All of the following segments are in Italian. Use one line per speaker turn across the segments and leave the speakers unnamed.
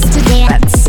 to Dance.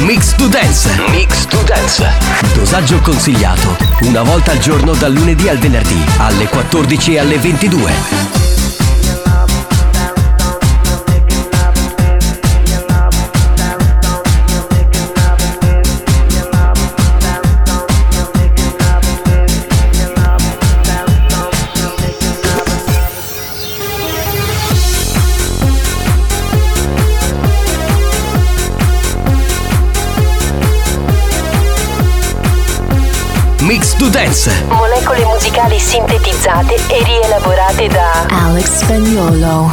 Mix to Dance. Mix to Dance. Dosaggio consigliato. Una volta al giorno dal lunedì al venerdì alle 14 e alle 22. Mix to Dance.
molecole musicali sintetizzate e rielaborate da
Alex Spagnolo.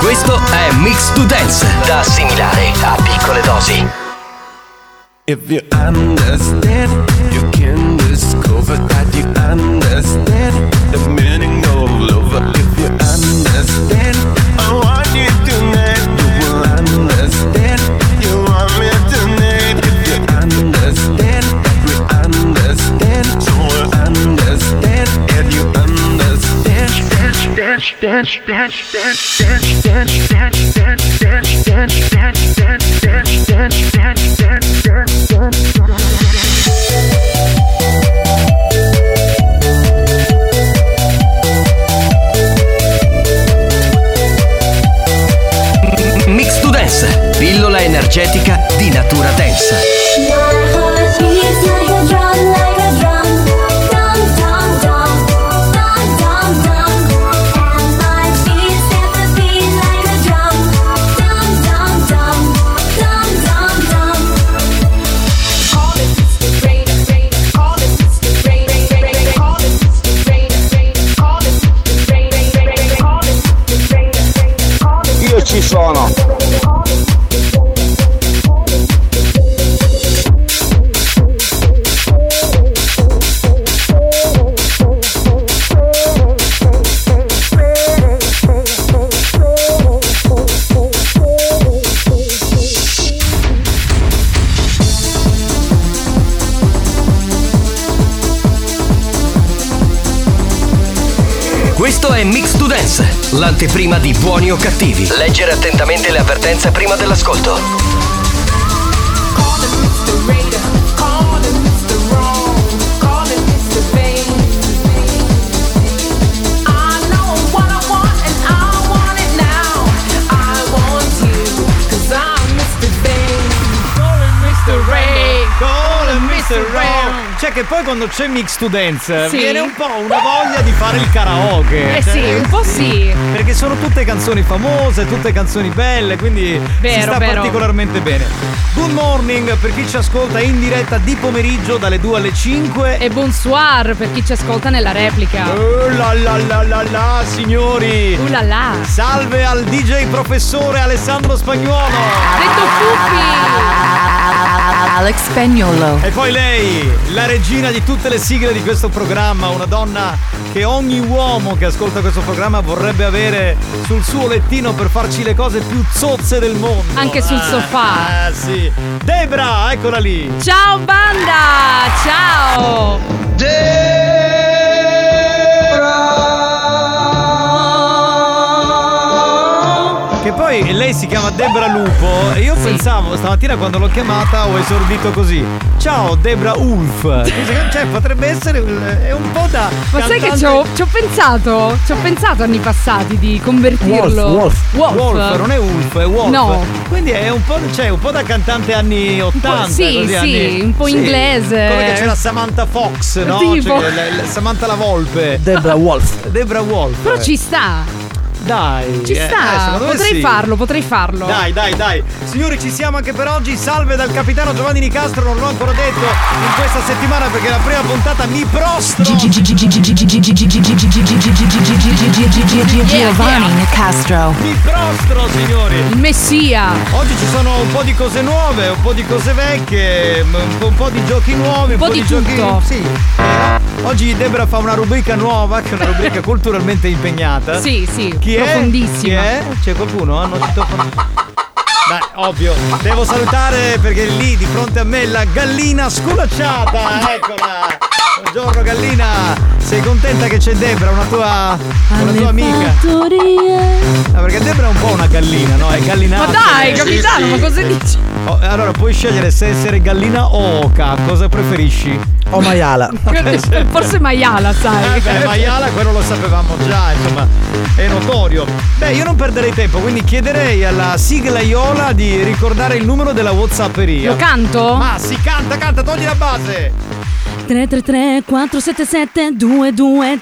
Questo è Mix to Dance. Da assimilare a piccole dosi.
If you understand, you can discover that you understand the meaning of love. If you understand I want you tonight, you will understand. You want me tonight. If you understand, we understand, so we understand, and you understand.
Mix to Dance. Pillola energetica di natura dance.
Io ci sono.
Questo è Mix to Dance, l'anteprima di buoni o cattivi. Leggere attentamente le avvertenze prima dell'ascolto.
Con Mr. Round. Cioè che poi quando c'è Mix to Dance
Sì.
Eh, viene un po' una voglia di fare il karaoke.
Eh
Cioè,
sì, un po' sì.
Perché sono tutte canzoni famose, tutte canzoni belle, quindi si
Vero,
sta
vero.
particolarmente bene. Good morning per chi ci ascolta in diretta di pomeriggio dalle 2 alle 5.
E bonsoir per chi ci ascolta nella replica.
Oh la la la la la signori!
Uh la la.
Salve al DJ professore Alessandro Spagnuolo!
Detto Fuffi.
Alex Spagnolo.
E poi lei, la regina di tutte le sigle di questo programma, una donna che ogni uomo che ascolta questo programma vorrebbe avere sul suo lettino per farci le cose più zozze del mondo.
Anche sul
Ah,
sofà.
Ah, sì. Debra, eccola lì.
Ciao banda! Ciao!
Che poi lei si chiama Debra Lupo e io pensavo stamattina quando l'ho chiamata ho esordito così. Ciao Debra Ulf. Cioè potrebbe essere un, eh, è un po' da...
Ma sai che
cantante-
ci ho, ci ho pensato? Ci ho pensato anni passati di convertirlo.
Wolf,
Wolf.
Wolf, non è Wolf, è Wolf.
No.
Quindi è un po', cioè, un po' da cantante anni 80.
sì,
così,
sì,
anni-
un po' inglese.
Come che c'era Samantha Fox, no?
Tipo.
Cioè, la- la- Samantha la Volpe.
Debra Wolf.
Debra Wolf.
Però ci sta,
Dai.
ci
eh, eh,
sta.
secondo me
potrei
sì.
farlo, potrei farlo.
Dai, dai, dai. Signori, ci siamo anche per oggi. Salve dal capitano Giovanni Nicastro, non l'ho ancora detto in questa settimana perché la prima puntata mi prostro.
Giovanni Nicastro.
Mi prostro, signori.
Il messia.
Oggi ci sono un po' di cose nuove, un po' di cose vecchie, m- un po', un po' di giochi nuovi, un po',
po' di
giochi.
tutto.
Sì. Eh, Oggi Debra fa una rubrica nuova, che è una rubrica culturalmente impegnata.
Sì, sì,
Chi è? Chi
profondissima.
è? C'è qualcuno? Ah, Hanno citofono. Beh, ovvio, devo salutare perché è lì di fronte a me la gallina sculacciata, eccola! Buongiorno gallina, sei contenta che c'è Debra, una tua, una tua amica? Ah, perché Debra è un po' una gallina, no? È
Ma
gallinata.
dai,
Sì,
capitano,
sì.
ma cosa dici?
Oh, allora puoi scegliere se essere gallina o oca, cosa preferisci? Eh,
O maiala.
Forse maiala, sai.
Beh, maiala, quello lo sapevamo già, insomma, è notorio. Beh, io non perderei tempo, quindi chiederei alla sigla Iola di ricordare il numero della Whatsapperia.
Lo canto?
Ma si canta, canta, togli la base!
333 477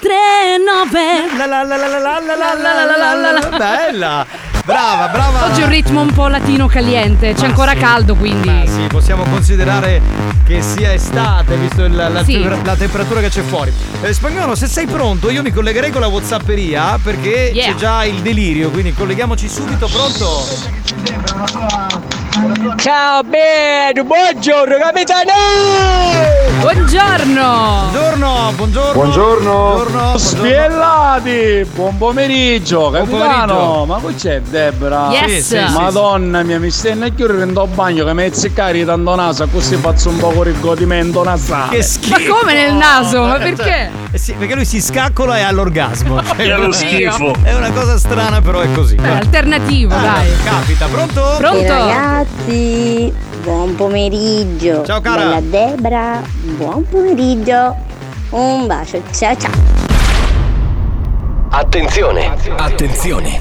2239
La la la la la la la la la la la la la Bella! Brava, brava! Ah,
Oggi è un ritmo un po' latino caliente, c'è ancora caldo quindi.
Ma sì, possiamo considerare che sia estate, visto il- la,
Sì.
tempera- la temperatura che c'è fuori. Eh, Spagnolo, se sei pronto, io mi collegherei con la Whatsapperia perché
Yeah.
c'è già il delirio, quindi colleghiamoci subito, pronto?
Ciao bello, buongiorno capitano!
Buongiorno!
Buongiorno, buongiorno.
Buongiorno.
Buongiorno. buongiorno.
Spiellati! Buon pomeriggio,
pomeriggio.
capitano! Ma qui c'è Debra?
Yes!
sì, sì.
Madonna mia, mi stai a chiudere in do bagno che mi ziccari tanto naso, così faccio un po' con il godimento nasale.
Che schifo.
Ma come nel naso? Ma
Eh,
perché?
eh sì, perché lui si scaccola e ha l'orgasmo. Cioè,
È lo schifo.
È una cosa strana, però è così.
Beh, alternativo,
Ah,
dai.
Capita, pronto?
Eh. Pronto?
Ragazzi, buon pomeriggio.
Ciao, cara.
Bella Debra, buon pomeriggio. Un bacio, ciao ciao.
Attenzione! Attenzione!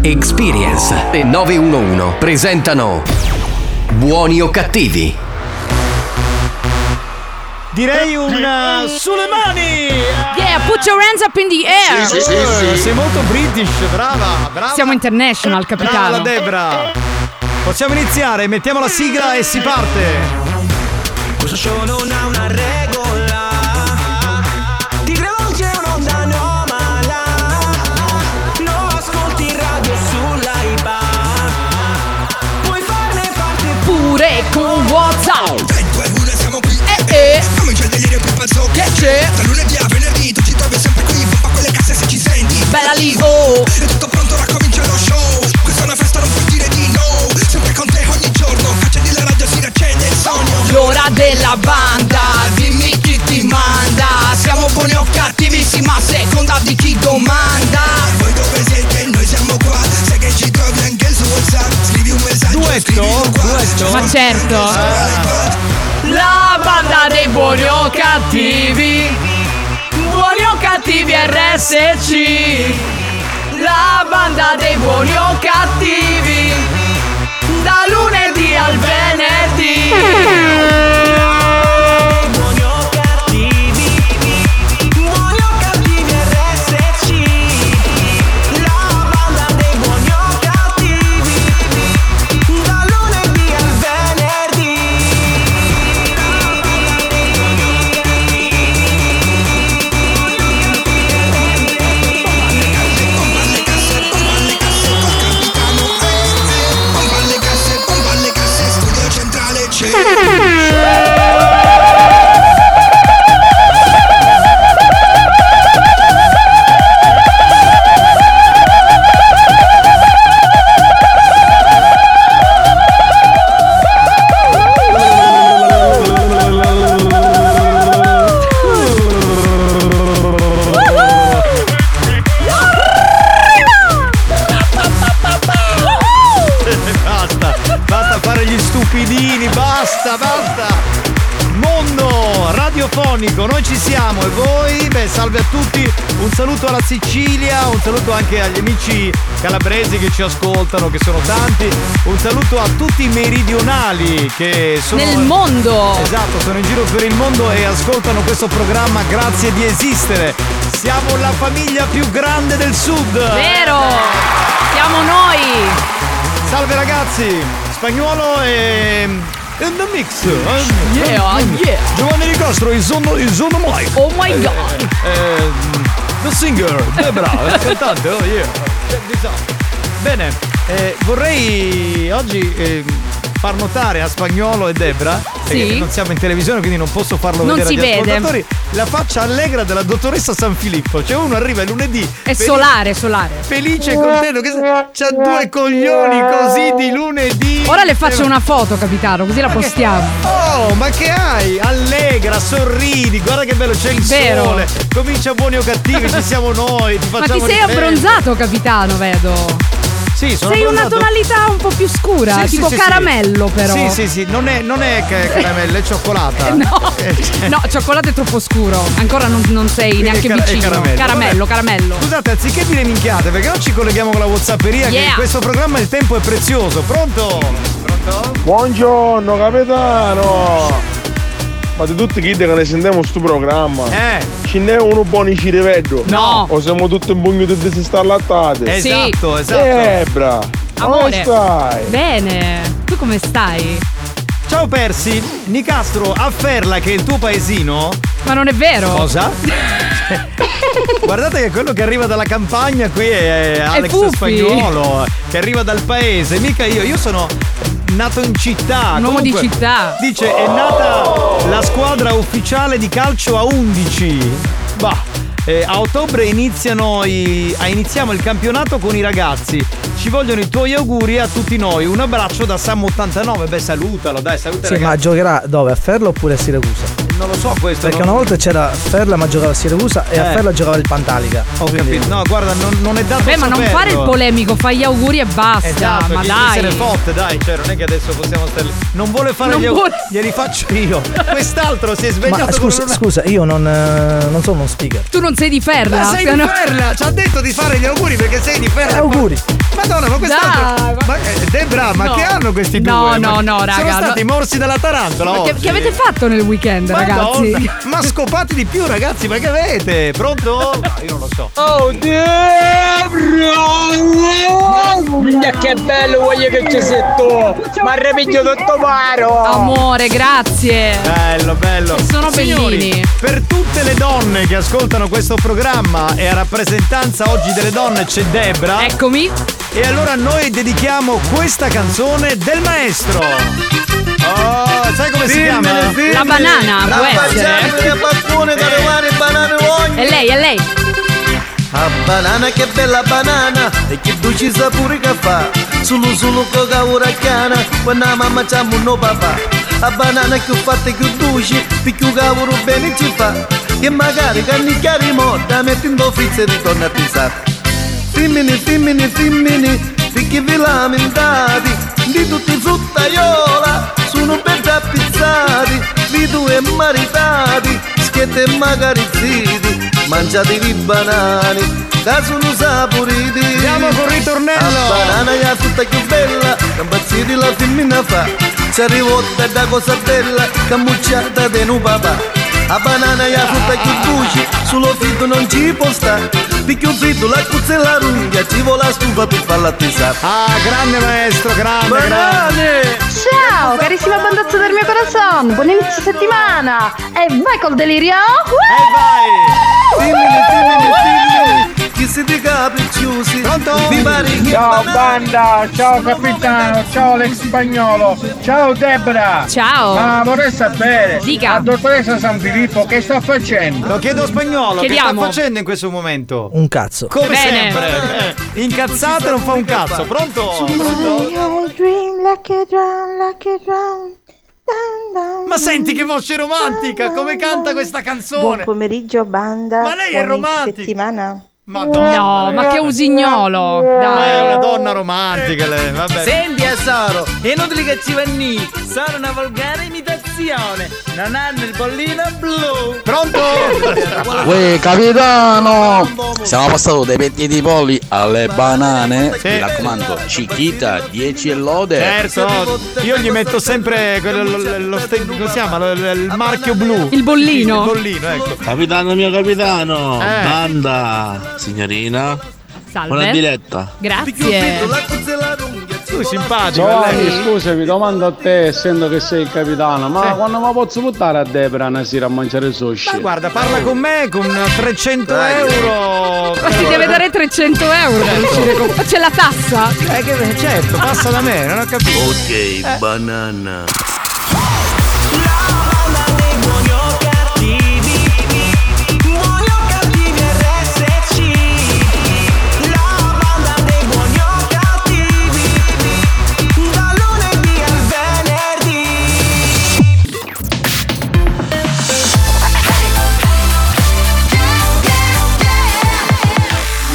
Experience e 911 presentano Buoni o cattivi?
Direi un eh, sulle mani!
Yeah, put your hands up in the air!
Eh, Sei molto british, brava, brava.
Siamo international,
Brava la
capitano.
Debra. Possiamo iniziare, mettiamo la sigla e si parte.
Questo show non ha una regola Ti travolge un'onda anomala Non ascolti radio sull'iPad Puoi farne parte
Pure con WhatsApp! Eh, eh. Bella lì, oh! L'ora della banda, dimmi chi ti manda Siamo buoni o cattivissimi a seconda di chi domanda
Duetto? Duetto?
Ma certo La banda dei buoni o cattivi Buoni o cattivi RSC La banda dei buoni o cattivi Da lunedì al venerdì
piace.
basta, basta fare gli stupidini, basta, basta. Mondo radiofonico, noi ci siamo e voi? Beh, salve a tutti, un saluto alla Sicilia, un saluto anche agli amici calabresi che ci ascoltano, che sono tanti, un saluto a tutti i meridionali che sono...
Nel mondo!
Esatto, sono in giro per il mondo e ascoltano questo programma grazie di esistere. Siamo la famiglia più grande del sud!
Vero! Siamo noi!
Salve ragazzi, spagnolo e... In the mix! eh?
Yeah, yeah.
Giovanni Ricastro, il sono, il sono Mike!
Oh my God.
Eh, eh, the singer, Debra, il cantante, oh yeah! Check this out. Bene, eh, vorrei oggi eh, far notare a Spagnolo e Debra,
Sì.
che non siamo in televisione quindi non posso farlo
Non
vedere
si
agli
vede.
ascoltatori, la faccia allegra della dottoressa San Filippo. Cioè uno arriva il lunedì...
È
felice-
solare, solare.
Felice e contento che c'ha due coglioni così di lunedì. Eh.
Ora le faccio una foto, capitano, così la postiamo.
Oh, ma che hai? Allegra, sorridi, guarda che bello, c'è il
Vero.
sole. Comincia buoni o cattivi, ci siamo noi, ti
Ma
facciamo
ti sei
riprendere.
abbronzato, capitano, vedo.
Sì, sono
sei
abbronzato.
una tonalità un po' più scura,
Sì, sì,
tipo
sì, sì.
caramello, però.
Sì, sì, sì, non è, non è ca- caramello, è cioccolata.
No, no, cioccolato è troppo scuro. Ancora non, non sei neanche
è cara- è
vicino.
caramello.
caramello,
Vabbè.
caramello.
Scusate, anziché dire minchiate, perché oggi ci colleghiamo con la Whatsapperia, che
Yeah.
in questo programma il tempo è prezioso. Pronto?
Buongiorno capitano! Ma di tutti chi che ne sentiamo sto programma?
Eh!
Ce n'è uno buono in Cireveddo?
No.
O siamo tutti in bugno di disinstallate?
Sì. Esatto, esatto.
Eh, bra!
Amore.
Oh,
Come stai?
Bene. Tu come stai?
Ciao Persi, Nicastro, afferla che è il tuo paesino.
Ma non è vero?
Cosa? Guardate che quello che arriva dalla campagna qui è Alex
Pupi.
Spagnuolo, che arriva dal paese, mica io, io sono nato in città.
Un uomo di città.
Dice è nata la squadra ufficiale di calcio a 11. Bah. eh, a ottobre iniziano i- ah, iniziamo il campionato con i ragazzi. Ci vogliono i tuoi auguri a tutti noi. Un abbraccio da Sam89. Beh, salutalo, dai, saluta i
Sì, ma
ragazzi.
giocherà dove? A Ferla oppure a Siracusa?
Non lo so questo.
Perché
non-
una volta c'era Ferla ma giocava a Siracusa e a
Eh.
Ferla giocava il Pantalica.
Ho capito. No, guarda, non, non è dato
Beh, ma non
saperlo.
fare il polemico, fai gli auguri e basta.
Esatto,
ma
chi- chi
dai.
se ne fotte, dai, cioè non è che adesso possiamo stare lì. Non vuole fare
Non
gli auguri,
vuole-
glieli faccio io. Quest'altro si è svegliato
Ma eh, scusa,
con una...
scusa, io non, eh, non sono uno speaker.
Tu non sei di ferla.
Ma sei
se
di
no-
Perla, ci ha detto di fare gli auguri perché sei di Perla.
auguri.
Madonna, ma quest'altro... Ma eh, Debra, ma
No.
che hanno questi
No,
due? Ma
no, no, raga,
Sono stati
no.
morsi dalla tarantola
Ma che,
oggi.
che avete fatto nel weekend,
Madonna,
ragazzi?
Ma scopate di più, ragazzi, ma che avete? Pronto? No, io non lo so.
Oh Debra! Miglia che bello voglio che ci sei tu! Ma rapiglio tutto paro!
Amore, grazie.
Bello, bello.
Sono
Signori,
bellini.
Per tutte le donne che ascoltano questo programma e a rappresentanza oggi delle donne c'è Debra.
Eccomi.
E allora noi dedichiamo questa canzone del maestro. Oh, sai come si
Dimmelo,
chiama?
dimmelo.
La banana,
La
può essere.
facciamo le pappone da trovare banane voglio.
E lei, e lei.
A banana che bella banana e che dolce sapore che fa. Sulu sulu coca uragana, quando la mamma c'ha un papà. A banana che ho fatto e che dolce, picchio cavolo bene ci fa. Che magari cannicchiare morta, metti in do frizza e ritorna a pisare. Femmine, femmine, femmine, perché vi lamentate Di tutti zuttaiola, sono ben tappizzati Di due maritati, schiette e magarizziti Mangiatevi i banani, da sono saporiti
Andiamo col ritornello.
La banana è la frutta più bella, cambazziti la femmina fa Ci arrivò da cosa bella, cammucciata di un papà a banana e a frutta che cuci, sullo fritto non ci può stare. Picchio fritto, la cozza e la rugna, ci vuole la stufa per farla attesare.
Ah, grande maestro, grande,
grande.
Ciao, carissima bandazza del mio corazon, buon inizio settimana e vai col delirio!
Femmine, femmine, femmine,
chi siete capricciosi Pronto? Vi pare che
Ciao
banana-
banda, ciao capitano, ciao l'ex spagnolo, ciao Debra.
Ciao.
Ma vorrei sapere,
Dica.
la dottoressa San Filippo che sta facendo?
Lo chiedo a spagnolo, che sta facendo in questo momento?
Un cazzo.
Come
Bene.
sempre. Eh, Incazzata non fa un cazzo, pronto?
I dream like a drum, like a drum.
Ma senti che voce romantica, come canta questa
Buon
canzone?
pomeriggio, banda.
Ma lei
Buon
è
inizio
romantica.
settimana.
Madonna,
No, ma che usignolo.
Ma è una
Dai.
donna romantica lei, vabbè.
Senti Asaro, è inutile che ci vanni, sono una volgare imitazione, non hanno il bollino blu.
Pronto?
Uè capitano! Siamo passati dai petti di polli alle banane. Mi raccomando, Cichita, 10 e lode.
Certo, io gli metto sempre quello, lo, lo, ste- come si chiama? Lo- lo- il marchio blu.
Il bollino.
Il bollino, ecco.
Capitano mio capitano,
Eh.
banda, signorina,
Salve.
buona diretta.
Grazie.
Tu simpatico,
Giovanni,
lei.
scusami, domando a te, essendo che sei il capitano, ma
Sì.
quando mi posso buttare a Debra una sera a mangiare sushi?
Ma guarda, parla con me con 300 euro.
Ma ti deve dare 300 euro per uscire con. Ma c'è la tassa?
Eh, che certo, passa da me, non ho capito. Eh.
Ok, banana.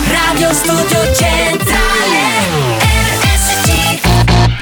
Radio Studio Centrale RSC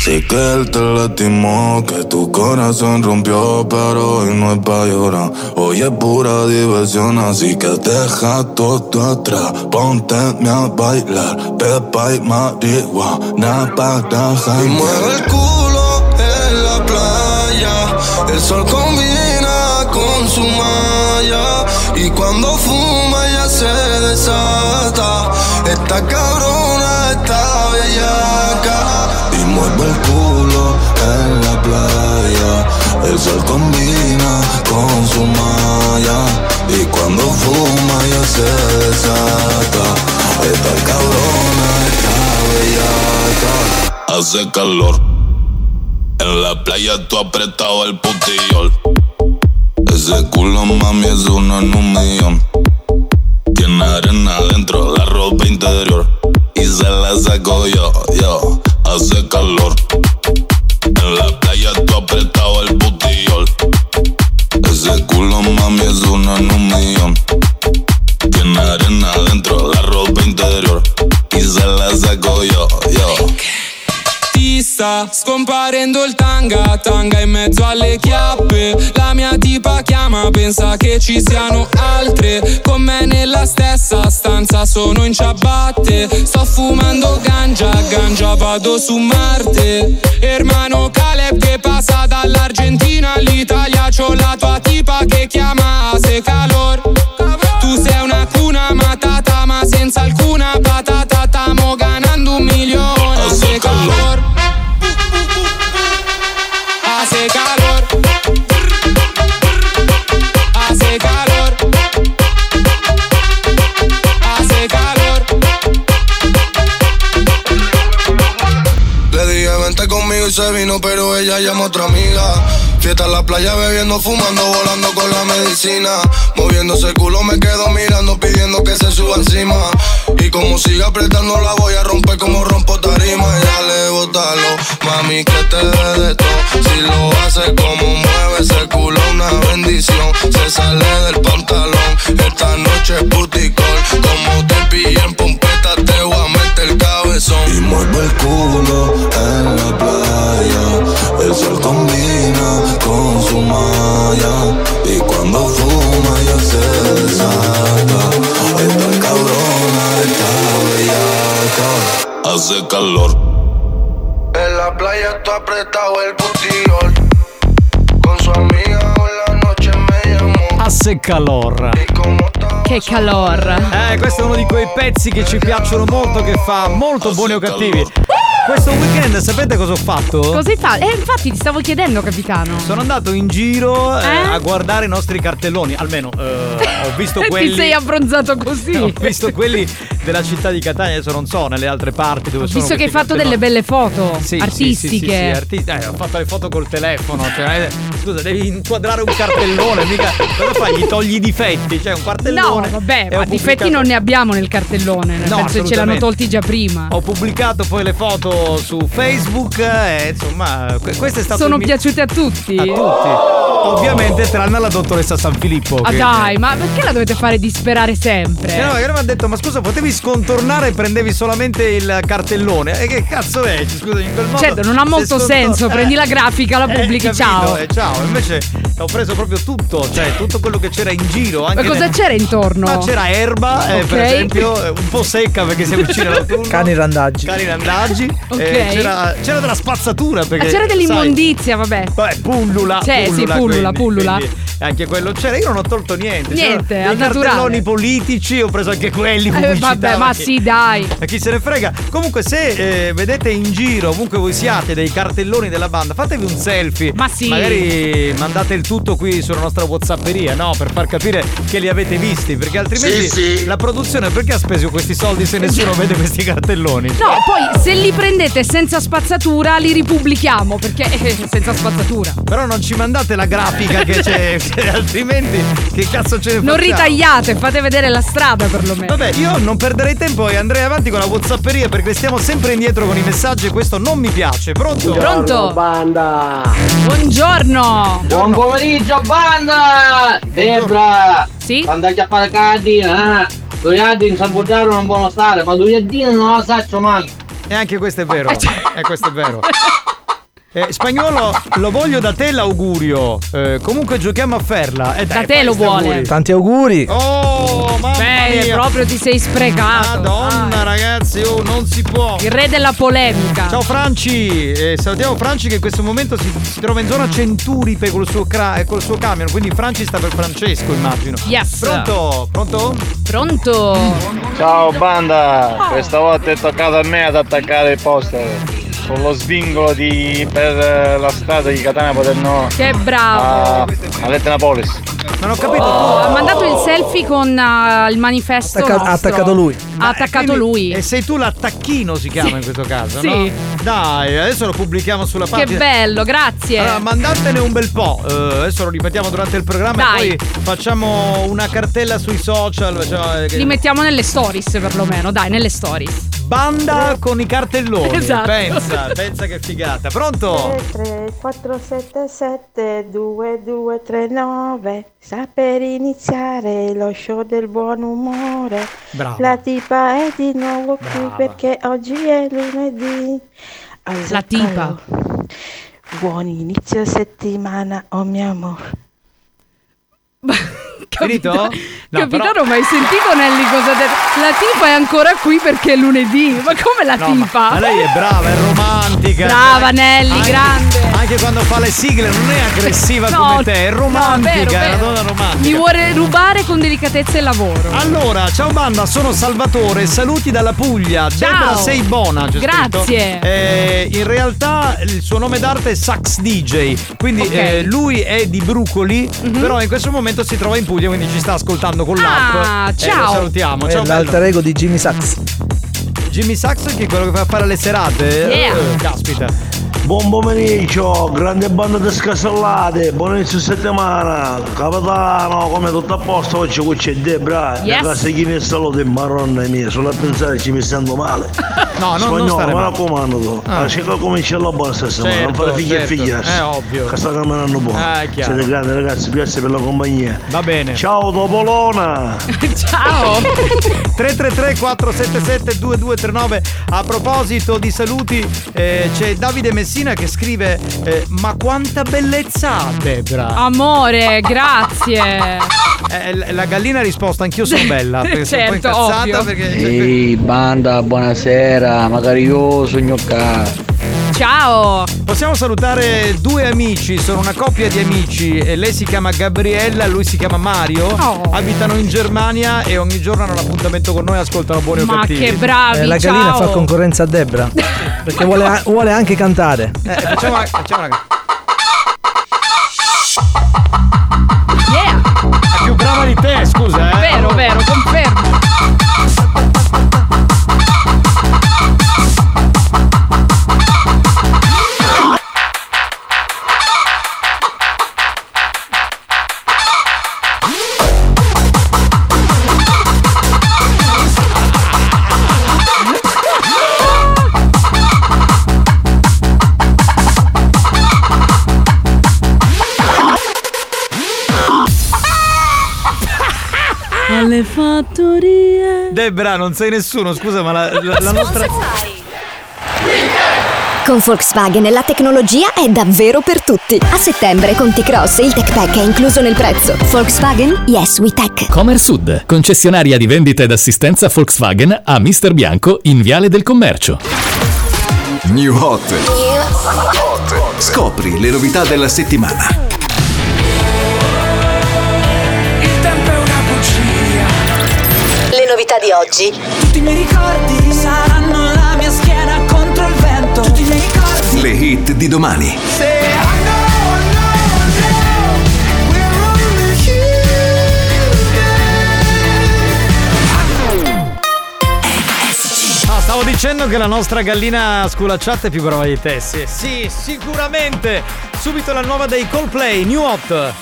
Sí que él te lastimó, que tu corazón rompió, pero hoy no es pa' llorar. Hoy es pura diversión, así que deja todo atrás. Ponte a bailar, pepa y marihuana para janguear.
el culo en la playa. El sol combina con su malla. Y cuando fuma ya se desata. Esta cabrona está bellaca.
Y mueve el culo en la playa. El sol combina con su malla. Y cuando fuma ya se desata. Esta cabrona está bellaca. Hace calor. En la playa tú apretado el putillol. Ese culo mami es uno en un millón. Tiene arena adentro, la ropa interior. Y se la saco yo, yo. Hace calor. En la playa tú apretado el putillol. Ese culo mami es uno en un millón. Tiene arena adentro, la ropa interior. Y se la saco yo, yo.
Ti sta scomparendo il tanga, tanga in mezzo alle chiappe. La mia tipa chiama, pensa che ci siano altre. Con me nella stessa stanza sono in ciabatte. Sto fumando ganja, ganja vado su Marte. Ermano Caleb che passa dall'Argentina all'Italia. C'ho la tua tipa che chiama se calor. Tu sei una cuna matata, ma senza alcuna patata. Tamo ganando un milione. Hace calor. Hace calor. Hace calor. Hace calor. Le dije vente conmigo y se vino, pero ella llama a otra amiga. Fiesta en la playa bebiendo, fumando, volando con la medicina. Moviéndose el culo me quedo mirando, pidiendo que se suba encima. Y como siga apretando la voy a romper como rompo tarima. Ya le botalo, mami que te dé de todo. Si lo hace como mueve ese culo, una bendición. Se sale del pantalón, esta noche es puticol. Como te pillé en pompeta, te voy a meter el cabezón.
Y muevo el culo en la playa. El sol combina con su malla. Y cuando fuma ya se desata. Esta cabrona está bellaca. Hace calor.
En la playa
gato apretado el butiol. Con su amiga o la noche me llamó.
A se calor.
Che calor.
Eh, questo è uno di quei pezzi che ci piacciono molto, che fa molto buoni o cattivi. Questo weekend sapete cosa ho fatto?
Cosa hai fatto? Eh, infatti ti stavo chiedendo, capitano.
Sono andato in giro eh,
Eh?
a guardare i nostri cartelloni, almeno eh, ho visto quelli.
Ti sei abbronzato così.
Ho visto quelli della città di Catania, adesso non so, nelle altre parti dove sono.
Visto che
questi
hai fatto delle
cartelloni.
belle foto
Sì, sì, sì, sì, sì,
artistiche.
arti- eh, ho fatto le foto col telefono. Cioè, eh, scusa, devi inquadrare un cartellone, mica. Cosa fai? Gli togli i difetti, cioè un cartellone.
No, vabbè,
e ho
ma difetti
pubblicato-
non ne abbiamo nel cartellone, nel
No,
senso ce l'hanno
assolutamente.
tolti già prima.
Ho pubblicato poi le foto su Facebook e insomma, que- questo è stato
Sono
il mio-
piaciute a tutti.
a tutti. Ovviamente tranne alla dottoressa San Filippo.
Ah
che-
dai, ma perché la dovete fare disperare sempre?
Eh, no, che mi ha detto, ma scusa, potevi scontornare e prendevi solamente il cartellone. E che cazzo è? Scusa, in quel modo.
Certo, non ha
se
molto
scontor-
senso,
Eh,
prendi la grafica, la
eh,
pubblichi,
capito,
ciao.
eh, ciao, invece ho preso proprio tutto, cioè tutto quello che c'era in giro.
Ma
Anche
cosa
nel-
c'era intorno?
Ma c'era erba, eh, per
Ok.
esempio, eh, un po' secca perché si avvicina l'autunno. Cani randaggi. Cani randaggi.
Ok.
Eh, c'era, c'era della spazzatura perché.
Ah, c'era
sai,
dell'immondizia, vabbè.
Vabbè, pullula.
Cioè, sì,
pullula,
pullula,
quindi-
pullula.
quindi anche quello c'era, io non ho tolto niente.
Niente,
c'erano
al
i
naturale.
cartelloni politici, ho preso anche quelli.
Eh,
pubblicità,
vabbè, ma
perché-
sì, dai.
a chi se ne frega. Comunque, se eh, vedete in giro, ovunque voi siate, dei cartelloni della banda, fatevi un selfie. Ma
sì.
Magari mandate il tutto qui sulla nostra Whatsapperia, no? Per far capire che li avete visti. Perché altrimenti la produzione perché ha speso questi soldi se nessuno vede questi cartelloni?
No, poi se li prendete senza spazzatura li ripubblichiamo perché eh, senza spazzatura.
Però non ci mandate la grafica che c'è, cioè, altrimenti che cazzo ce ne
Non
facciamo?
ritagliate, fate vedere la strada perlomeno.
Vabbè, io non perderei tempo e andrei avanti con la Whatsapperia perché stiamo sempre indietro con i messaggi e questo non mi piace. Pronto?
Pronto?
Banda!
Buongiorno!
Buon pomeriggio, banda! Debra!
Sì?
Quando a fare cadina, gli in sabotaggio non buono stare, ma gli non lo saccio mai.
E anche questo è
Ah,
vero.
cioè.
E questo è vero. Eh, spagnolo, lo voglio da te l'augurio. Eh, comunque giochiamo a ferla. Eh, dai,
Da te lo
fai sti
vuole.
auguri.
Tanti auguri.
Oh, mamma
Beh,
mia.
proprio ti sei sprecato.
Madonna, ragazzi, oh, non si può.
Il re della polemica.
Ciao Franci, eh, salutiamo Franci che in questo momento si, si trova in
Mm.
zona Centuripe col suo, cra- eh, col suo camion, quindi Franci sta per Francesco immagino.
Yes.
Pronto? Pronto?
Pronto? Ah.
Ciao banda, questa volta è toccato a me ad attaccare il poster con lo svingolo di, per eh, la strada di Catania Paternò
Che bravo.
a, a Lettinapolis.
Non ho capito.
Oh, ha mandato il selfie con ah, il manifesto.
Attacca- ha
nostro.
attaccato lui.
Ha attaccato
Eh, Quindi-
lui.
E sei tu l'attacchino si chiama in questo caso,
Sì.
no? Dai, adesso lo pubblichiamo sulla
Che
pagina.
bello, grazie.
eh. Allora, mandatene un bel po'. Eh, adesso lo ripetiamo durante il programma
Dai.
e poi facciamo una cartella sui social. Cioè, che-
Li mettiamo nelle stories perlomeno, dai, nelle stories.
Banda con i cartelloni.
Eh. Esatto. Eh.
Pensa, pensa che figata. Pronto?
3, 4, 7, 7, 2, 2, 3, 9. Sta per iniziare lo show del buon umore.
Brava.
La tipa è di nuovo qui
Brava.
perché oggi è lunedì. La tipa. Buon inizio settimana, oh mio amor.
Capito? No,
Capitano,
però-
ma hai sentito Nelly cosa ha detto? La tipa è ancora qui perché è lunedì. Ma come la
No, ma-
tipa?
Ma lei è Ah, brava, è romantica.
Brava Nelly,
Anche-
grande.
Anche quando fa le sigle non è aggressiva
No,
come te, è
no,
romantica,
vero,
è una
vero.
donna romantica.
Mi vuole rubare con delicatezza il lavoro.
Allora, ciao banda, sono Salvatore, saluti dalla Puglia. Debra sei buona, c'è
Grazie.
scritto. Eh, in realtà il suo nome d'arte è Sax DJ, quindi
Ok.
eh, lui è di Brucoli,
Mhm.
però in questo momento si trova in Puglia, quindi ci sta ascoltando con
Ah,
l'app. Eh,
ciao.
lo salutiamo, ciao
È l'alter
bello.
ego di Jimmy Sachs.
Jimmy Sax che è quello che fa fare le serate.
Yeah.
Eh, caspita.
Buon pomeriggio, grande banda di scassellate, buon inizio settimana, capitano, come tutto a posto oggi qui c'è Debra,
Yes.
la casaghina è salute, maronna mia, solo a pensare ci mi sento male.
No, no, non
Spagnolo,
stare
mi
male.
raccomando, tu,
Ah.
ah. cerca come c'è la buona settimana, non
Certo,
fate figli
certo.
e figliassi.
È ovvio.
Che sta camminando buono.
Ah, è chiaro.
Siete grandi ragazzi, grazie per la compagnia.
Va bene.
Ciao Topolona!
Ciao.
333 477 2239 A proposito di saluti eh, c'è Davide Messina che scrive eh, Ma quanta bellezza ha Debra
Amore, grazie.
Eh, l- La gallina ha risposto anch'io sono bella perché sono un po'
Certo,
incazzata
ovvio.
perché
Ehi, banda, buonasera, magari io sogno qua.
Ciao!
Possiamo salutare due amici, sono una coppia di amici. eh, Lei si chiama Gabriella, lui si chiama Mario.
Oh.
Abitano in Germania e ogni giorno hanno l'appuntamento con noi, ascoltano buoni o
Ma
cattivi.
che bravi,
Eh, la gallina fa concorrenza a Debra. Perché vuole, a- vuole anche cantare.
Eh, facciamo, una- facciamo una cosa. È più brava di te, scusa, eh.
Vero, vero, confermo.
Alle fattorie.
Debra, non sei nessuno, scusa, ma la, la- la nostra.
Con Volkswagen la tecnologia è davvero per tutti. A settembre con T-Cross il Tech Pack è incluso nel prezzo. Volkswagen Yes We Tech.
Comersud, concessionaria di vendita ed assistenza Volkswagen a Mister Bianco in Viale del Commercio.
New Hot. Scopri le novità della settimana.
Il tempo è una bugia. Le novità di oggi. Tutti i miei ricordi saranno la mia schiena contro il vento. Tutti i miei ricordi.
Le hit di domani.
Ah, stavo dicendo che la nostra gallina sculacciata è più brava di te, sì. Sì, sicuramente! Subito la nuova dei Coldplay, New Hot.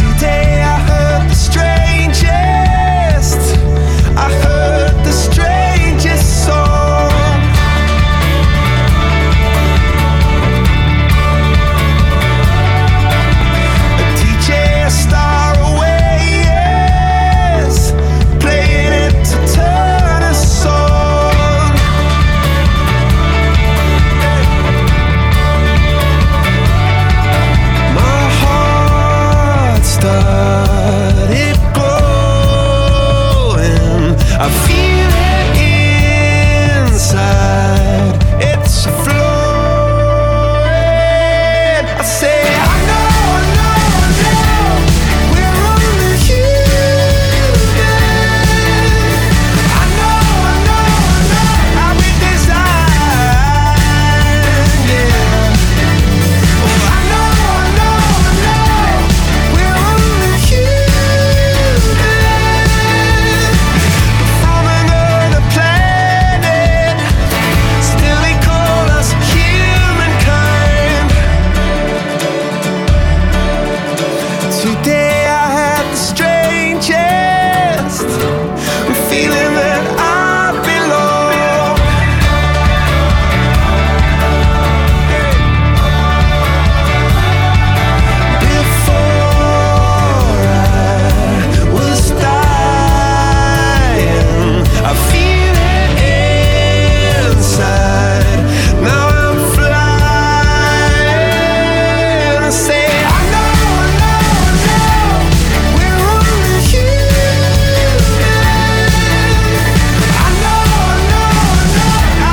Today I heard the strangest. I heard the strangest song. A DJ star away.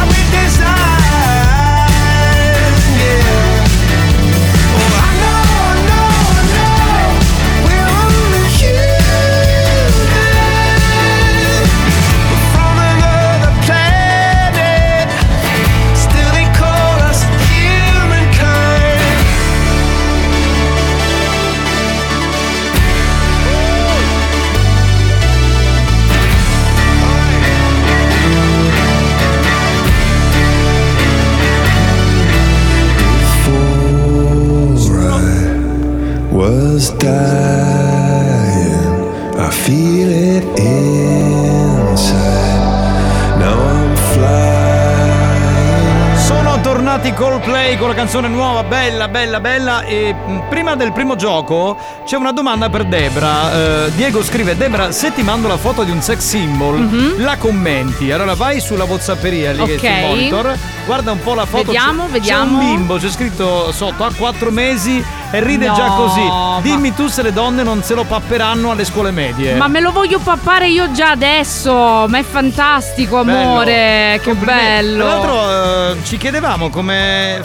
Oh,
tornati Coldplay con la canzone nuova, bella, bella, bella. E mh, prima del primo gioco c'è una domanda per Debra. Eh, Diego scrive: Debra, se ti mando la foto di un sex symbol, la commenti. Allora vai sulla WhatsApperia lì che
Mhm. Ok.
è sul monitor, guarda un po' la foto.
Vediamo,
c'è,
vediamo.
C'è un bimbo, c'è scritto sotto a 4 mesi e ride
No,
già così.
ma-
Dimmi tu se le donne non se lo papperanno alle scuole medie.
Ma me lo voglio pappare io già adesso. Ma è fantastico, amore. Che bello.
Tra l'altro eh, ci chiedevamo come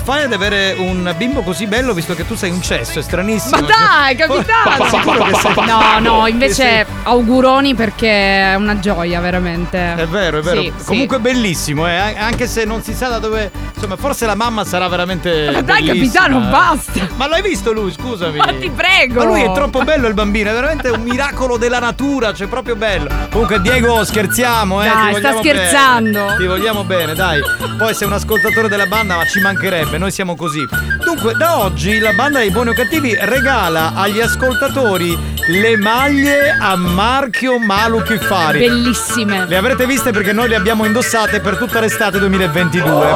fai ad avere un bimbo così bello visto che tu sei un cesso, è stranissimo. Cioè,
Ma dai,
Sicuro che sei-
capitano! No, no, invece auguroni perché è una gioia, veramente.
È vero, è vero.
Sì, sì.
Comunque bellissimo, eh, an- anche se non si sa da dove. Insomma, forse la mamma sarà veramente.
Ma dai,
bellissima. eh.
capitano, basta!
Ma l'hai visto lui, scusami.
Ma ti prego!
Ma lui è troppo bello il bambino, è veramente un miracolo della natura, cioè proprio bello. Comunque Diego scherziamo, eh.
Dai,
ti
sta
vogliamo
scherzando.
bene. Ti vogliamo bene, dai. Poi sei un ascoltatore della banda, ma ci mancherebbe, noi siamo così. Dunque, da oggi la banda dei buoni o cattivi regala agli ascoltatori le maglie a marchio Malu Chiffari.
Bellissime.
Le avrete viste perché noi le abbiamo indossate per tutta l'estate 2022.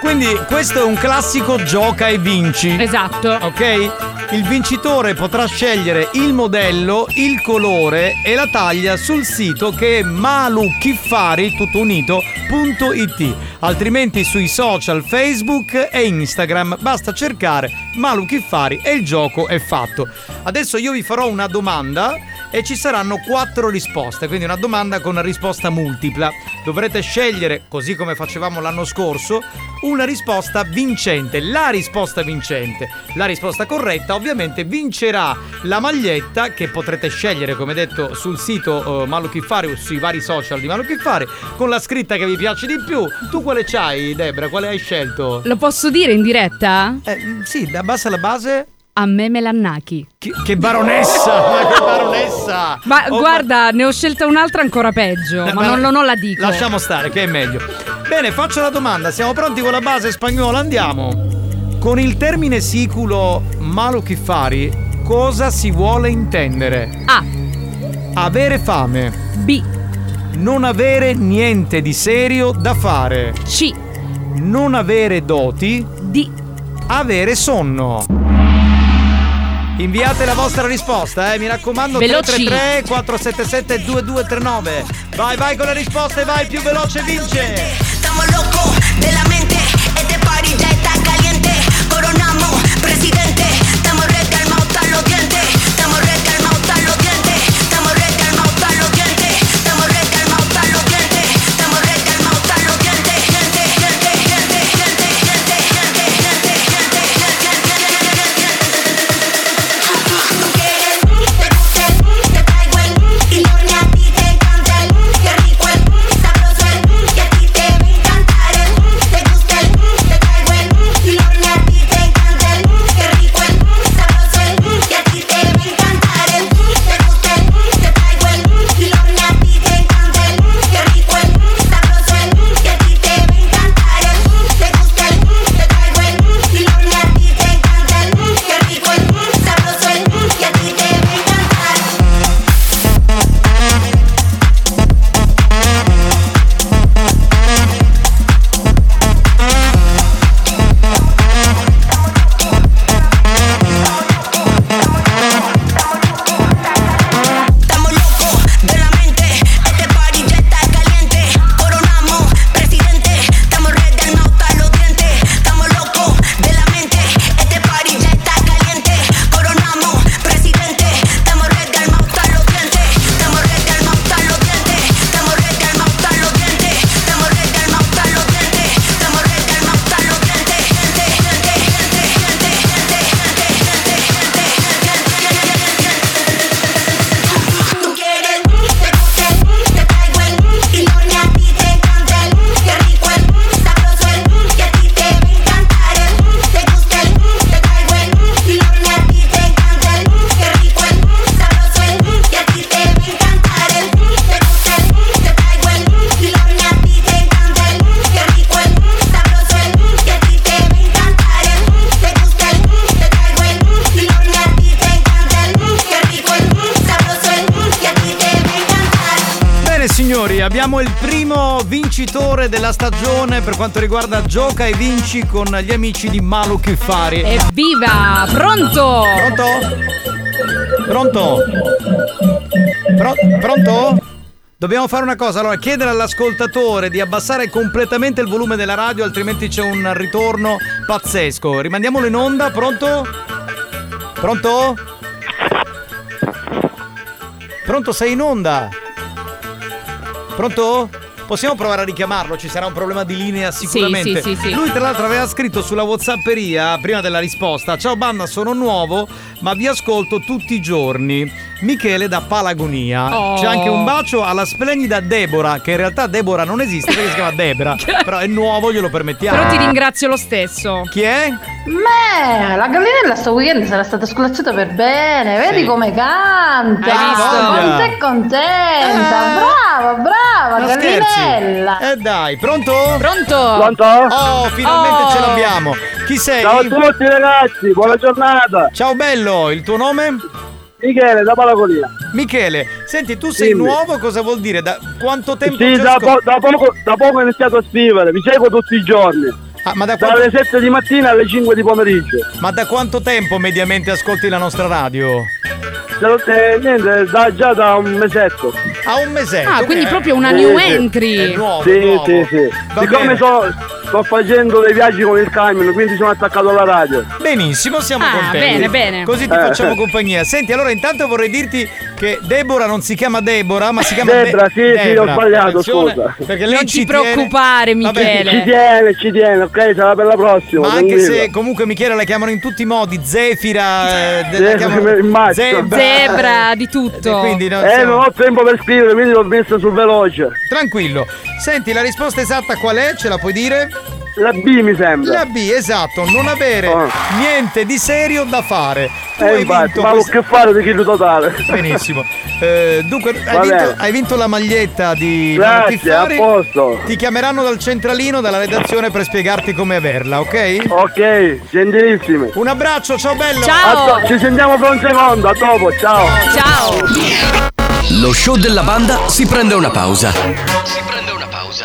Quindi questo è un classico gioca e vinci.
Esatto.
Ok? Il vincitore potrà scegliere il modello, il colore e la taglia sul sito che è maluchiffari, tutto unito.it. Altrimenti sui social Facebook e Instagram basta cercare Malu Chiffari e il gioco è fatto. Adesso io vi farò una domanda e ci saranno quattro risposte, quindi una domanda con una risposta multipla. Dovrete scegliere, così come facevamo l'anno scorso, una risposta vincente, la risposta vincente. La risposta corretta ovviamente vincerà la maglietta che potrete scegliere, come detto, sul sito eh, Maluchiffare o sui vari social di Maluchiffare, con la scritta che vi piace di più. Tu quale c'hai, Debra? Quale hai scelto?
Lo posso dire in diretta?
Eh, sì, da base alla base.
A me me l'annacchi.
Che, che baronessa! Ma che baronessa!
Ma
Oh,
guarda, ne ho scelta un'altra ancora peggio,
Eh,
ma
ma-
non, non la dico.
Lasciamo stare, che è meglio. Bene, faccio la domanda. Siamo pronti con la base spagnola? Andiamo. Con il termine siculo maluchifari, cosa si vuole intendere?
A.
Avere fame.
B.
Non avere niente di serio da fare.
C.
Non avere doti.
D.
Avere sonno. Inviate la vostra risposta, eh, mi raccomando.
Veloci.
333 477 2239. Vai, vai con le risposte, vai, più veloce vince.
de la mente. Este party ya está caliente. Coronamos, presidente. Estamos recalmados hasta los dientes. Estamos recalmados hasta los dientes. Estamos recalmados hasta los dientes. Estamos recalmados hasta los dientes. Estamos recalmados hasta los dientes. Gente, gente, gente, gente, gente, gente, gente, gente, gente. Te traigo el y lo que a ti te encanta el que rico el sabroso el que a ti te va a encantar el te gusta
Bene signori, abbiamo il primo vincitore della stagione per quanto riguarda Gioca e Vinci con gli amici di Malu Kiffari.
Evviva! Pronto?
Pronto? Pro- pronto? Dobbiamo fare una cosa, allora chiedere all'ascoltatore di abbassare completamente il volume della radio, altrimenti c'è un ritorno pazzesco. Rimandiamolo in onda, pronto? Pronto? Pronto, sei in onda? Pronto? Possiamo provare a richiamarlo, ci sarà un problema di linea sicuramente.
sì, sì, sì.
Lui tra l'altro aveva scritto sulla Whatsapperia prima della risposta: Ciao Banna, sono nuovo, ma vi ascolto tutti i giorni. Michele da Palagonia.
Oh.
C'è anche un bacio alla splendida Debora, che in realtà Debora non esiste perché si chiama Debra. però è nuovo, glielo permettiamo.
Però ti ringrazio lo stesso.
Chi è?
Beh, la gallinella sto weekend sarà stata scolacciata per bene, vedi
Sì.
come canta!
Hai visto?
Quanto è contenta! Brava, brava,
Ma
gallinella!
Eh. scherzi? Eh dai, pronto?
Pronto?
Pronto?
Oh, finalmente
Oh.
ce l'abbiamo. Chi sei?
Ciao a
tutti ragazzi, buona giornata. Ciao bello, il tuo nome?
Michele da Palagonia.
Michele, senti, tu sei
Dimmi.
nuovo, cosa vuol dire? Da quanto tempo
Sì,
ci
da,
ascol-
po- da poco, da poco ho iniziato a scrivere, mi seguo tutti i giorni.
Ah, ma da quando-
Dalle 7 di mattina alle 5 di pomeriggio.
Ma da quanto tempo mediamente ascolti la nostra radio?
Da- eh, niente, da- già da un mesetto.
A un mesetto. eh.
Ah,
quindi proprio una
Sì,
new
sì.
entry.
È nuovo, Sì, sì, sì.
Va bene.
Siccome so- sto facendo dei viaggi con il camion, quindi sono attaccato alla radio.
Benissimo, siamo
Ah,
contenti.
bene, bene.
Così ti
Eh.
facciamo compagnia. Senti, allora intanto vorrei dirti che Deborah non si chiama Deborah, ma si chiama
Debra, sì, sì,
Debra.
ho sbagliato,
Attenzione,
scusa.
Perché lei
Non
ci
ti
preoccupare,
tiene. Vabbè,
Ci tiene, ci tiene, ok? Sarà per la prossima.
Ma anche
tranquilla.
se comunque Michele la chiamano in tutti i modi, Zefira, eh, la
Zefira,
chiamano-
immagino.
Zebra.
Zebra, di tutto.
E quindi no,
eh,
siamo-
non ho tempo per scrivere, quindi l'ho messo sul veloce.
Tranquillo. Senti, la risposta esatta qual è? Ce la puoi dire?
La B mi sembra. Ah.
La B, esatto, non avere niente di serio da fare. Tu
Eh,
hai
infatti,
vinto
ma
questa-
che fare di chilo totale.
Benissimo. Eh, dunque, hai
Va
vinto,
bene.
hai vinto la maglietta di
Grazie,
Tifari.
a posto.
Ti chiameranno dal centralino, dalla redazione per spiegarti come averla, ok?
Ok, gentilissimi.
Un abbraccio, ciao bello.
A do- ci sentiamo fra un secondo, a dopo, ciao.
Ciao.
Lo show della banda si prende una pausa.
Si prende una pausa.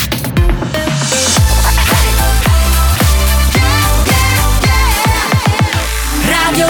Radio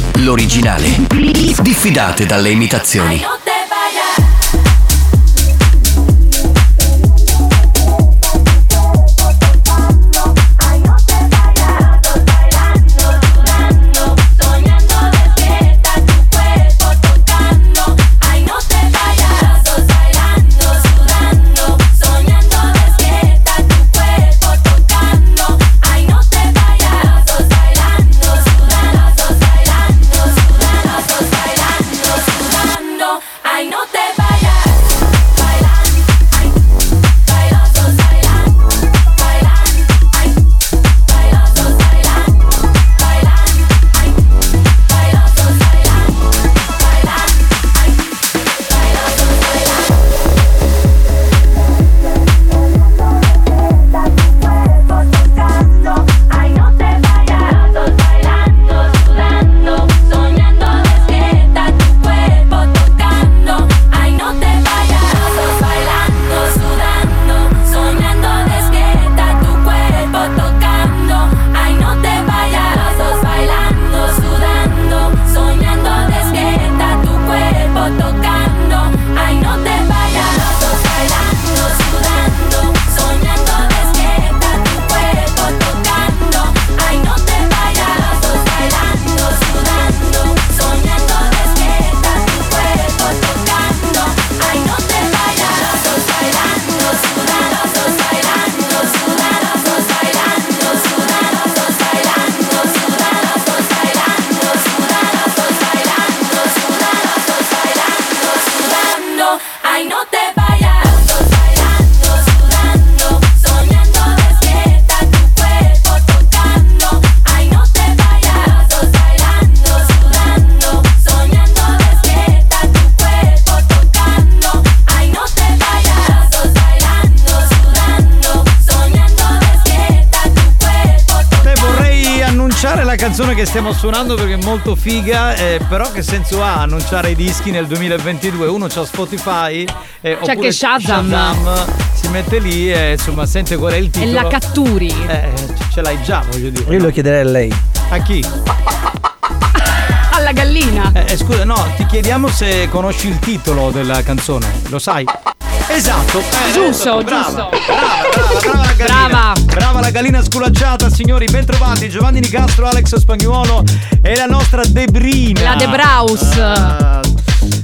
L'originale. Diffidate dalle imitazioni.
Ay, no te vayas, sos bailando, sudando, soñando despierta tu cuerpo tocando. Ay, no te vayas, sos bailando, sudando, sos bailando, sudando, sos bailando, sudando.
canzone che stiamo suonando perché è molto figa, eh, però che senso ha annunciare i dischi nel 2022? Uno c'ha Spotify, eh, oppure
che Shazam.
si mette lì e insomma sente qual è il
E
titolo.
la catturi.
Eh, ce l'hai già, voglio dire.
Io lo chiederei a lei.
A chi?
Alla gallina.
Eh, scusa, no, ti chiediamo se conosci il titolo della canzone, lo sai? Esatto, eh,
Giusto,
esatto, brava.
giusto.
Brava, gallina. Brava la gallina sculacciata, signori, bentrovati. Giovanni Nicastro, Alex Spagnuolo e la nostra Debrina.
La De Braus.
Ah,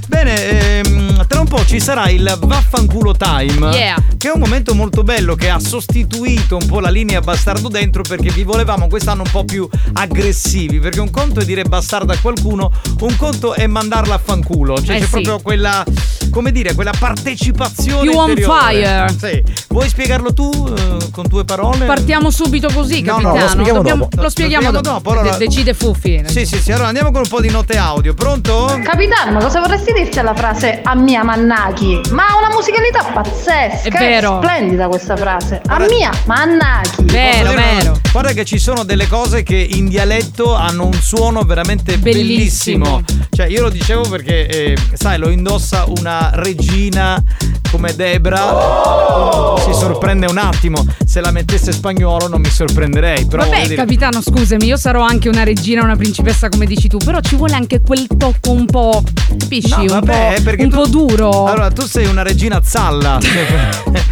bene, ehm, tra un po' ci sarà il Vaffanculo Time.
Yeah.
Che è un momento molto bello che ha sostituito un po' la linea bastardo dentro perché vi volevamo quest'anno un po' più aggressivi. Perché un conto è dire bastardo a qualcuno, un conto è mandarla a fanculo. Cioè
Eh
c'è
sì.
proprio quella, come dire, quella partecipazione.
Più on
interiore.
fire.
Sì. Vuoi spiegarlo tu eh, con tue parole?
Partiamo subito così,
No, no,
capitano.
lo spieghiamo
Dobbiamo-
dopo.
Lo spieghiamo dopo.
allora-
De- Decide Fuffi.
Sì, sì, sì. Allora andiamo con un po' di note audio. Pronto?
Capitano, ma cosa vorresti dirci alla frase a mia mannaghi? Ma ha una musicalità pazzesca.
È vero.
Splendida questa frase. A mia mannaghi.
Posso dire una- Guarda che ci sono delle cose che in dialetto hanno un suono veramente bellissimo.
Bellissimo.
Cioè, io lo dicevo perché, eh, sai, lo indossa una regina come Debra.
Oh!
Si sorprende un attimo. Se la mettesse spagnolo non mi sorprenderei. Però
Vabbè,
voglio dire-
capitano, scusami, io sarò anche una regina, una principessa come dici tu, però ci vuole anche quel tocco un po', capisci?
No,
un
vabbè,
po',
perché
un
tu-
po' duro.
Allora, tu sei una regina zalla.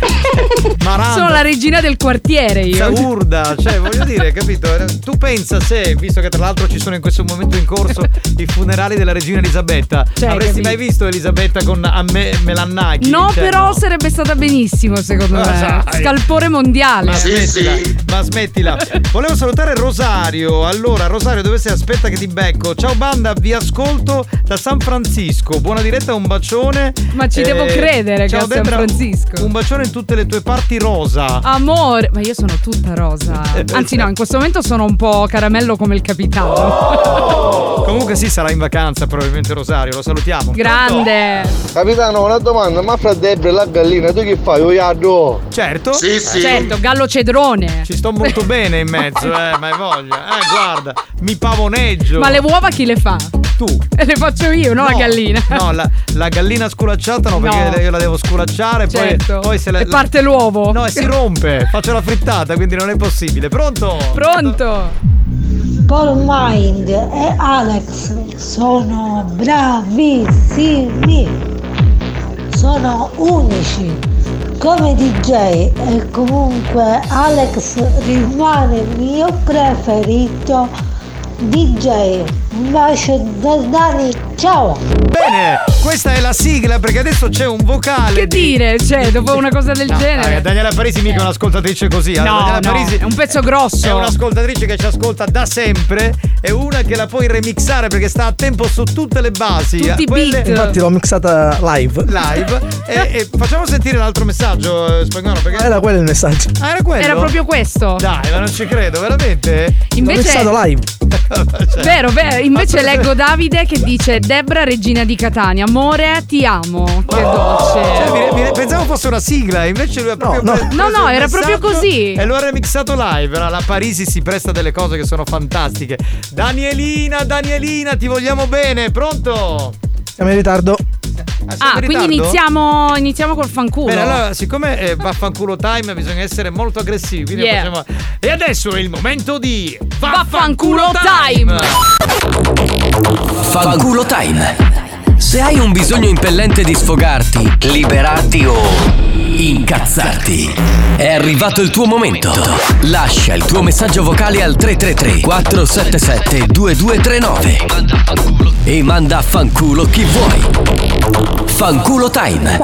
Maranda.
Sono la regina del quartiere io.
Cioè, urda, cioè voglio dire, capito? Tu pensa se, visto che tra l'altro ci sono in questo momento in corso i funerali della regina Elisabetta,
Cioè,
avresti
capito.
mai visto Elisabetta con a me, Melannaki?
No,
Cioè,
però sarebbe stata benissimo, secondo
Ah,
me.
sai.
Scalpore mondiale.
Ma smettila, ma smettila. Volevo salutare Rosario. Allora, Rosario, dove sei? Aspetta che ti becco. Ciao banda, vi ascolto da San Francisco. Buona diretta, un bacione. Eh,
Ma ci devo credere che
ciao
a San
Debra,
Francisco. Ah.
Un bacione in tutte le tue parti rosa.
Amore, ma io sono tutta rosa. Anzi, no, in questo momento sono un po' caramello come il capitano.
Oh! Comunque sì, sarà in vacanza probabilmente Rosario, lo salutiamo.
Grande.
Capitano, una domanda, ma fra Debra e la gallina, tu che fai? Oiardo?
Certo.
Sì,
Certo, gallo cedrone.
Ci sto molto bene in mezzo, eh, ma hai voglia. Eh, guarda, mi pavoneggio.
Ma le uova chi le fa?
Tu.
E le faccio io, no, la gallina.
No, la, la gallina sculacciata no, perché
No.
io la devo sculacciare, poi-
Certo.
poi, se la,
E parte l'uovo.
No, e si rompe, faccio la frittata, quindi non è possibile. Pronto?
Pronto?
Paul Mind e Alex sono bravissimi, sono unici come DJ e comunque Alex rimane il mio preferito DJ. Un bacio da Dani, ciao!
Bene, questa è la sigla perché adesso c'è un vocale.
Che dire, cioè, dopo una cosa del
No, raga,
genere.
Daniela Parisi mica è un'ascoltatrice così. eh.
No,
Daniela
no,
Parisi
è un pezzo grosso.
È un'ascoltatrice che ci ascolta da sempre. È una che la puoi remixare perché sta a tempo su tutte le basi. Eh, quelle-
Infatti l'ho mixata live.
Live. e, e facciamo sentire l'altro messaggio eh, spagnolo perché.
Era quello il messaggio.
Ah, era quello?
Era proprio questo.
Dai, ma non ci credo, veramente? Cioè,
Invece- L'ho mixato
live.
Vero, vero, invece leggo Davide che dice Debra regina di Catania, amore ti amo. Che dolce.
Cioè, mi- mi- pensavo fosse una sigla, invece lui ha proprio. pre- preso
No, no,
il
era proprio
messaggio
così.
E lo ha remixato live. Era La Parisi si presta delle cose che sono fantastiche. Danielina, Danielina, ti vogliamo bene, pronto?
Siamo in ritardo.
Ah,
in
quindi
ritardo?
iniziamo, iniziamo col fanculo.
Bene, allora, siccome eh, vaffanculo time, bisogna essere molto aggressivi. Quindi
Yeah.
facciamo. E adesso è il momento di.
Vaffanculo time!
Fanculo Time. Se hai un bisogno impellente di sfogarti, liberarti o incazzarti, è arrivato il tuo momento. Lascia il tuo messaggio vocale al 333-477-2239 e manda a fanculo chi vuoi. Fanculo Time.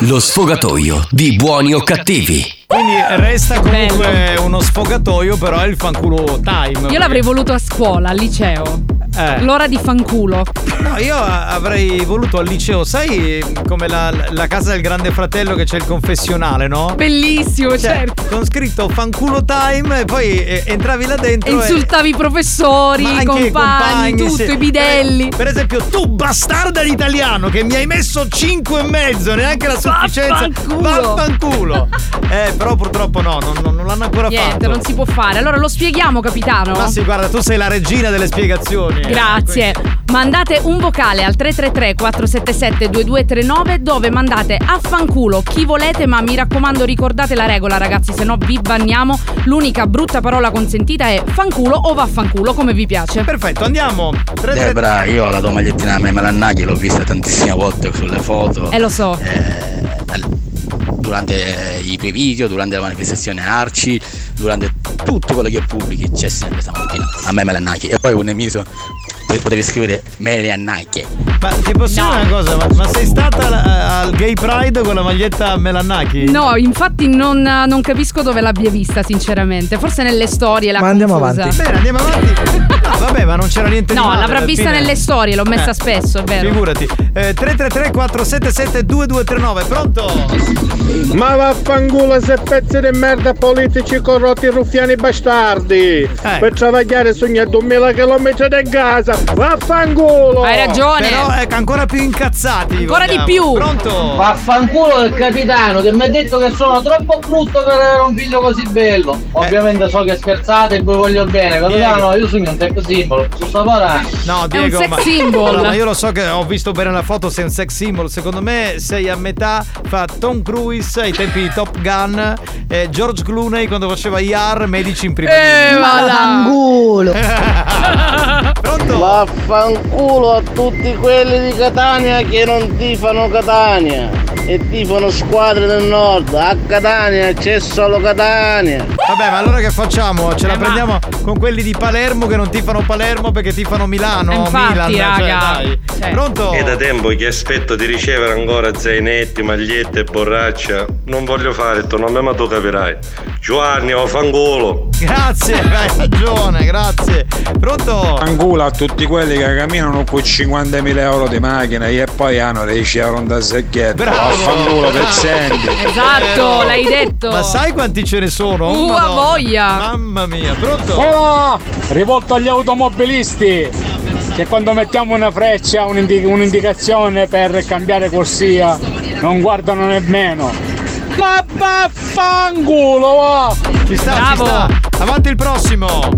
Lo sfogatoio di buoni o cattivi.
Quindi resta comunque uno sfogatoio, però è il fanculo time.
Io l'avrei voluto a scuola, al liceo.
Eh.
L'ora di fanculo.
No, io a- avrei voluto al liceo, sai come la, la casa del grande fratello che c'è il confessionale, no?
Bellissimo, certo.
Cioè, Con scritto fanculo time e poi eh, entravi là dentro
E insultavi i professori,
Ma
i
anche
compagni,
i compagni,
tutto,
sì.
i bidelli.
Per esempio, tu bastarda d'italiano che mi hai messo 5 e mezzo, neanche la sufficienza.
Vaffanculo.
Vaffanculo. Eh, però purtroppo no, non, non- non l'hanno ancora
Niente,
fatto.
non si può fare. Allora lo spieghiamo, capitano.
Ma sì, guarda, tu sei la regina delle spiegazioni.
Grazie. Mandate un vocale al 333 477 2239 dove mandate affanculo chi volete, ma mi raccomando ricordate la regola ragazzi, se no vi banniamo. L'unica brutta parola consentita è fanculo o vaffanculo, come vi piace.
Perfetto, andiamo.
Debra, io la tua magliettina me la naghi, l'ho vista tantissime volte sulle foto.
Eh lo so.
durante i tuoi video, durante la manifestazione Arci, durante tutto quello che pubblichi, c'è sempre questa mattina. A me me la annacchi. E poi un emiso potevi scrivere me le annacchi.
Ma ti posso dire una cosa? Ma, ma sei stata alla- al Gay Pride con la maglietta Melanaki?
No, infatti non, non capisco dove l'abbia vista, sinceramente. Forse nelle storie la
Ma andiamo
confusa.
avanti. Bene, andiamo avanti. No, vabbè, ma non c'era niente di
No,
male,
l'avrà
alla
vista
fine-
nelle storie, l'ho messa
Eh,
spesso, è vero.
Figurati. Eh, 333 477 2239, pronto?
Ma vaffanculo se pezzi di merda politici corrotti ruffiani bastardi per travagliare sogna 2000 km da casa vaffanculo
Però ecco, ancora più incazzati. vogliamo. Pronto?
Vaffanculo il capitano che mi ha detto che sono troppo brutto per avere un figlio così bello.
Eh.
Ovviamente so che scherzate e vi voglio bene, capitano, io sono un tech simbolo, sono stavolare.
No, Diego, ma... Allora, ma io lo so che ho visto bene la foto, sei un sex symbol. Secondo me sei a metà fra Tom Cruise ai tempi di Top Gun e George Clooney quando faceva IR Medici in prima linea.
Vaffanculo.
Pronto?
Vaffanculo a tutti quelli di Catania che non tifano Catania e tifano squadre del nord. A Catania c'è solo Catania.
Vabbè, ma allora che facciamo? Ce la prendiamo con quelli di Palermo che non tifano Palermo perché tifano Milano
Eh, infatti,
Milan. Cioè,
raga.
dai. Pronto?
È da tempo che aspetto di ricevere ancora zainetti, magliette e borraccia. Non voglio fare il tuo nome, ma tu capirai. Giovanni o fangolo.
Grazie, hai ragione, grazie. Pronto?
Angula a tutti quelli che camminano con 50.000 euro di macchina e poi hanno 10 euro da secchietto. Vaffanculo per sempre.
Esatto, l'hai detto.
Ma sai quanti ce ne sono?
Uh,
Madonna.
a voglia.
Mamma mia, pronto?
Ora, rivolto agli automobilisti, che quando mettiamo una freccia, un indi- un'indicazione per cambiare corsia, non guardano nemmeno. Ma vaffanculo, va!
Ci sta, ci sta. Avanti il prossimo.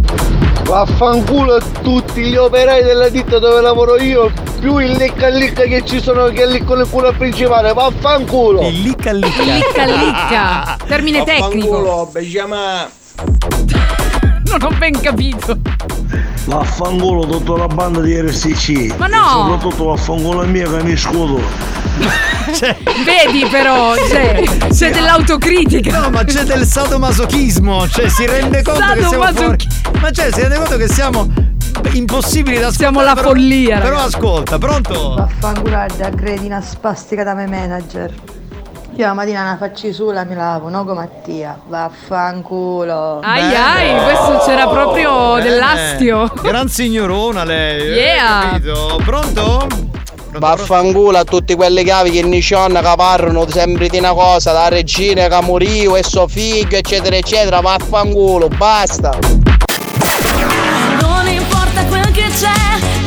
Vaffanculo a tutti gli operai della ditta dove lavoro io, più il lecca licca che ci sono che è lì con il culo principale, vaffanculo! Il
licca
Licca licca. Termine tecnico. Non ho ben capito.
Vaffanculo tutta la banda di RSC.
Ma no!
E soprattutto vaffanculo mia che mi scudo.
Cioè,
Vedi però, c'è, c'è dell'autocritica.
No, ma c'è del sadomasochismo, cioè si rende conto che siamo fuori.
Sadomasochi-
Ma cioè, si rende conto che siamo impossibili da ascoltare.
Siamo la
però-
follia,
Però
ragazzi.
ascolta, pronto?
Vaffancular da credina spastica da me manager. Io la mattina una facci sulla mi lavo, no come Mattia. Vaffanculo.
Ai ai, questo c'era proprio dell'astio.
Eh, Gran signorona lei. eh,
Yeah.
capito? Pronto?
Vaffanculo a tutti quelli cavi che nicionna che parlano sempre di una cosa, la regina che morivo e suo figlio, eccetera, eccetera, vaffanculo, basta.
Non importa quel che c'è,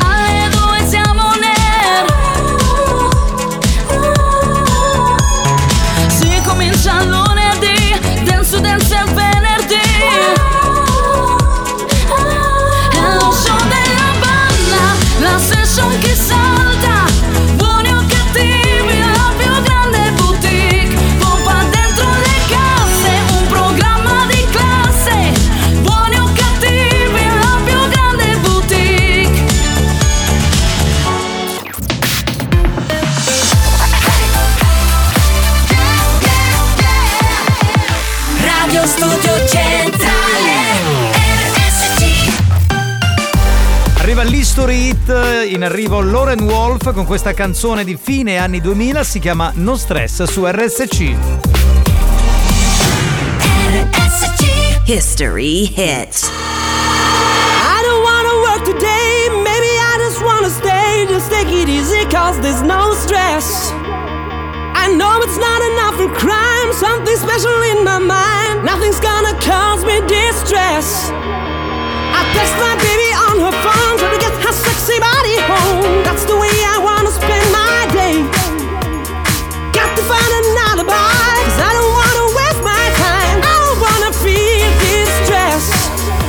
alle due siamo nel Si comincia lunedì, dance dance al venerdì È lo show della banda, la session che salta Buoni o cattivi, la più grande boutique Pompa dentro le casse, un programma di classe Buoni o cattivi, la più grande boutique Radio Studio Centrale RSC
Arriva l'History Hit, eh, in arrivo Lauren Wolf con questa canzone di fine anni 2000, si chiama No Stress su RSC.
History hit.
I don't wanna work today, maybe I
cause there's no stress. I know it's not enough for crime, something special in my mind. Nothing's gonna cause me distress. I text my baby on her phone, try to get her sexy body home. That's the way I wanna spend my day. Got to find an alibi, cause I don't wanna waste my time. I don't wanna feel distress.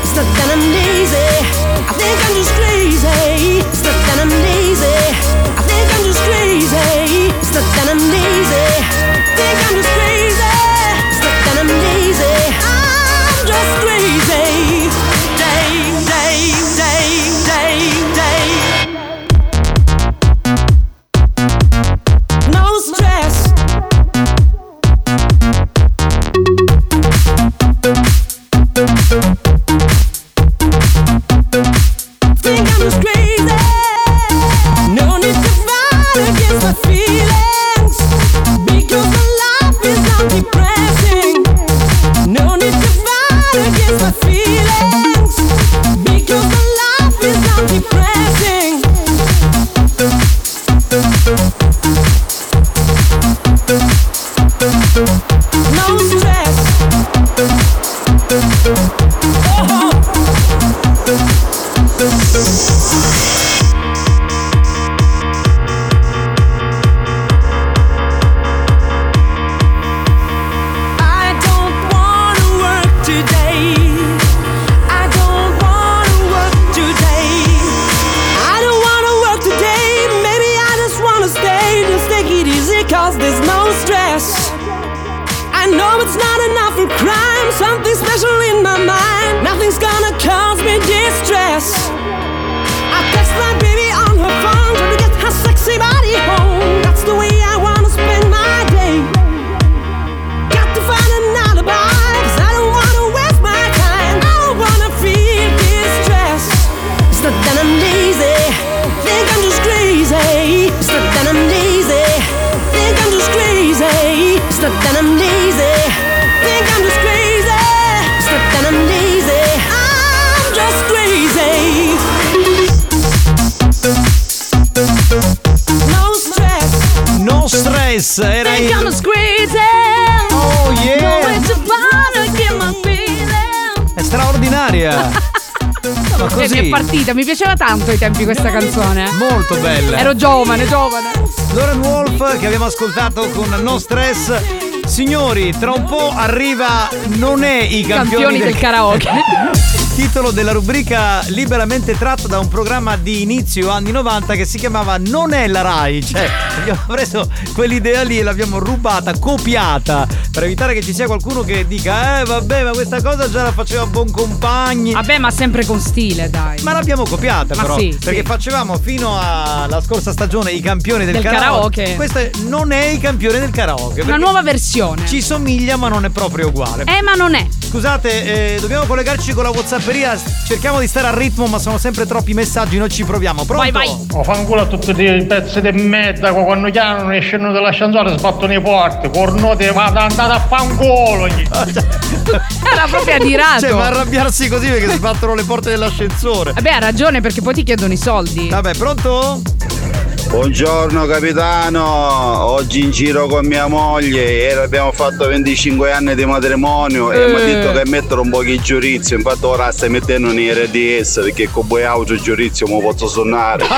It's not that I'm lazy, I think I'm just crazy. It's not that I'm lazy, I think I'm just crazy. It's not that I'm lazy, I think I'm just crazy. It's not that I'm lazy, I'm just crazy. Day, day, day, day, day. no stress. Think I'm just crazy. No need to fight against my feelings because my life is not depressing. No need to fight against my feelings because my life is not depressing. No stress. I don't wanna work today. I don't wanna work today. I don't wanna work today. Maybe I just wanna stay. Just take it easy, cause there's no stress. I know it's not enough for crime. Something special in my mind. Nothing's gonna cause me distress. I text my baby on her phone, trying to get her sexy body home. That's the way I wanna spend my day. Got to find an alibi, 'cause I don't wanna waste my time. I don't wanna feel distress. It's not that I'm lazy, think I'm just crazy. It's not that I'm lazy, think I'm just crazy. It's not that I'm lazy, think I'm just crazy. It's not that I'm lazy, I'm just crazy. No stress.
No stress, era
Think I'm
il...
just crazy.
Oh yeah.
No way to bother, get my feeling.
è straordinaria. Ma
Cioè, mi è
così,
partita, mi piaceva tanto ai tempi questa canzone. eh.
molto bella.
Ero giovane, giovane.
Lauren Wolf che abbiamo ascoltato con No Stress. Signori, tra un po' arriva Non è i campioni,
Campioni del karaoke.
Titolo della rubrica liberamente tratto da un programma di inizio anni 90 che si chiamava Non è la Rai. Cioè, abbiamo preso quell'idea lì e l'abbiamo rubata, copiata, per evitare che ci sia qualcuno che dica, eh vabbè, ma questa cosa già la faceva Bon Compagni.
Vabbè, ma sempre con stile, dai.
Ma l'abbiamo copiata
Ma
però,
sì,
perché
sì.
facevamo fino alla scorsa stagione i campioni del,
Del karaoke.
Questo è- non è il campione del karaoke.
Una
perché
nuova versione.
Ci somiglia ma non è proprio uguale.
Eh, ma non è.
Scusate, eh, dobbiamo collegarci con la Whatsapperia. Cerchiamo di stare al ritmo, ma sono sempre troppi messaggi, noi ci proviamo. Pronto?
Vai, vai.
Ho Oh, fanculo a tutti i pezzi di merda qua, quando chiamano e scendono dall'ascensore sbattono i porti, cornote, ma andate a fanculo!
Era proprio adirato.
Cioè, ma arrabbiarsi così perché sbattono le porte dell'ascensore.
Vabbè, ha ragione perché poi ti chiedono i soldi.
Vabbè, pronto?
Buongiorno capitano, oggi in giro con mia moglie, ieri abbiamo fatto 25 anni di matrimonio
Eh.
e mi ha detto Eh, che mettono un po' di giurizio, infatti ora stai mettendo in RDS perché con voi auto giurizio mi posso suonare.
ma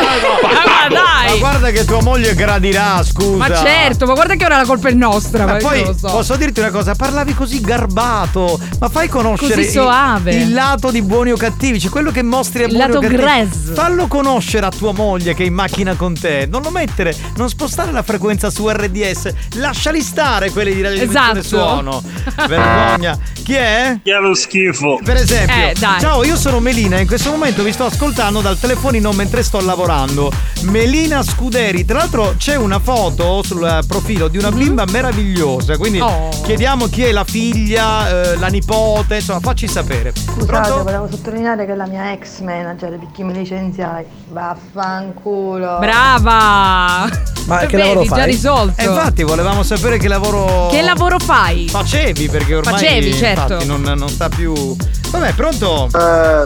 Ah, dai!
Ma guarda che tua moglie gradirà, scusa.
Ma certo, ma guarda che ora la colpa è nostra.
Ma
io
poi
lo so.
posso dirti una cosa, parlavi così garbato, ma fai conoscere
Così
il-
soave.
Il, lato di buoni o cattivi, cioè quello che mostri a
Il
buoni
lato
o cattivi.
grezzo.
Fallo conoscere a tua moglie che è in macchina con te, non lo mettere, non spostare la frequenza su RDS, lasciali stare quelli di radio Dimensione
Esatto.
suono. Vergogna. Chi è? Chi è lo schifo? Per esempio,
Eh, dai.
ciao, io sono Melina e in questo momento vi sto ascoltando dal telefonino mentre sto lavorando. Melina Scuderi, tra l'altro c'è una foto sul eh, profilo di
Mm-hmm.
una bimba meravigliosa, quindi
Oh.
chiediamo chi è la figlia, eh, la nipote, insomma, facci sapere.
Scusate,
Pronto?
volevo sottolineare che è la mia ex manager perché mi licenziai. Vaffanculo.
Brava!
Ma
che Vedi, lavoro già fai? risolto.
Eh, infatti volevamo sapere che lavoro
Che lavoro fai?
facevi perché ormai
Facevi, certo.
infatti, non, non sta più Vabbè, pronto?
Mm,
a Eh,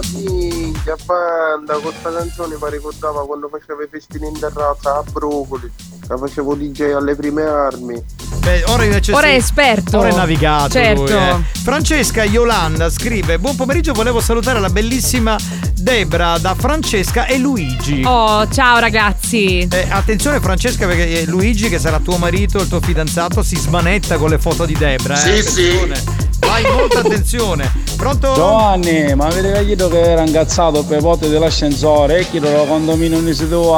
banda questa canzone mi ricordava quando facevo i festini in terrazza a Brocoli, la facevo DJ alle prime armi.
Beh, ora invece
Ora
sì.
è esperto.
Ora è navigato.
Certo.
lui, eh. Francesca Yolanda scrive: Buon pomeriggio, volevo salutare la bellissima Debra da Francesca e Luigi.
Oh, ciao ragazzi.
Eh, attenzione Francesca perché eh, Luigi che sarà tuo marito, il tuo fidanzato, si smanetta con le foto di Debra. Eh?
Sì, sì.
Attenzione. Fai molta attenzione. Pronto?
Giovanni, ma avete capito che era incazzato per volte dell'ascensore e chi lo condomino non si
Quindi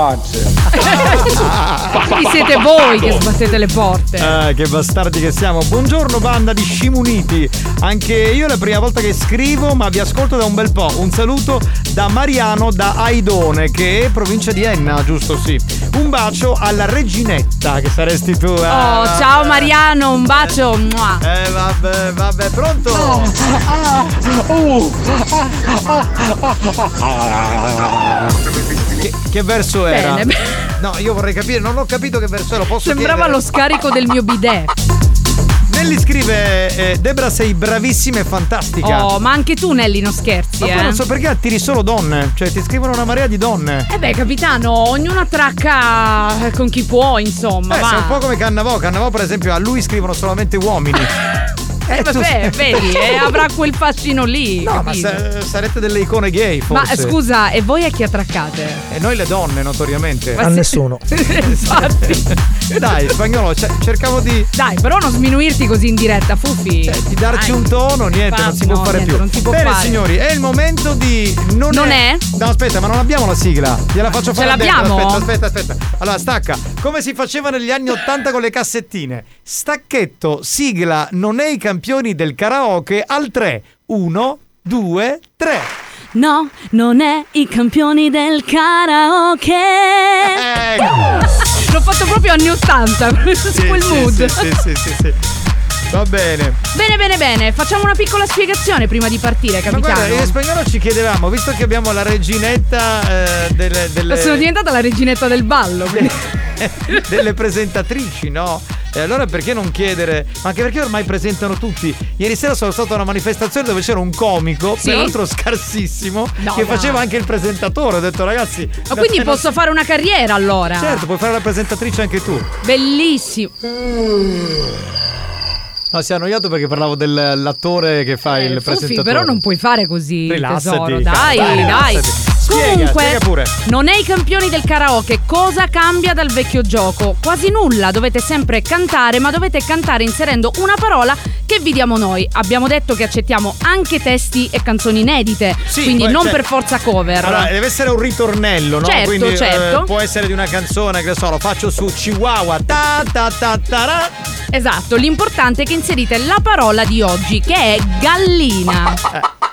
siete voi che sbattete le porte.
Ah, che bastardi che siamo. Buongiorno banda di Scimuniti. Anche io è la prima volta che scrivo, ma vi ascolto da un bel po'. Un saluto da Mariano da Aidone, che è provincia di Enna, giusto? Sì. Un bacio alla reginetta, che saresti tu. Oh,
Oh, ciao Mariano, un bacio. Mua.
Eh, vabbè, vabbè, pronto? Che, che verso era?
Bene.
No, io vorrei capire, non ho capito che verso era. Posso
Sembrava
chiedere?
lo scarico del mio bidet.
Nelly scrive: eh, Debra, sei bravissima e fantastica.
Oh, ma anche tu Nelly non scherzi,
Ma poi
eh.
non so perché attiri solo donne, cioè ti scrivono una marea di donne.
Eh beh, capitano, ognuno attracca eh, con chi può, insomma.
Eh,
va.
sei un po' come Cannavò, Cannavò per esempio a lui scrivono solamente uomini.
Eh,
tu
vabbè,
sei-
vedi, eh, avrà quel fascino lì.
No, ma
capito?
sa- sarete delle icone gay
Ma
forse.
scusa, e voi a chi attraccate?
E noi le donne notoriamente.
Ma Esatto. A sì. nessuno. Infatti.
Dai, spagnolo, ce- cercavo di
Dai, però non sminuirti così in diretta, Fufi. Cioè, di
darci un tono, niente, non si può fare più.
Non si può
Bene
fare.
signori, è il momento di non,
Non è?
No, aspetta, ma non abbiamo la sigla. Gliela faccio
Ce
fare a Debra,
l'abbiamo?
Aspetta, aspetta, aspetta. Allora, stacca. Come si faceva negli anni 80 con le cassettine? Stacchetto, sigla, non è i campioni del karaoke al 3. 1 2 3.
No, non è i campioni del karaoke.
eh.
L'ho fatto proprio anni 80, su quel mood.
Sì, sì, sì, sì, sì. Va bene.
Bene, bene, bene, facciamo una piccola spiegazione prima di partire,
Ma
capitano.
guarda, in spagnolo ci chiedevamo, visto che abbiamo la reginetta eh, delle, delle-
Sono diventata la reginetta del ballo. quindi-
delle presentatrici, no? E allora perché non chiedere? Ma anche perché ormai presentano tutti. Ieri sera sono stato a una manifestazione dove c'era un comico,
Sì?
peraltro scarsissimo,
No,
che
dai.
faceva anche il presentatore. Ho detto, ragazzi.
Ma quindi
non-
posso fare una carriera allora?
Certo, puoi fare la presentatrice anche tu.
Bellissimo.
Mm. No, si è annoiato perché parlavo dell'attore che fa il
Eh, Fuffi,
presentatore.
però non puoi fare così,
Rilassati,
tesoro.
cara,
Dai,
dai,
dai.
rilassati. Spiega,
Comunque,
spiega pure.
non è i campioni del karaoke. Cosa cambia dal vecchio gioco? Quasi nulla. Dovete sempre cantare, ma dovete cantare inserendo una parola che vi diamo noi. Abbiamo detto che accettiamo anche testi e canzoni inedite,
Sì,
quindi
poi,
non
cioè-
per forza cover.
Allora, deve essere un ritornello, no?
Certo,
Quindi eh,
certo.
può essere di una canzone, che ne so, lo faccio su Chihuahua. Ta ta ta ta ra.
Esatto, l'importante è che inserite la parola di oggi, che è gallina.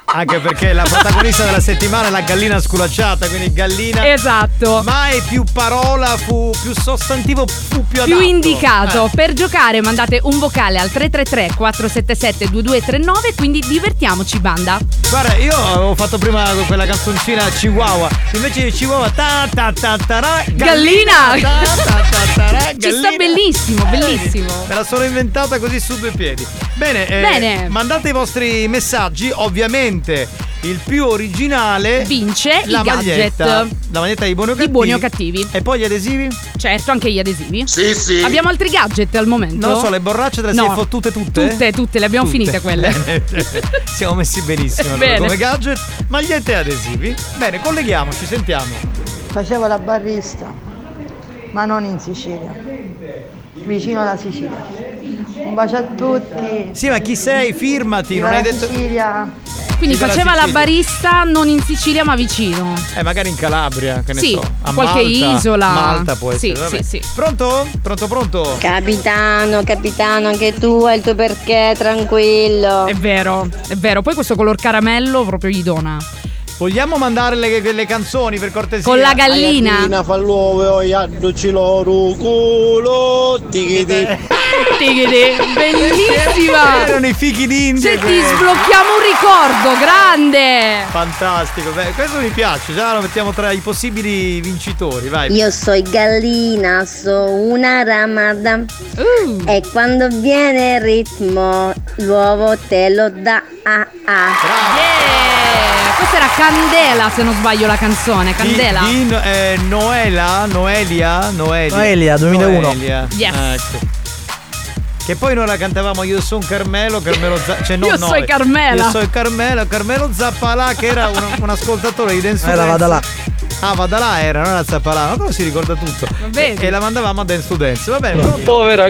Anche perché la protagonista della settimana è la gallina sculacciata, quindi gallina.
Esatto.
Mai più parola fu più sostantivo fu più adatto.
più indicato.
Eh.
Per giocare mandate un vocale al 333 477 2239, quindi divertiamoci banda.
Guarda, io avevo fatto prima quella canzoncina Chihuahua. Invece di Chihuahua ta ta ta ta ra,
Gallina!
ta, ta, ta, ta, ra,
Ci sta
gallina.
bellissimo, bellissimo.
Me la sono inventata così su due piedi. Bene, eh,
Bene.
mandate i vostri messaggi, ovviamente il più originale
vince
la
i gadget.
maglietta. La maglietta di buoni o
Di
cattivi.
buoni o cattivi.
E poi gli adesivi?
Certo, anche gli adesivi.
Sì, sì.
Abbiamo altri gadget al momento?
Non lo so, le borracce te le sei fottute tutte?
Tutte, tutte, le abbiamo
Tutte.
finite quelle.
Siamo messi benissimo allora,
Bene.
come gadget, magliette e adesivi. Bene, colleghiamoci, sentiamo.
Facevo la barrista, ma non in Sicilia, vicino alla Sicilia. Un bacio a tutti.
Sì, ma chi sei? Firmati, non hai detto.
Sicilia.
Quindi
Viva la
faceva la
Sicilia.
barista non in Sicilia ma vicino.
Eh, magari in Calabria, che ne
Sì,
so. A
qualche
Malta.
isola.
Malta può
Sì,
essere. vabbè.
sì, sì.
Pronto? Pronto, pronto?
Capitano, capitano, anche tu hai il tuo perché, tranquillo.
È vero, è vero. Poi questo color caramello proprio gli dona.
Vogliamo mandare le, le canzoni per cortesia?
Con la gallina. La gallina
fa l'uovo e adduci loro culo. Eh,
Tighidi, bellissima!
Erano i fichi d'India.
Senti,
questi.
sblocchiamo un ricordo, grande!
Fantastico, beh, questo mi piace, già lo mettiamo tra i possibili vincitori, vai.
Io soy gallina, so una ramada.
Uh.
E quando viene il ritmo, l'uovo te lo dà. Ah, ah.
Yeah! Questa era Candela, se non sbaglio la canzone. Candela.
Di, di, eh, Noela, Noelia, Noelia.
Noelia, 2001.
Noelia.
Yes.
Ecco. Che poi noi la cantavamo Io sono Carmelo, Carmelo Zappa. Cioè, no,
Io
no,
soy Carmela.
Io sono Carmelo, Carmelo Zappalà, che era un, un ascoltatore di Dance to
Era
Dance.
Vadalà.
Ah, Vadalà era, non era Zappalà, ma come si ricorda tutto? E la mandavamo a Dance to Dance. Va bene, pronto?
Povera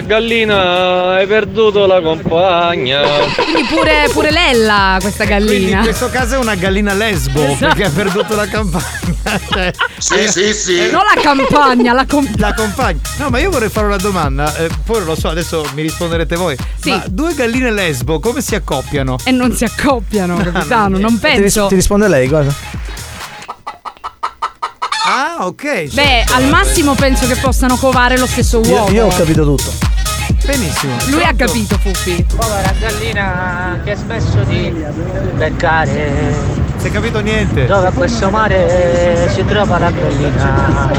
gallina, Ah, hai perduto la compagna.
Quindi pure, pure Lella, questa
Quindi
gallina. Esatto.
in questo caso è una gallina lesbo perché ha perduto la campagna. Cioè, eh, eh,
Non la campagna, la,
la compagna. No, ma io vorrei fare una domanda. eh, poi non lo so, adesso mi risponderete voi. Ma due galline lesbo come si accoppiano?
E non si accoppiano, capitano,
Eh,
non
Ti, ris-
penso.
ti risponde lei, guarda.
Ah, ok.
Beh, al massimo penso che possano covare lo stesso
Io,
uovo.
io ho capito tutto.
Benissimo.
Lui ha capito, Fuffi.
Povera gallina che ha smesso di beccare. Non
si è capito niente.
Dove a questo mare eh, si trova la gallina.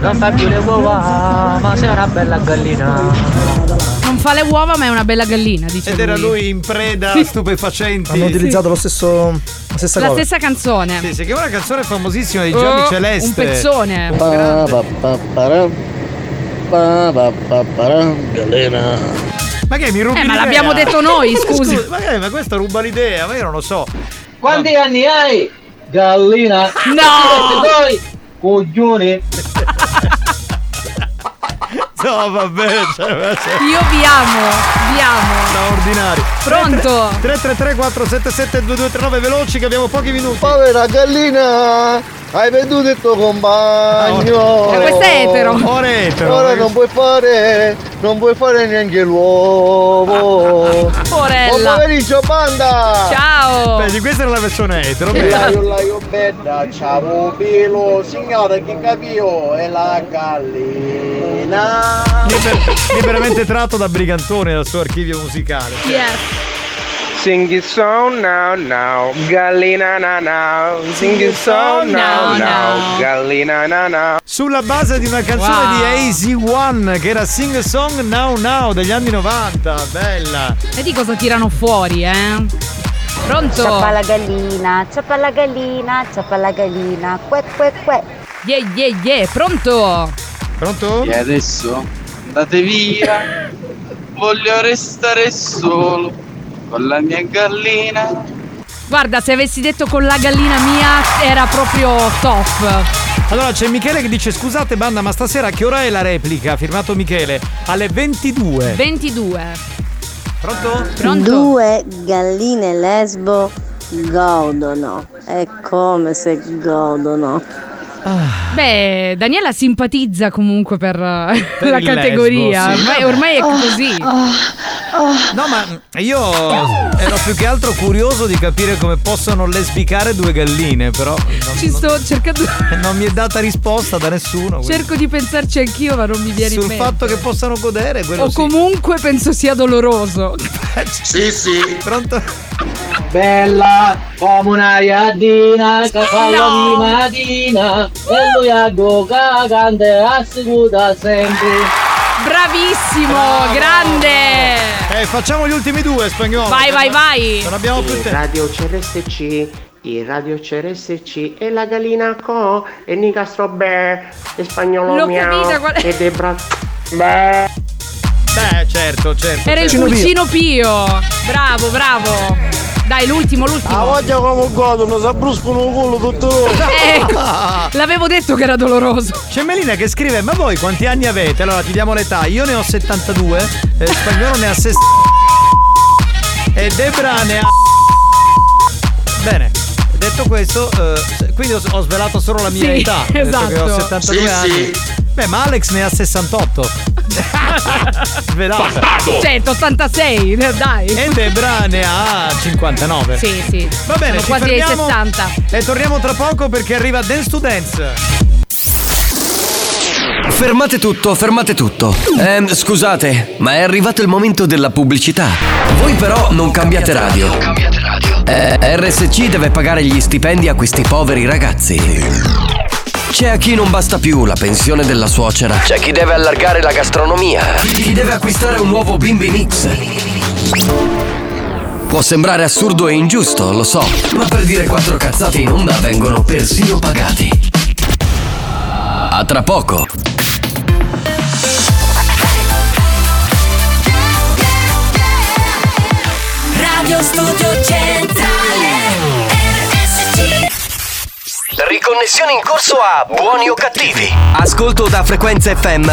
Non fa più le uova, ma sei una bella gallina.
Non fa le uova, ma è una bella gallina, dice.
Ed era
lui.
lui in preda a stupefacenti.
Hanno utilizzato lo stesso. La stessa
La
cosa.
stessa canzone.
Sì, si chiama una canzone famosissima di
Oh,
Gianni Celeste.
un
Ah.
pezzone.
grande.
Galena.
Ma che mi rubi
Eh, ma
l'idea?
l'abbiamo detto noi, scusi.
ma, che- ma questa ruba l'idea, ma io non lo so.
Quanti anni hai? Gallina.
No!
Poi, coglione.
No, vabbè. cioè,
Io vi amo, vi amo.
Straordinari.
Pronto?
333 477 2239 veloci che abbiamo pochi minuti.
Povera gallina, hai venduto il tuo compagno.
Eh, questo è etero. Ora è etero. eh.
Ora non puoi fare, non puoi fare neanche l'uovo.
Porella.
Buon pomeriggio, panda.
Ciao. Esatto.
Beh, di questa era la versione etero. bene.
Laio, laio, oh, bella, ciao, pilo, signora che capio è la gallina.
Liber- eh, liberamente tratto da Brigantone dal suo archivio musicale.
Sing it song now now, gallina na now, sing it song now now, gallina na now.
Sulla base di una canzone
Wow.
di AZ One che era Sing Song Now Now degli anni 90, bella.
Vedi cosa tirano fuori, eh? Pronto?
Ciappa la gallina, ciappa la gallina, ciappa la gallina, que que que.
Yeah, yeah, yeah, pronto?
Pronto?
E adesso andate via, voglio restare solo con la mia gallina.
Guarda, se avessi detto con la gallina mia era proprio top.
Allora c'è Michele che dice scusate banda ma stasera che ora è la replica? Firmato Michele alle 22.
22.
Pronto?
Due galline lesbo godono. È come se godono. Ah.
Beh, Daniela simpatizza comunque per, eh,
Per
la
il
categoria.
lesbo, sì.
ormai, ormai
Oh,
è così.
No, ma io ero più che altro curioso di capire come possono lesbicare due galline, però non,
Ci sto cercando.
non mi è data risposta da nessuno. quindi-
Cerco di pensarci anch'io, ma non mi viene
sul
in mente.
fatto che possano godere quello
o
sì.
comunque penso sia doloroso.
Sì, sì. Pronto?
Bella come una iadina che parla
No.
di mattina e lui a goga grande assicura sempre.
Bravissimo, grande!
Eh, facciamo gli ultimi due spagnolo.
Vai, vai, vai.
Non abbiamo più tempo.
Radio CRSC, il Radio CRSC e la gallina co e Nica Strobè e spagnolo
L'ho
miau
capita qual è.
e Debra
Beh, certo, certo.
Era il
certo.
pulcino Pio. Bravo, bravo. Dai, l'ultimo, l'ultimo.
A voglia come godono, si abbruscono il culo tutto
Ecco, l'avevo detto che era doloroso.
C'è Melina che scrive: Ma voi quanti anni avete? Allora ti diamo l'età. Io ne ho 72, eh, spagnolo ne ha 60. E Debra ne ha. Bene. Detto questo, eh, se- quindi ho, ho svelato solo la mia
Sì,
età. Ho detto
esatto.
che ho 72
Sì,
anni. Beh, ma Alex ne ha 68. Svelata.
Cioè, 186, dai.
E Debra ne ha 59.
Sì, sì.
Eh, ah, Va bene,
Sono
ci
quasi ai
fermiamo
60.
E torniamo tra poco perché arriva Dance to Dance.
Fermate tutto, fermate tutto. Ehm, scusate, ma è arrivato il momento della pubblicità. Voi però non cambiate radio. Eh, RSC deve pagare gli stipendi a questi poveri ragazzi. C'è a chi non basta più la pensione della suocera. C'è chi deve allargare la gastronomia. Chi deve acquistare un nuovo bimbi mix. Può sembrare assurdo e ingiusto, lo so, ma per dire quattro cazzate in onda vengono persino pagati. A tra poco.
Radio Studio Centrale RSC
Riconnessione in corso a Buoni o cattivi. Ascolto da frequenza FM.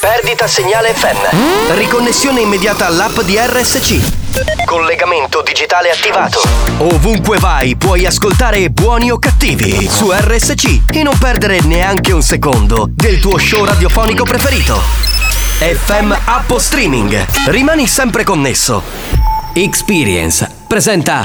Perdita segnale FM. Riconnessione immediata all'app di RSC. Collegamento digitale attivato. Ovunque vai puoi ascoltare Buoni o cattivi su RSC e non perdere neanche un secondo del tuo show radiofonico preferito. FM App Streaming. Rimani sempre connesso. Experience presenta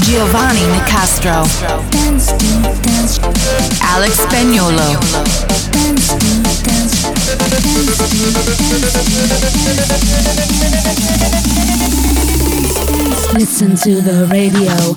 Giovanni Nicastro. Alex Spagnolo.
Listen to the radio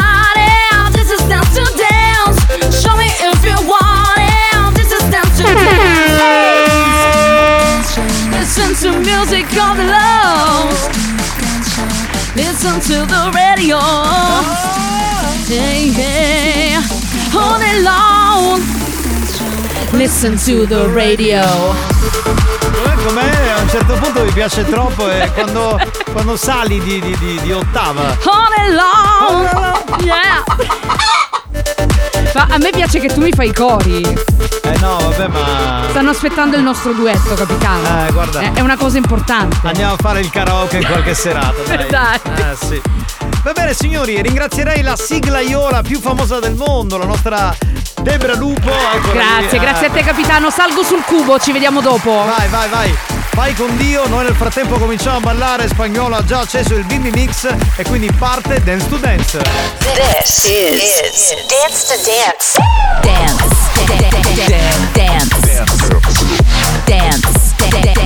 This is dance to dance Show me if you want it This is dance to dance Listen to music all the low Listen to the radio Hey, hey All day long Listen to the radio
Com'è? com'è? A un certo punto mi piace troppo e quando, quando sali di, di- di- di ottava.
All alone. Yeah. Ma a me piace che tu mi fai i cori.
Eh no, vabbè, ma.
Stanno aspettando il nostro duetto, capitano.
Eh, guarda.
È- È una cosa importante.
Andiamo a fare il karaoke in qualche serata. Dai.
Dai.
Eh, sì. Va bene signori, ringrazierei la sigla Iola più famosa del mondo, la nostra Debra Lupo. Eccola
Grazie,
lì.
grazie a te
Eh,
capitano. Salgo sul cubo, ci vediamo dopo.
Vai, vai, vai. Vai con Dio, noi nel frattempo cominciamo a ballare, Spagnola già acceso il Bimbi Mix e quindi parte Dance to Dance.
This is, Dance to Dance. Dance. Dance. Dance. Dance.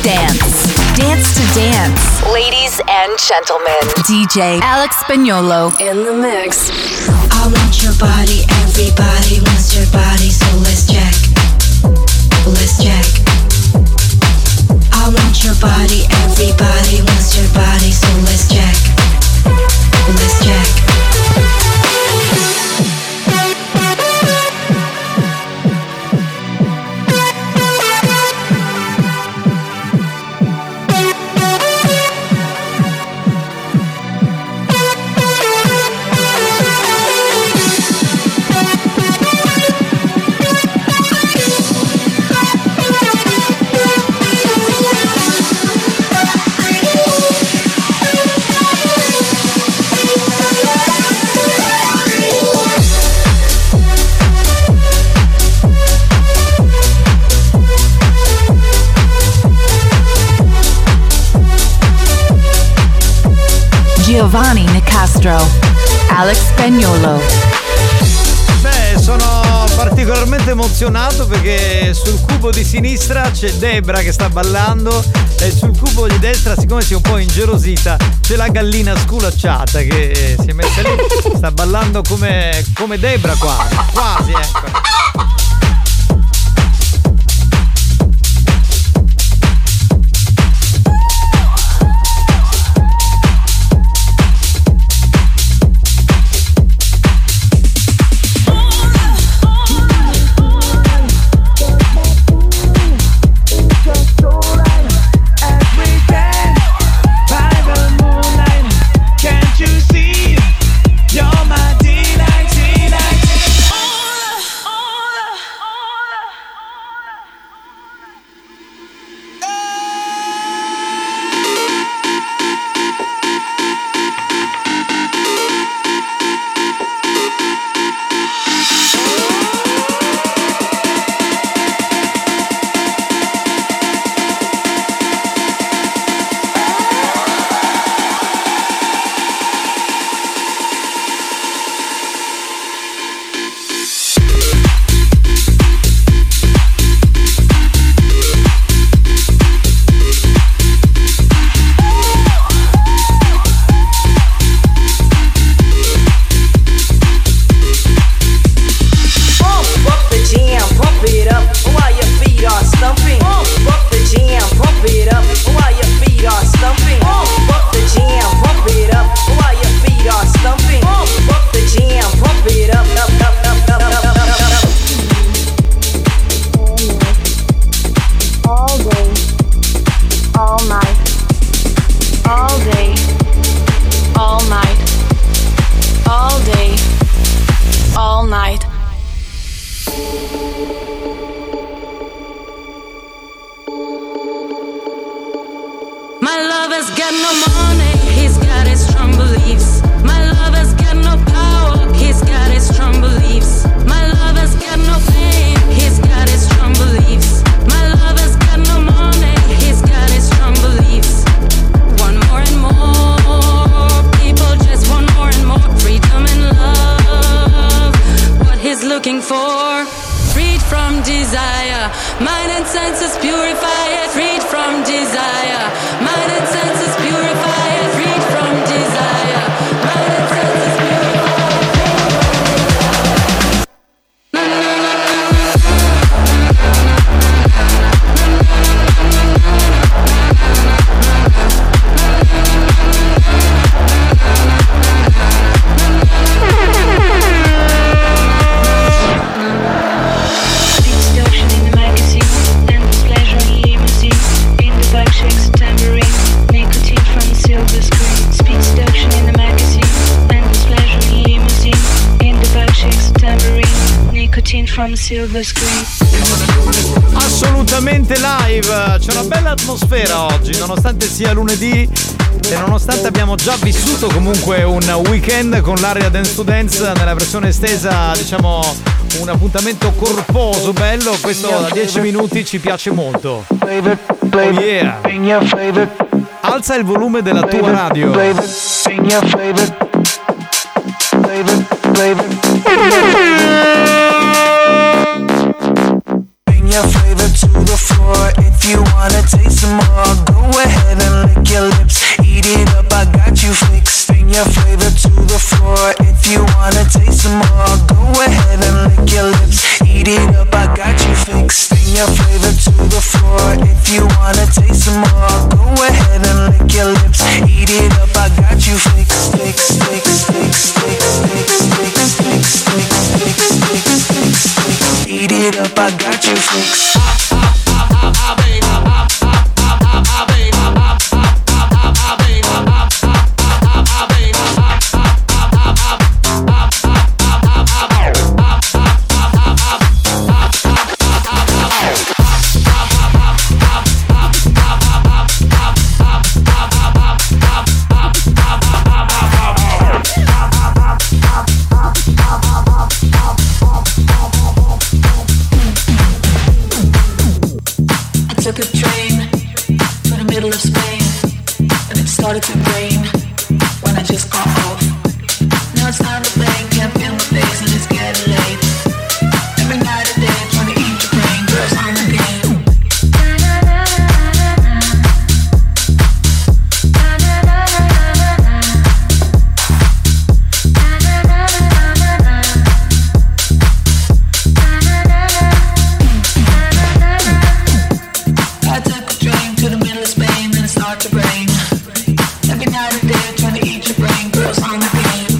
Dance to dance. Ladies and gentlemen. DJ Alex Spagnolo. In the mix.
I want your body, everybody wants your body, so let's check. Let's check. I want your body, everybody wants your body, so let's check. Let's check.
Giovanni Nicastro. Alex Spagnolo.
Beh, sono particolarmente emozionato perché sul cubo di sinistra c'è Debra che sta ballando e sul cubo di destra, siccome si è un po' ingerosita, c'è la gallina sculacciata che eh, si è messa lì, sta ballando come, come Debra quasi, quasi ecco.
Can't you see?
lover's got no money, he's got his strong beliefs. My lover's got no power, he's got his strong beliefs. My lover's got no fame, he's got his strong beliefs. My lover's got no money, he's got his strong beliefs. One more and more, people just want more and more freedom and love. What he's looking for, freed from desire, mind and senses purify it, freed from desire, mind and senses purify it, freed from desire.
Beats the ocean in the magazine, then the pleasure in limousine. In the bike shakes a tambourine, nicotine from a silver screen. Speeds the ocean in the magazine, then the pleasure in limousine. In the bike shakes a tambourine, nicotine from a silver screen.
Assolutamente live, c'è una bella atmosfera oggi, nonostante sia lunedì e nonostante abbiamo già vissuto comunque un weekend con l'area Dance to Dance nella versione estesa, diciamo un appuntamento corposo, bello, questo da 10 minuti ci piace molto. Oh yeah. Alza il volume della tua radio.
Bring your flavor to the floor if you wanna taste some more. Go ahead and lick your lips, eat it up. I got you fixed. Bring your flavor to the floor if you wanna taste some more. Go ahead and lick your lips, eat it up. I got you fixed. Bring your flavor to the floor if you wanna taste some more. Go ahead and lick your lips, eat it up. I got you fixed, fixed, fixed, fixed, fixed, fixed, fixed, fixed, fixed, fixed, fixed, fixed, fixed. Eat it up, I got you fixed.
I took a train to the middle of Spain, and it started to rain when I just got off. Now it's time to bang, can't feel my face, and it's getting late. Every night and day, trying to eat your brain, girls on the game. I took a train to the middle of Spain, then it started to rain. Every night and day, trying to eat your brain, girls on the game.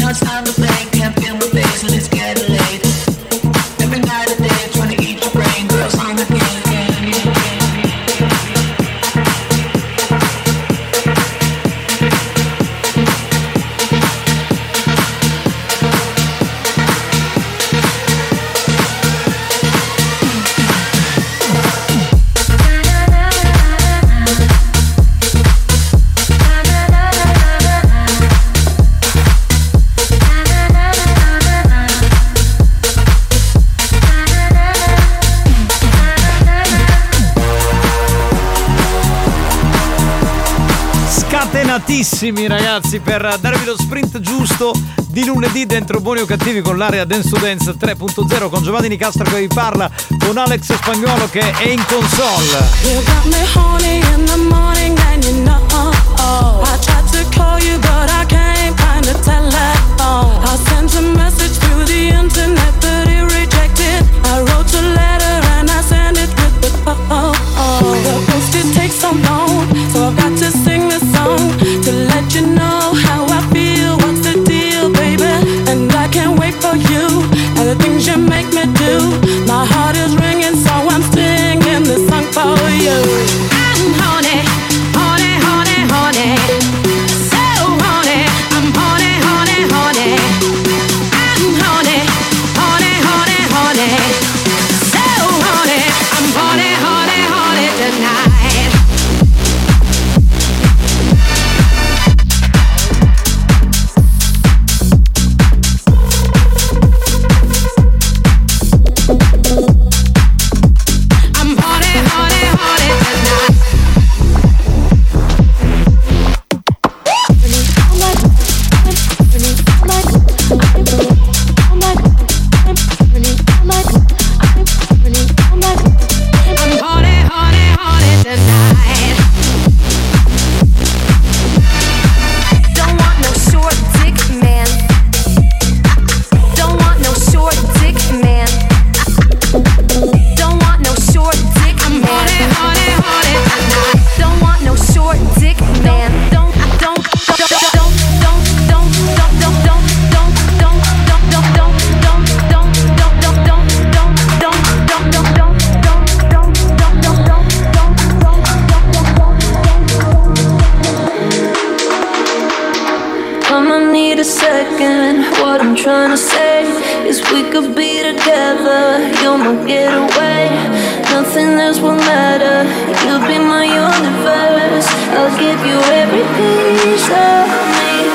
Now it's time to play, can't feel my face, and it's getting late. Every night and day, trying to eat your brain, girls on the game.
Scatenatissimi ragazzi per darvi lo sprint giusto di lunedì dentro Buoni o Cattivi con l'area Dance to Dance 3.0 con Giovanni Nicastro che vi parla, con Alex Spagnuolo che è in console.
You got me horny in the morning and you know I tried to call you but I can't find the telephone I sent a message to the internet but it rejected I wrote a letter and I sent it with the oh, oh. The post it takes so long So I've got to sing this song To let you know how I feel What's the deal baby And I can't wait for you And the things you make me do My heart is ringing so I'm singing this song for you I'm horny, horny, horny, horny So horny, I'm horny, horny, horny I'm horny, horny, horny, horny So horny, I'm horny, horny, horny tonight
give you every piece of me.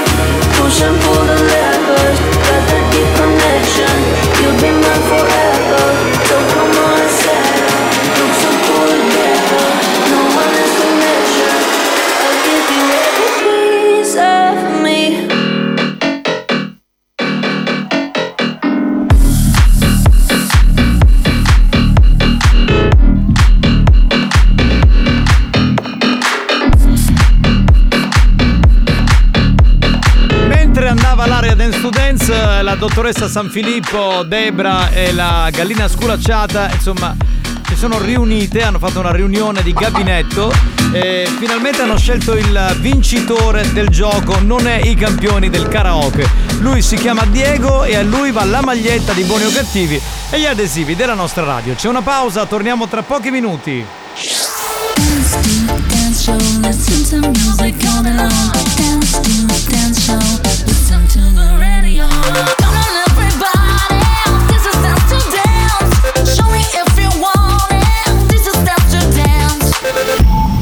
Push and pull the levers, got that deep connection. You'll be mine forever. So come on and settle. Look so cool together. No one has to measure. I'll give you every piece of me.
Mentre andava l'area Dance to Dance, eh, la dottoressa San Filippo, Debra e la gallina sculacciata, insomma, si sono riunite, hanno fatto una riunione di gabinetto e finalmente hanno scelto il vincitore del gioco, non è i campioni del karaoke. Lui si chiama Diego e a lui va la maglietta di Buoni o Cattivi e gli adesivi della nostra radio. C'è una pausa, torniamo tra pochi minuti.
Dance to dance show, listen to music all day long. Dance to dance show, listen to the radio. Come on, everybody, this is dance to dance. Show me if you want it. This is dance to dance.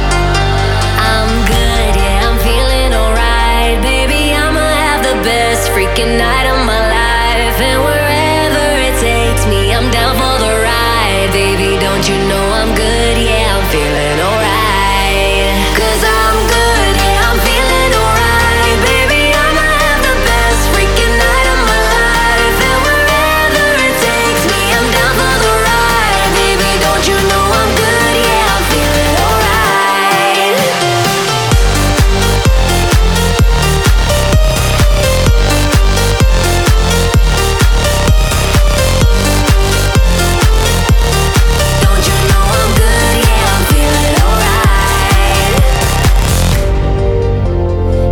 I'm good, yeah, I'm feeling alright. Baby, I'ma have the best freaking night of my life. And wherever it takes me, I'm down for the ride. Baby, don't you know I'm good, yeah, I'm feeling alright. Cause I'm good, yeah, I'm feeling alright. Baby, I'ma have the best freaking night of my life. And wherever it takes me, I'm down for the ride. Baby, don't you know I'm good, yeah, I'm feeling alright.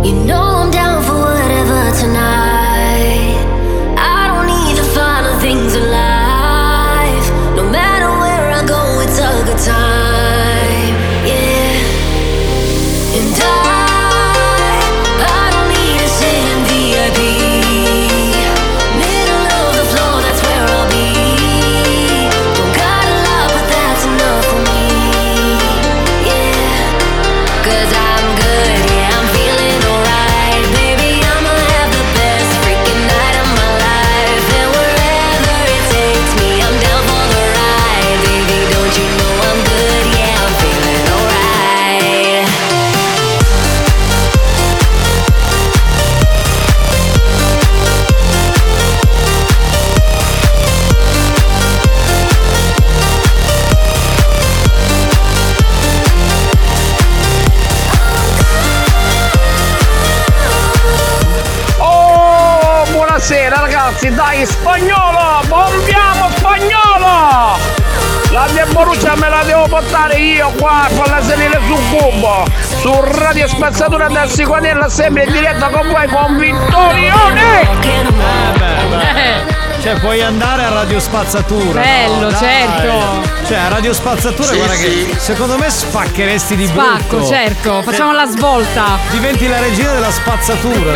You know I'm down for whatever tonight. I don't need the final things in life. No matter where I go, it's a good time. Yeah. And I, I don't need a sit in VIP. Middle of the floor, that's where I'll be. Don't got a lot, but that's enough for me. Yeah. Cause I'm good, yeah, I'm feeling alright. Baby, I'ma have the best freaking night of my life. And wherever it takes me, I'm down for the ride. Baby, don't you know I'm good, yeah, I'm feeling alright.
Oh, buonasera ragazzi, dai spagnolo, bombiamo spagnolo! La mia Borussia me la devo portare io qua con la sedile sul cubo, su Radio Spazzatura del Sigonella sempre in diretta con voi con Vittorione!
Eh, Cioè, puoi andare a Radio Spazzatura.
Bello,
Dai.
certo.
Cioè, a Radio Spazzatura,
Sì,
guarda
sì.
che secondo me spaccheresti di
Spacco,
brutto. Eh, Cioè,
certo. Facciamo la svolta.
Diventi la regina della spazzatura.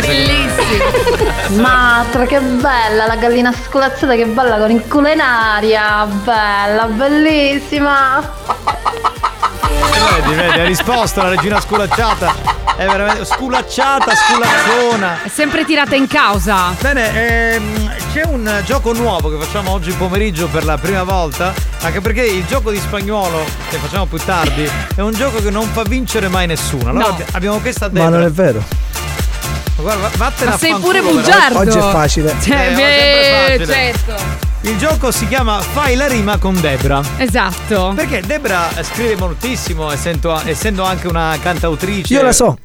Matra, che bella la gallina scolazzata che balla con il culo in aria, bella, bellissima.
Eh, Vedi, vedi, hai risposto la regina sculacciata. È veramente sculacciata, sculazzona.
È sempre tirata in causa.
Eh, Bene, ehm, c'è un gioco nuovo che facciamo oggi pomeriggio per la prima volta, anche perché il gioco di spagnolo, che facciamo più tardi, è un gioco che non fa vincere mai nessuno. Allora
No.
abbi- abbiamo chiesto a
Ma
Debra.
non è vero.
Guarda, va- vattene
Ma
a
sei
fanculo,
pure
però.
bugiardo.
Oggi è facile.
Cioè,
Eh, oggi
beh,
è sempre facile.
certo.
Il gioco si chiama Fai la rima con Debra.
Esatto.
Perché Debra scrive moltissimo, essendo, essendo anche una cantautrice.
Io la so.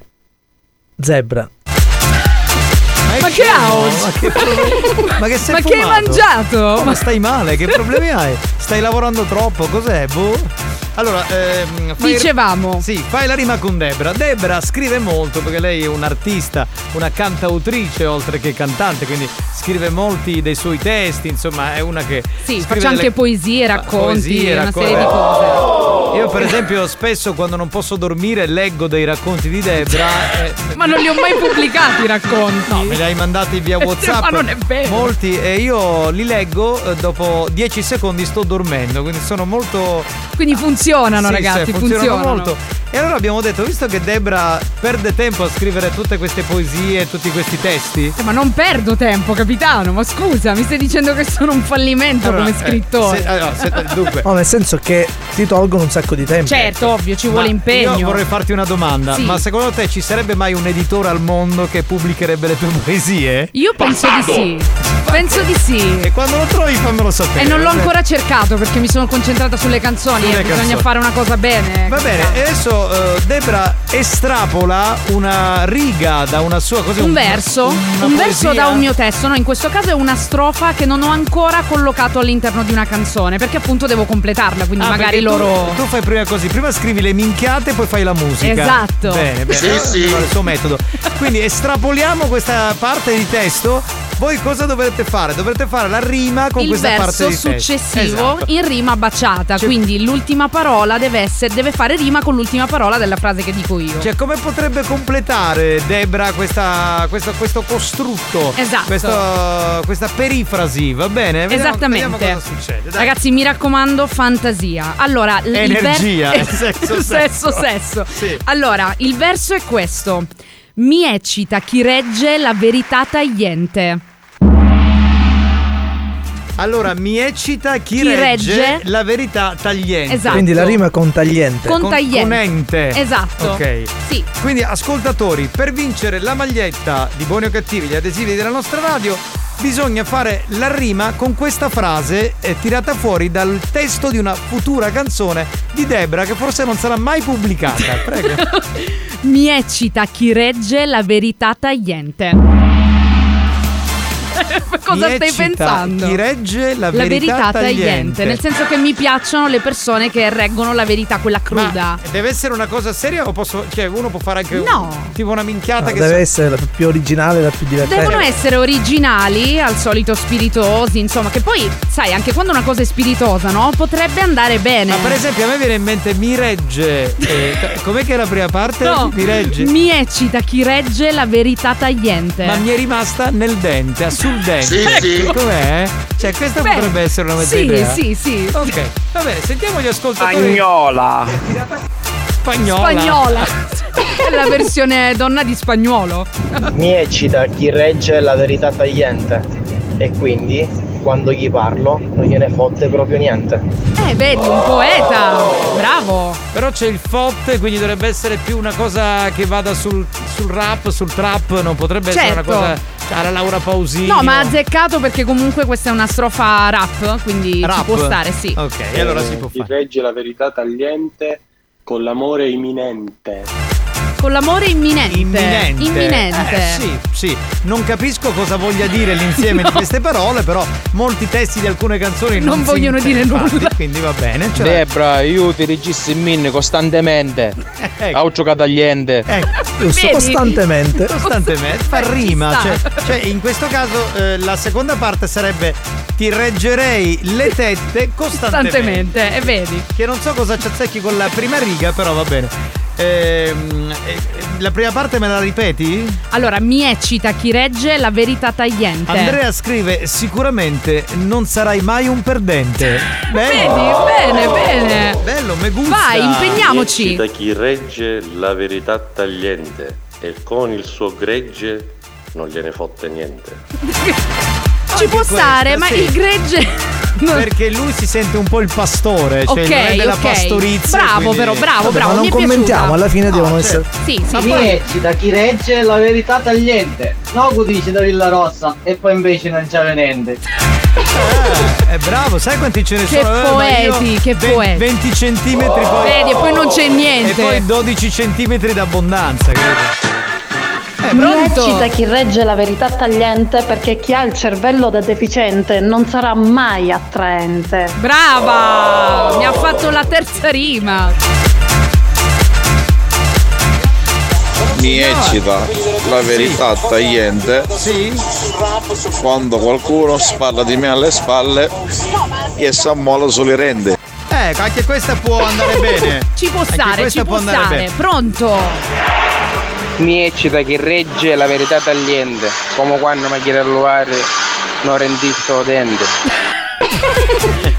Zebra.
Ma che ha oggi?
Eh, Ma che, ma che sei
Ma che hai
fumato?
mangiato?
Oh, ma stai male, che problemi hai? Stai lavorando troppo, cos'è? Boh. Allora, ehm, fai-
Dicevamo.
Sì, fai la rima con Debra. Debra scrive molto perché lei è un'artista, una cantautrice oltre che cantante, quindi scrive molti dei suoi testi, insomma, è una che
Sì,
scrive
faccio
delle-
anche poesie, racconti,
poesie,
una
racconti.
serie di cose.
Io per esempio spesso quando non posso dormire leggo dei racconti di Debra eh,
Ma non li ho mai pubblicati i racconti. No,
me li hai mandati via WhatsApp.
Ma non è vero.
Molti e io li leggo eh, dopo 10 secondi sto dormendo, quindi sono molto
Quindi funzionano,
Sì,
ragazzi,
sì, funzionano,
funzionano.
molto. E allora abbiamo detto, visto che Debra perde tempo a scrivere tutte queste poesie, tutti questi testi,
Eh, Ma non perdo tempo, capitano. Ma scusa, mi stai dicendo che sono un fallimento
Allora,
come
eh,
scrittore?
se- allora, se- Eh, dunque.
No, nel senso che ti tolgono un sacco di tempo.
Certo, ovvio, ci
eh,
vuole
Ma
impegno.
Io vorrei farti una domanda,
Sì.
ma secondo te ci sarebbe mai un editore al mondo che pubblicherebbe le tue poesie?
Io penso di sì. Penso di sì.
E quando lo trovi fammelo sapere.
E non l'ho
Eh.
ancora cercato perché mi sono concentrata sulle canzoni.
Sulle
eh, bisogna
canzoni.
fare una cosa bene.
Va bene, e adesso eh, Debra estrapola una riga da una sua cosa.
Un verso, un verso da un mio testo, no, in questo caso è una strofa che non ho ancora collocato all'interno di una canzone, perché appunto devo completarla, quindi
Ah, perché
magari loro.
Tu, tu fai prima così, prima scrivi le minchiate e poi fai la musica.
Esatto.
Bene, bene.
Sì,
Allora,
sì.
allora, Il suo metodo. Quindi estrapoliamo questa parte di testo. Voi cosa dovrete fare? Dovrete fare la rima con
il
questa parte
verso
di testo.
successivo
Esatto. Cioè
in rima baciata, quindi l'ultima parola deve, essere, deve fare rima con l'ultima parola della frase che dico io.
Cioè, come potrebbe completare Debra questa, questa- questo costrutto?
Esatto.
questo- questa perifrasi, va bene? Vediamo-
Esattamente.
Vediamo cosa succede. dai.
Ragazzi, mi raccomando, fantasia. Allora, l- il ver-
Energia,
eh,
sesso,
sesso, sesso.
Sì.
Allora, il verso è questo. Mi eccita chi regge la verità tagliente.
Allora, mi eccita chi,
Chi
regge,
regge?
la verità tagliente.
Esatto.
Quindi la rima con tagliente.
Con tagliente.
Con ente.
Esatto.
Ok.
Sì.
Quindi, ascoltatori, per vincere la maglietta di Buoni o Cattivi, gli adesivi della nostra radio, bisogna fare la rima con questa frase eh, tirata fuori dal testo di una futura canzone di Debra che forse non sarà mai pubblicata. Prego.
Mi eccita chi regge la verità tagliente. Cosa
Mi
stai
eccita
pensando?
Chi regge la,
La verità, tagliente.
tagliente.
nel senso che mi piacciono le persone che reggono la verità, quella cruda.
Deve essere una cosa seria o posso. Cioè, uno può fare anche. un-
No.
tipo una minchiata
No,
che
deve essere la più originale, la più divertente.
Devono essere originali, al solito spiritosi, insomma, che poi, sai, anche quando una cosa è spiritosa, no? Potrebbe andare bene.
Ma per esempio a me viene in mente mi regge. eh, co- com'è che è la prima parte?
No,
Mi regge.
mi eccita chi regge la verità tagliente.
Ma mi è rimasta nel dente, ah, sul dente.
Sì, sì.
Ecco, Com'è? Cioè, questa
Beh,
potrebbe essere una mezza
sì,
idea.
Sì, sì,
Ok, va bene, sentiamo gli ascoltatori.
Spagnola.
Spagnola.
Spagnola. È la versione donna di spagnolo.
Mi eccita chi regge la verità tagliente e quindi quando gli parlo non gliene fotte proprio niente.
Eh, vedi, un poeta. Bravo.
Però c'è il fot, quindi dovrebbe essere più una cosa che vada sul, sul rap, sul trap, non potrebbe essere
Certo.
una cosa alla Laura Pausini.
No, ma ha azzeccato perché comunque questa è una strofa rap, quindi ci può stare, sì.
Ok, allora si può
fare. Chi regge la verità tagliente con l'amore imminente.
Con l'amore imminente.
Imminente.
Imminente.
Eh, sì, sì. Non capisco cosa voglia dire l'insieme di queste parole, però molti testi di alcune canzoni non, si
Non vogliono dire
intende,
nulla.
Quindi va bene. ce l'hai.
Debra, io ti registro in min costantemente.
Ecco.
Ho giocato tagliente.
Giusto, costantemente.
Costantemente. Fa rima. Cioè, cioè, in questo caso eh, la seconda parte sarebbe ti reggerei le tette costantemente.
Costantemente, e vedi.
Che non so cosa ci azzecchi con la prima riga, però va bene. Ehm, eh, la prima parte me la ripeti?
Allora, mi eccita chi regge la verità tagliente.
Andrea scrive sicuramente non sarai mai un perdente. Bello.
Vedi, bene, bene.
Bello, me gusta.
Vai,
Mi
impegniamoci.
eccita chi regge la verità tagliente e con il suo gregge non gliene fotte niente.
Ci può stare, ma
sì.
il gregge.
Perché lui si sente un po' il pastore, cioè il re
ok,
della
ok.
pastorizia.
Bravo,
quindi- cioè,
però, bravo,
Vabbè, ma non commentiamo, alla fine devono essere.
Sì, sì.
Mi eccita chi regge la verità tagliente
Nogu dice Dorilla Rossa e poi invece non c'è niente.
È eh, bravo, sai quanti ce ne
Che
sono? Eh, ma io
poeti,
che
ve- 20 centimetri poi.
Vedi, e poi non c'è niente.
E poi 12 centimetri d'abbondanza, credo.
Eh,
Mi eccita chi regge la verità tagliente perché chi ha il cervello da deficiente non sarà mai attraente.
Brava! Mi ha fatto la terza rima.
Mi eccita la verità tagliente quando qualcuno spalla di me alle spalle e s'ammola sulle rende.
Ecco, anche questa può andare bene.
Ci può
Anche
stare,
questa
ci
può
può
andare
stare.
bene.
Pronto?
Mi eccita chi regge la verità tagliente, come quando mi chiede all'uare non rendisto dente.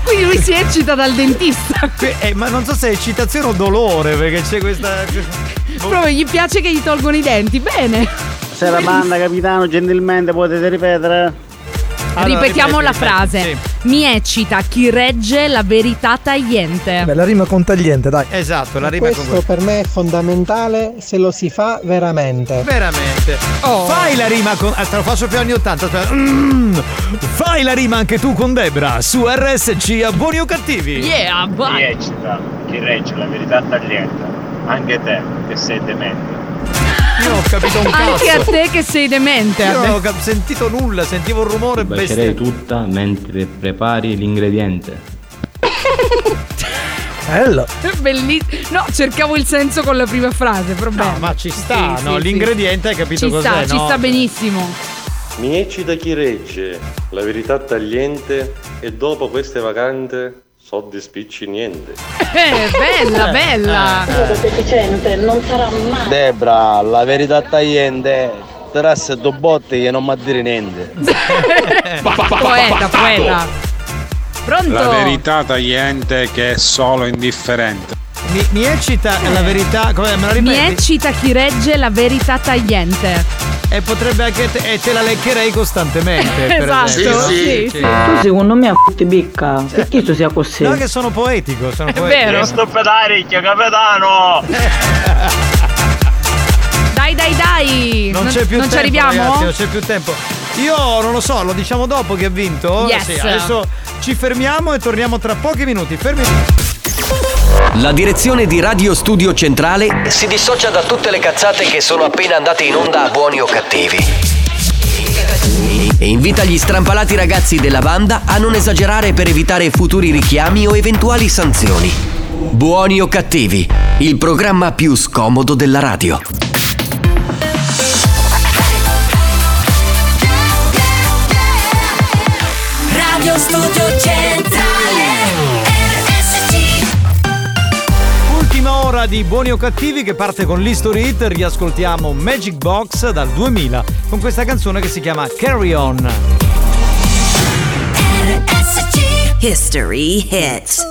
Quindi lui si eccita dal dentista.
Eh, ma non so se è eccitazione o dolore, perché c'è questa.
Proprio gli piace che gli tolgono i denti. Bene.
Se la manda capitano gentilmente potete ripetere?
Ripetiamo
ripeti,
la
ripeti,
frase. Mi eccita chi regge la verità tagliente.
Beh, la rima con tagliente, dai.
Esatto, la rima è con
Questo
questa.
per me è fondamentale Eh, se lo si fa veramente.
Veramente.
Oh.
Fai la rima con. ah, Te lo faccio più anni 80. aspetta. Mm. Fai la rima anche tu con Debra su RSC a buoni o cattivi.
Yeah,
Chi eccita, chi regge la verità tagliente, anche te che sei demente.
Io non ho capito un cazzo.
Anche a te che sei demente.
Io non ho cap- sentito nulla, sentivo un rumore
Bacerei
bestiale.
tutta mentre prepari l'ingrediente.
Bello.
Bellissimo. No, cercavo il senso con la prima frase, però bene.
ma ci sta,
Sì,
Ah, no?
sì,
L'ingrediente hai capito
Ci
cos'è,
sta,
no?
ci sta benissimo.
Mi eccita chi regge la verità tagliente e dopo queste vacante so di spicci niente.
Eh, bella, bella.
deficiente non sarà mai.
Debra, la verità tagliente, trasse due botte che non mi dire niente.
Eh.
Poeta, poeta. Pronto?
La verità tagliente è che è solo indifferente.
Mi, mi eccita
Eh.
la verità. Come Eh, me la
Mi
ripeti?
eccita chi regge la verità tagliente.
E potrebbe anche. Te, e te la leccherei costantemente. per
Esatto,
esempio.
sì, sì.
Tu secondo me a fotti bicca. Perché tu sia così?
No, che sono poetico, sono poetico.
vero.
Sto pedaricchio, capitano!
Dai, dai, dai.
Non, c'è più
non
tempo,
ci arriviamo?
ragazzi, non c'è più tempo. Io non lo so, lo diciamo dopo che ha vinto.
Yes.
Sì, adesso ci fermiamo e torniamo tra pochi minuti. Fermi.
La direzione di Radio Studio Centrale si dissocia da tutte le cazzate che sono appena andate in onda a buoni o cattivi. E invita gli strampalati ragazzi della banda a non esagerare per evitare futuri richiami o eventuali sanzioni. Buoni o cattivi, il programma più scomodo della radio.
Radio Studio Centrale RSC
Ultima ora di Buoni o Cattivi che parte con l'History Hit. Riascoltiamo Magic Box dal 2000 con questa canzone che si chiama Carry On.
History hit.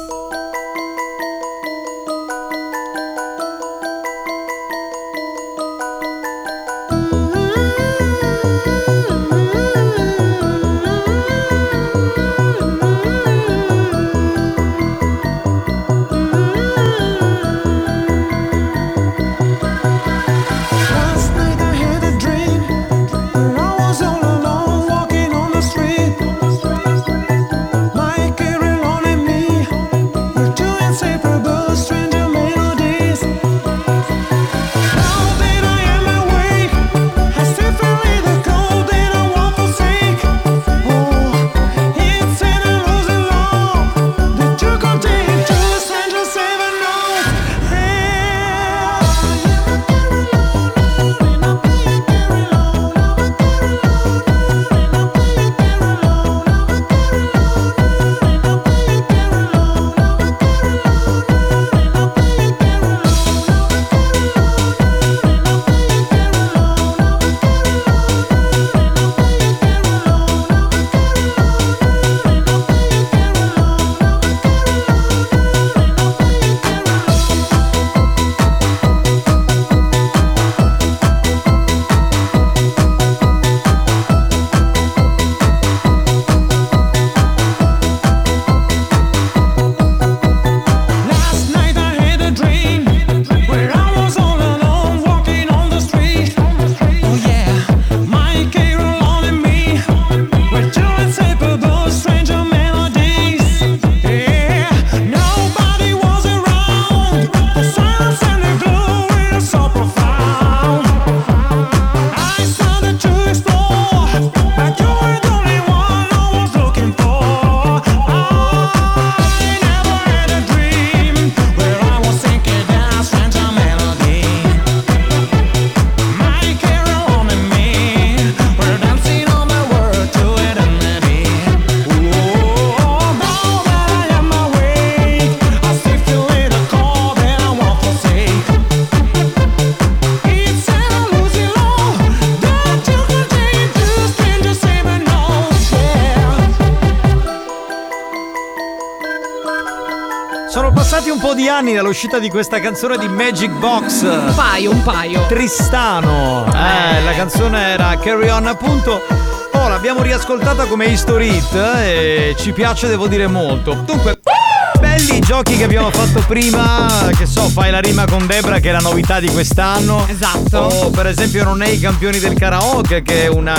Last night I had a dream where I was all alone walking on the street. My carry on in me
Oh,
Sono passati un po' di anni dall'uscita di questa canzone di Magic Box.
Un paio, un paio.
Tristano. Eh, la canzone era Carry On appunto. Oh, l'abbiamo riascoltata come history hit eh, e ci piace, devo dire, molto. Dunque, belli i giochi che abbiamo fatto prima, che so, fai la rima con Debra che è la novità di quest'anno.
Esatto.
O per esempio non è i campioni del karaoke che è una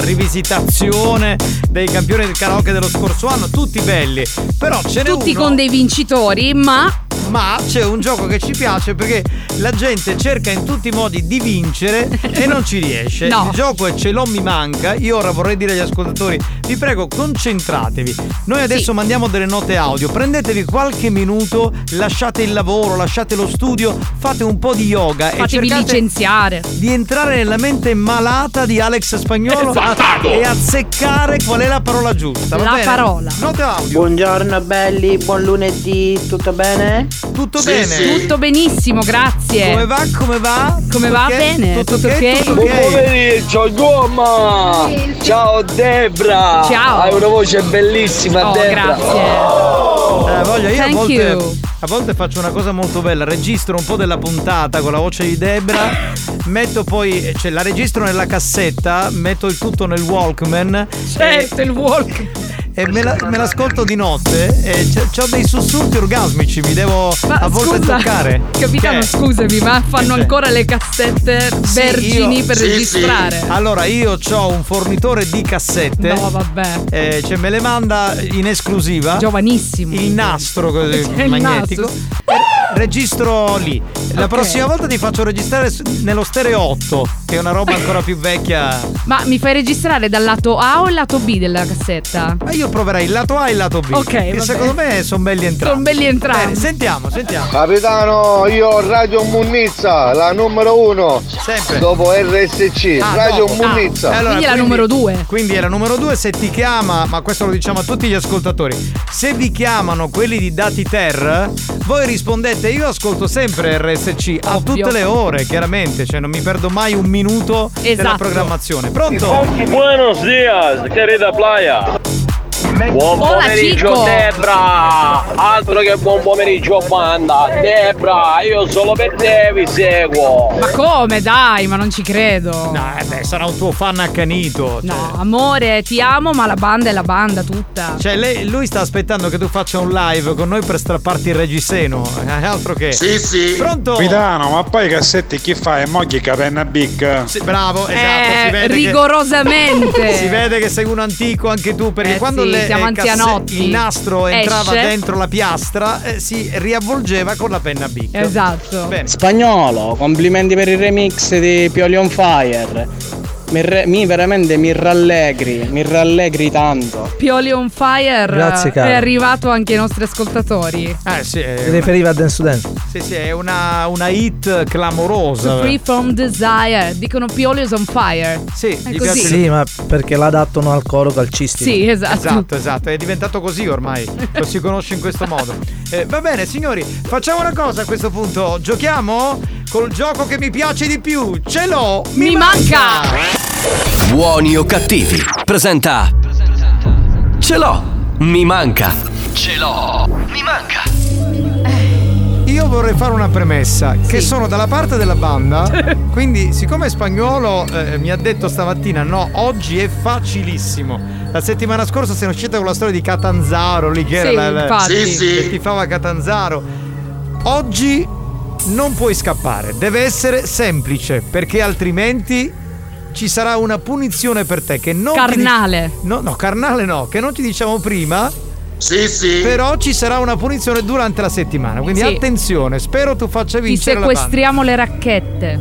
rivisitazione dei campioni del karaoke dello scorso anno, tutti belli. Però ce n'è
Tutti
uno
con dei vincitori, ma.
ma c'è un gioco che ci piace perché la gente cerca in tutti i modi di vincere e non ci riesce.
No.
Il gioco è ce l'ho mi manca. Io ora vorrei dire agli ascoltatori, vi prego concentratevi. Noi adesso mandiamo delle note audio, prendetevi qualche minuto, lasciate il lavoro, lasciate lo studio, fate un po' di yoga
Fatevi
e eh, cercate
licenziare.
di entrare nella mente malata di Alex Spagnolo
Esatto.
e azzeccare qual è la parola giusta. va
La
bene?
parola.
Note audio.
Buongiorno belli, buon lunedì, tutto bene?
Tutto
bene.
Tutto benissimo, grazie.
Come
va? Come va?
Come va?
Tutto ok?
Bene.
Tutto
Tutto ok?
Buon pomeriggio, Gomma! Ciao Debra!
Ciao.
Hai una voce bellissima,
Oh,
Debra!
Eh, voglio, io a
Thank
volte,
you.
a volte faccio una cosa molto bella, registro un po' della puntata con la voce di Debra, metto poi, cioè la registro nella cassetta, metto il tutto nel Walkman. Certo,
Eh, il Walkman.
E me, la- me l'ascolto di notte e ho dei sussulti orgasmici, mi devo
Ma
a volte
scusa,
toccare.
Capitano,
Che?
scusami, ma fanno
Che c'è?
ancora le cassette
Sì,
vergini
io-
per registrare.
Allora, io ho un fornitore di cassette.
No, vabbè.
Eh, cioè, me le manda in esclusiva.
Giovanissimo.
Il nastro così,
C'è il
magnetico.
nastro.
Eh, Registro lì. La prossima volta ti faccio registrare s- nello stereo 8, che è una roba ancora più vecchia.
Ma mi fai registrare dal lato A o il lato B della cassetta?
Ma io proverei il lato A e il lato B.
Ok,
Che
vabbè.
secondo me sono belli entrambi.
Sono belli entrambi.
Bene, sentiamo, sentiamo.
Capitano, io Radio Munnizza, la numero uno.
Sempre.
Dopo RSC,
Ah,
Radio
dopo.
Munnizza.
Ah, e allora,
Quindi
la numero due.
Quindi è la numero due, se ti chiama, ma questo lo diciamo a tutti gli ascoltatori, se vi chiamano quelli di Dati Ter, voi rispondete, io ascolto sempre RSC a tutte le ore, chiaramente, cioè non mi perdo mai un minuto della
Esatto.
programmazione. Pronto?
Buenos dias, querida playa! Buon
Hola,
pomeriggio
Chico.
Debra! Altro che buon pomeriggio banda! Debra, io solo per te vi seguo!
Ma come? Dai, ma non ci credo.
No, eh beh, sarà un tuo fan accanito. cioè.
Amore, ti amo, ma la banda è la banda tutta.
Cioè, lei- lui sta aspettando che tu faccia un live con noi per strapparti il reggiseno. eh, Altro che. Sì, sì. Pronto?
Capitano, ma poi i cassetti chi fa? E mogli capenna big?
Sì, bravo,
Eh,
esatto. si vede che-
rigorosamente.
si vede che sei un antico anche tu, perché
Eh
quando
sì,
le-
siamo
eh, casse-
anzianotti.
il nastro entrava
Esce.
dentro la piastra, eh, si riavvolgeva con la penna bic.
Esatto.
Spagnolo, complimenti per il remix di Pioli on Fire. Mi, re- mi veramente mi rallegri, mi rallegri tanto.
Pioli on fire.
Grazie, caro.
È arrivato anche ai nostri ascoltatori.
Eh sì.
Si riferiva a Dance to Dance.
Sì, sì, è una, una hit clamorosa.
Free from desire. Dicono Pioli is on fire.
Sì,
è
gli
così.
piace-
Sì, ma perché l'adattano al coro calcistico.
Sì, esatto.
Esatto, esatto, è diventato così ormai, lo si conosce in questo modo. Eh, va bene, signori, facciamo una cosa a questo punto, giochiamo col gioco che mi piace di più, ce l'ho, mi, manca!
Buoni o cattivi? Presenta. Ce l'ho, mi manca. Ce l'ho, mi manca.
Io vorrei fare una premessa, che sono dalla parte della banda, quindi siccome Spagnolo eh, mi ha detto stamattina no, oggi è facilissimo. La settimana scorsa siamo uscita con la storia di Catanzaro, lì che
Sì,
era la, la,
infatti. Sì, sì.
che tifava Catanzaro. Oggi non puoi scappare, deve essere semplice, perché altrimenti ci sarà una punizione per te che non ti dic-
Carnale.
no, no, carnale no, che non ti diciamo prima.
Sì, sì.
Però ci sarà una punizione durante la settimana, quindi
Sì.
attenzione, spero tu faccia
Ti
vincere la banda.
sequestriamo le racchette.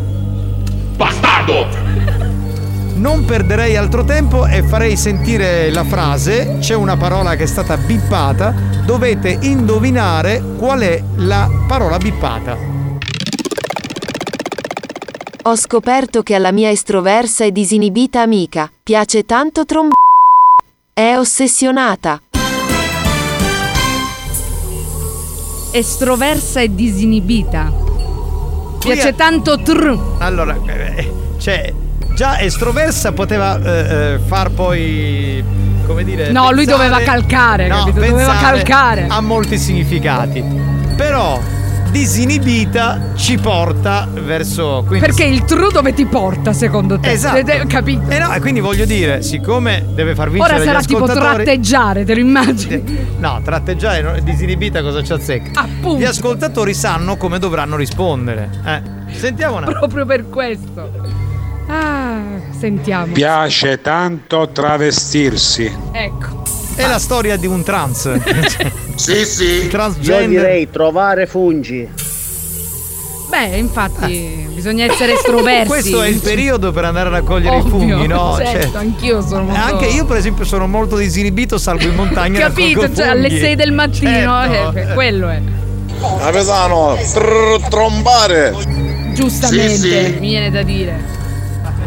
Non perderei altro tempo e farei sentire la frase, c'è una parola che è stata bippata, dovete indovinare qual è la parola bippata.
Ho scoperto che alla mia estroversa e disinibita amica piace tanto tromb. È ossessionata.
Estroversa e disinibita. Piace tanto tr.
Allora, eh, eh, cioè, già estroversa poteva eh, eh, far poi, come dire...
No, lui
pensare-
doveva calcare, capito? Doveva
pensare
calcare.
Ha molti significati. però disinibita ci porta verso. Quindi
Perché il true dove ti porta, secondo te?
Esatto.
Ed è- Capito?
Eh no, e quindi voglio dire, siccome deve far vincere
Ora sarà
gli
tipo
ascoltatori-
tratteggiare, te lo immagini?
No, tratteggiare no, disinibita cosa ci azzecca. Gli ascoltatori sanno come dovranno rispondere. Eh. Sentiamo un attimo.
Proprio per questo. Ah, sentiamo.
Piace tanto travestirsi.
Ecco.
È la storia di un trans.
Sì, sì.
Transgender.
Io direi trovare fungi.
Beh, infatti, bisogna essere estroversi.
Ah. Questo è il periodo per andare a raccogliere
Ovvio,
i funghi, no?
Certo,
Cioè,
anch'io sono molto...
anche io, per esempio, sono molto disinibito, salgo in montagna. e
Capito,
raccolgo
cioè, alle
funghi.
6 del mattino,
Certo.
eh, quello è.
Capitano, trrr, trombare.
Giustamente,
Sì, sì.
mi viene da dire.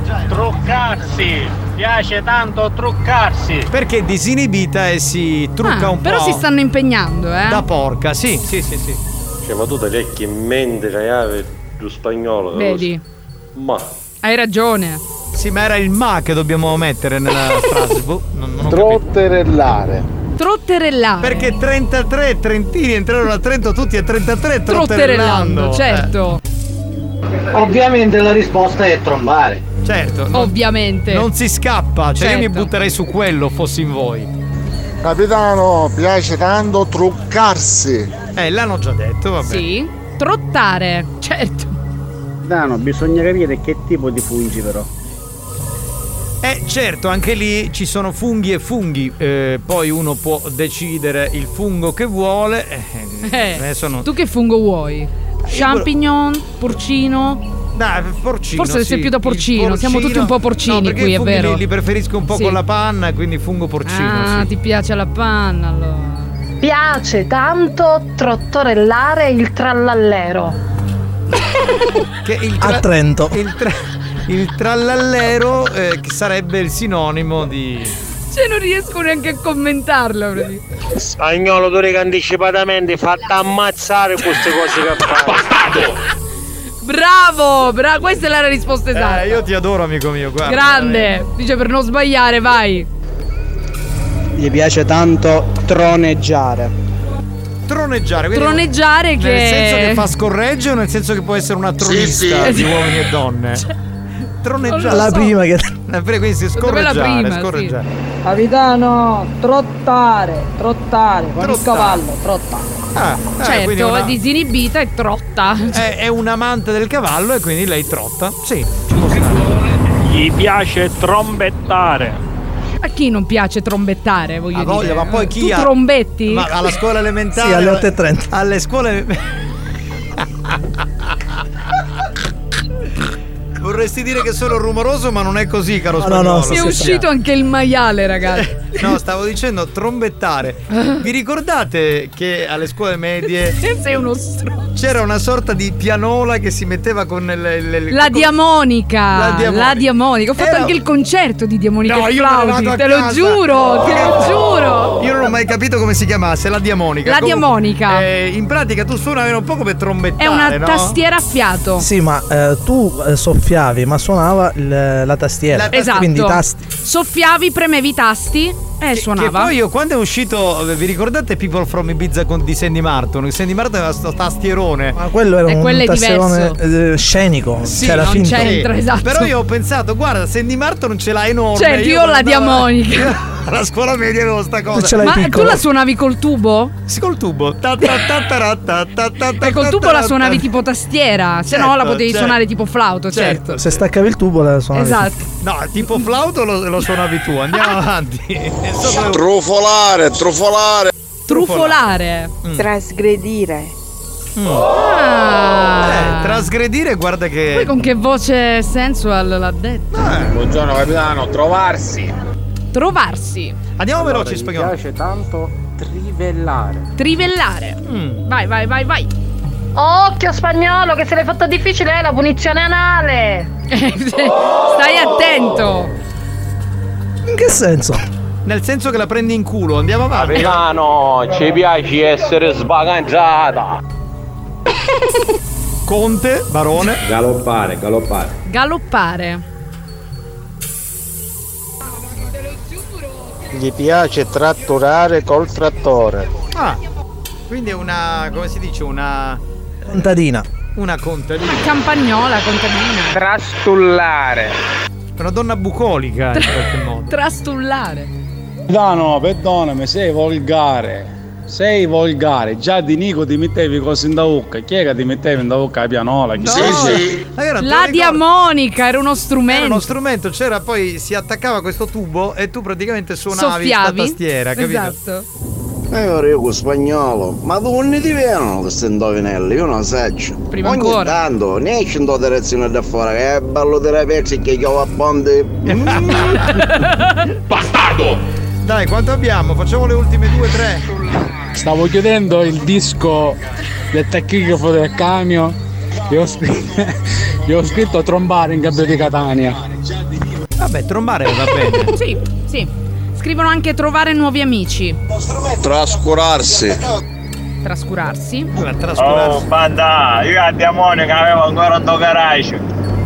Esatto.
Truccarsi! Piace tanto truccarsi!
Perché disinibita e si trucca
Ah,
un
però
po'.
si stanno impegnando, eh.
Da porca, sì, sì, sì, sì.
Cioè, ma tu da lì che mente che ave giù spagnolo.
Vedi,
Ma
hai ragione.
Sì, ma era il ma che dobbiamo mettere nella frase. Boh, non, non ho
Trotterellare.
Trotterellare.
Perché 33 trentini entrarono a Trento tutti e 33 trotterellando.
Trotterellando, certo.
Ovviamente la risposta è trombare. Certo. non-
Ovviamente.
Non si scappa, cioè io mi
Oh, Certo.
butterei su quello fossi in voi.
Capitano, piace tanto truccarsi.
Eh, l'hanno già detto, vabbè.
Sì. Trottare, certo.
Dano, bisogna capire che tipo di fungi però.
Eh certo, anche lì ci sono funghi e funghi, eh, poi uno può decidere il fungo che vuole. eh,
Eh,
adesso non- Eh,
Tu che fungo vuoi? Champignon, porcino?
Dai, porcino.
Forse sei
sì,
più da
il
porcino, siamo tutti un po' porcini
no, perché
qui,
i
è
funghi
vero.
Li, li preferisco un po'
Sì.
con la panna, quindi fungo porcino.
Ah,
sì.
ti piace la panna allora.
Piace tanto trottorellare il trallallero.
Che il
A Trento.
Il, tra- il trallallero eh, che sarebbe il sinonimo di. Eh,
Cioè non riesco neanche a commentarlo. praticamente.
Spagnolo, tu che anticipatamente fatta ammazzare queste cose che fai.
Bravo, bravo, questa è la risposta esatta.
Eh, io ti adoro, amico mio. Guarda,
Esatto. Grande, dice per non sbagliare,
Eh,
vai.
Gli piace tanto troneggiare.
Troneggiare. quindi-
Troneggiare che-
Nel senso che fa scorreggio, nel senso che può essere una tronista
sì.
di uomini e donne. Troneggiare.
La prima che.
Eh, pre- quindi si
Secondo me la
scorreggiare,
prima, sì.
scorreggiare.
Capitano, trottare, trottare, con il
Trottare.
cavallo, trottare.
Ah, eh, quindi
certo,
una-
disinibita e trotta.
è, è un amante del cavallo e quindi lei trotta. Sì. ci può stare.
Gli piace trombettare.
A chi non piace trombettare, voglio
Ha
dire.
voglia, ma poi chi
tu
ha-
trombetti?
Ma alla scuola elementare.
Sì, alle 8.30.
Alle scuole. Vorresti dire che sono rumoroso, ma non è così, caro
no,
spagnolo.
no,
Si è uscito anche il maiale, ragazzi.
No, stavo dicendo trombettare. Vi ricordate che alle scuole medie
Sei uno stronzo.
c'era una sorta di pianola che si metteva con il. il- il-
La
con-
diamonica,
Ecco. La diamonica.
la diamonica. Ho fatto
Era-
anche il concerto di diamonica
No,
e
io me ne
Flauti,
vado a
te lo
casa. Oh.
giuro, te lo giuro.
Io non ho mai capito come si chiamasse, la diamonica.
La
Comunque,
diamonica.
eh, in pratica tu suonavi un po' come trombettare.
È una
no?
tastiera a fiato.
Sì, ma eh, tu eh, soffiavi, ma suonava il- la tastiera.
esatto.
Quindi i tasti.
Soffiavi, premevi i tasti e
Che
suonava.
poi io quando è uscito, vi ricordate People from Ibiza con di Sandy Martin? Il Sandy Martin aveva sto tastierone.
Ma quello era
E quello
un
è
tasserone eh, scenico.
Sì,
c'era
non
finto.
c'entra, esatto. Però io ho pensato, guarda, Sandy Martin ce l'ha enorme.
Cioè, io ho la
quando andavo-
diamonica.
Alla scuola media avevo sta cosa.
Ma tu la suonavi col tubo?
Sì, col tubo. Ta ta ta ta ta ta ta ta
E col
ta
tubo
ta
la
ta.
suonavi tipo tastiera, se no
eh. Certo,
la potevi
certo.
suonare tipo flauto, certo.
Cioè, Se staccavi il tubo la suonavi.
No, tipo flauto lo, lo suonavi tu. Andiamo avanti.
Trufolare, trufolare.
Trufolare.
Mm.
Trasgredire.
Ah.
Eh, trasgredire, guarda
Poi
che. Eh.
con che voce sensual l'ha detto?
Buongiorno capitano, trovarsi.
Trovarsi,
Andiamo
veloci
veloci,
in
spagnolo.
spagnolo.
piace tanto trivellare.
trivellare.
Mm.
Vai, vai, vai, vai.
Occhio spagnolo che se l'hai fatta difficile
eh,
è la punizione anale.
Stai attento.
In che senso?
Nel senso che la prendi in culo, andiamo avanti.
Capitano, ci piace essere sbaganciata.
Conte, barone.
Galoppare, galoppare.
Galoppare.
Gli piace tratturare col trattore.
Ah. Quindi è una, come si dice, una,
Contadina.
una contadina.
Campagnola, contadina.
Trastullare. Una donna bucolica in qualche modo.
Trastullare.
Dano, perdonami, sei volgare. Sei volgare, già di Nico ti mettevi cose in da bocca. Chi è che ti mettevi in da bocca la pianola? Chi sei?
La diamonica era uno strumento.
Era uno strumento, c'era poi si attaccava questo tubo e tu praticamente suonavi la
Soffiavi.
tastiera, capito?
Esatto.
E ora Eh, io con spagnolo, ma tu non ne ti vedono queste indovinelle, io non saggio.
Prima
Ogni
ancora.
tanto ne esci in tua direzione da fuori, che è bello terapeuti che chiamo a ponte.
Eh.
Mm.
Dai, quanto abbiamo? Facciamo le ultime due, tre.
Stavo chiudendo il disco del tecnico del camion. Gli ho, scr- gli ho scritto trombare in gabbia di Catania.
Vabbè, trombare
Eh,
va bene.
sì, sì. Scrivono anche trovare nuovi amici.
Trascurarsi.
Trascurarsi.
Oh, banda, io a Diamonica avevo ancora un garage.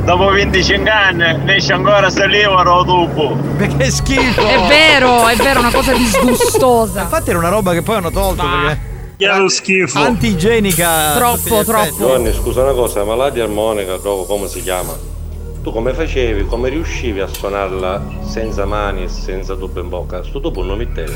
Dopo 25 anni esce ancora se libero dopo.
Che schifo!
È vero, è vero, una cosa disgustosa.
Infatti era una roba che poi hanno tolto perché. Chiaro schifo. Antigenica.
Giovanni, scusa una cosa, ma la armonica dopo come si chiama? Tu come facevi, come riuscivi a suonarla senza mani e senza tubo in bocca? Sto tubo non mettevi.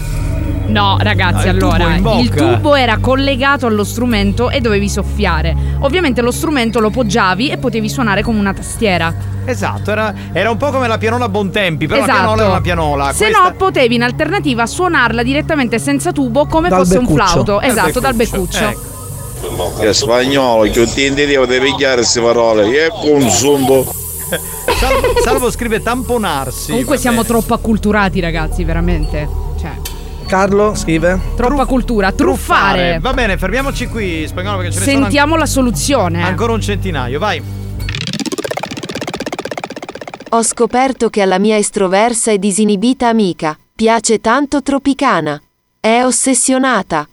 No, ragazzi,
No, il tubo
allora
in bocca.
il tubo era collegato allo strumento e dovevi soffiare. Ovviamente lo strumento lo poggiavi e potevi suonare come una tastiera.
Esatto, era, era un po' come la pianola Bontempi, però
Esatto.
la pianola è una pianola.
Se
questa-
no, potevi in alternativa suonarla direttamente senza tubo come
Dal
fosse un
beccuccio.
flauto.
Dal Eh,
Esatto, dal beccuccio.
Che spagnolo, che ti intendevo di pigliare queste parole. E consumo.
Salvo, Salvo scrive tamponarsi.
Comunque
va
siamo
bene.
troppo acculturati, ragazzi, veramente. Cioè,
Carlo scrive.
troppa cultura, truffare.
Va bene, fermiamoci qui, spagnolo, perché ce ne sono
Sentiamo la soluzione.
an- ancora un centinaio, vai.
Ho scoperto che alla mia estroversa e disinibita amica piace tanto Tropicana. È ossessionata.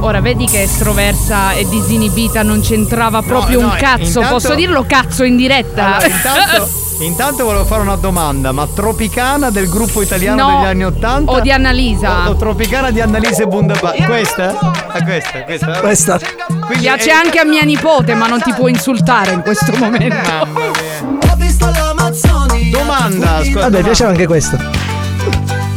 Ora vedi che estroversa e disinibita non c'entrava proprio
no,
un cazzo.
intanto-
Posso dirlo cazzo in diretta?
Allora, intanto, intanto volevo fare una domanda, ma Tropicana del gruppo italiano
No,
degli anni 80
o di Annalisa?
O, o Tropicana di Annalise Bundaba. Questa? Ah, questa, questa.
Questa.
Piace anche a mia nipote, ma non ti può insultare in questo momento.
Ho visto l'Amazzoni.
Domanda, ascolta.
Vabbè, piaceva anche questo.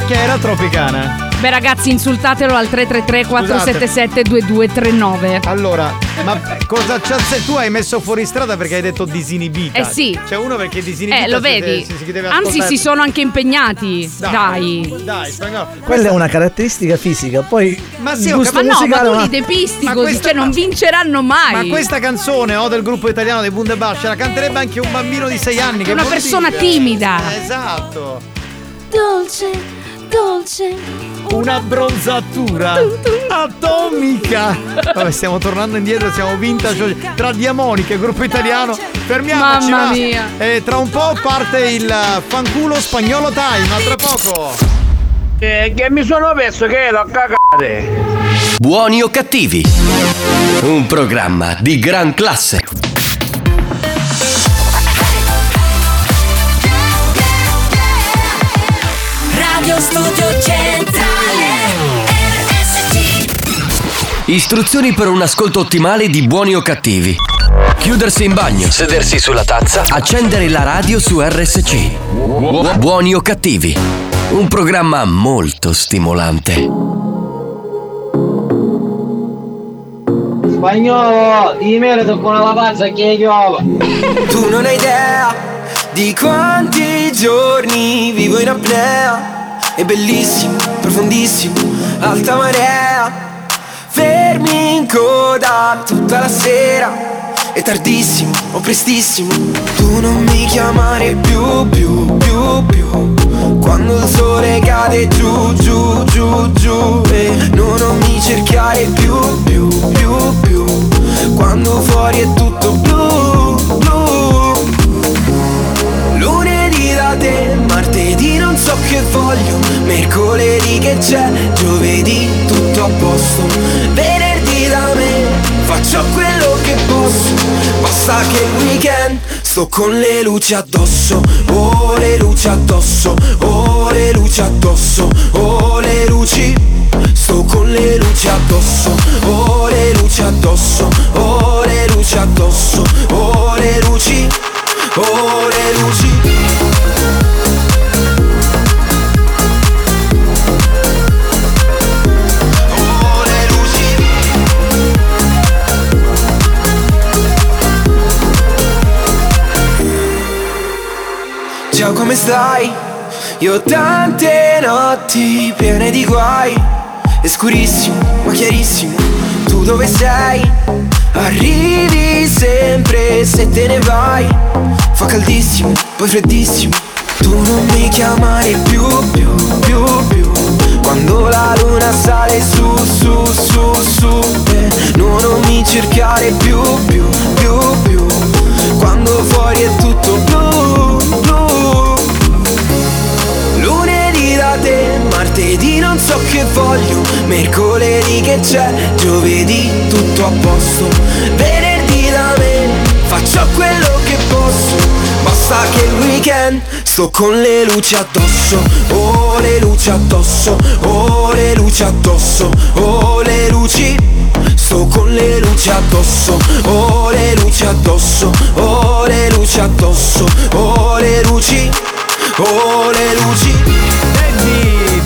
Che era Tropicana?
Beh, ragazzi, insultatelo al 333 477 2239.
Allora,
Eh,
ma cosa c'ha se tu hai messo fuori strada perché hai detto disinibita?
Eh sì.
C'è uno perché è disinibita.
Eh, lo
si deve-
vedi?
si- si deve
Anzi,
ascoltare.
si sono anche impegnati. Dai.
Dai, spagnolo.
Quella è una caratteristica fisica. Poi.
Ma
il
sì, ho
gusto
Ma no, ma
musicale è
tu
una-
li depisti
Ma
così,
questa-
cioè non vinceranno mai.
Ma questa canzone o del gruppo italiano dei Bundebash la canterebbe anche un bambino di 6 anni. Che
Una
vuol
persona
dire?
timida.
Esatto.
Dolce, dolce.
Una bronzatura atomica. Vabbè, stiamo tornando indietro, siamo vintage tra Diamonica e gruppo italiano. Fermiamoci.
Mamma
va.
mia.
E tra un po' parte il fanculo spagnolo time, a tra poco.
Eh, che mi sono perso che l'ho cagate.
Buoni o cattivi? Un programma di gran classe.
Radio Studio Centrale. RSC.
Istruzioni per un ascolto ottimale di buoni o cattivi. Chiudersi in bagno, sedersi sulla tazza, accendere la radio su RSC. Buoni o cattivi? Un programma molto stimolante.
Spagnolo, di merito con la pazza che chiova.
Tu non hai idea di quanti giorni vivo in apnea. È bellissimo, profondissimo, alta marea. Fermi in coda tutta la sera. È tardissimo o prestissimo. Tu non mi chiamare più, più, più, più. Quando il sole cade giù, giù, giù, giù. E no, non mi cercare più, più, più, più. Quando fuori è tutto blu, blu. Lunedì da te, martedì non so che voglio, mercoledì che c'è, giovedì tutto a posto, venerdì da me faccio quello che posso, basta che il weekend Sto con le luci addosso, oh le luci addosso, oh le luci addosso, oh le luci. Sto con le luci addosso, oh le luci addosso, oh le luci addosso, oh le luci, oh le luci. Ciao come stai? Io ho tante notti piene di guai È scurissimo ma chiarissimo Tu dove sei? Arrivi sempre se te ne vai Fa caldissimo, poi freddissimo Tu non mi chiamare più, più, più, più Quando la luna sale su, su, su, su eh, No, non mi cercare più, più, più, più Quando fuori è tutto blu, blu Lunedì da te, martedì non so che voglio, mercoledì che c'è, giovedì tutto a posto, venerdì da me, faccio quello che posso, basta che il weekend sto con le luci addosso, oh le luci addosso, oh le luci addosso, oh le luci, sto con le luci addosso, oh le luci addosso, oh le luci addosso, oh le luci, oh le luci.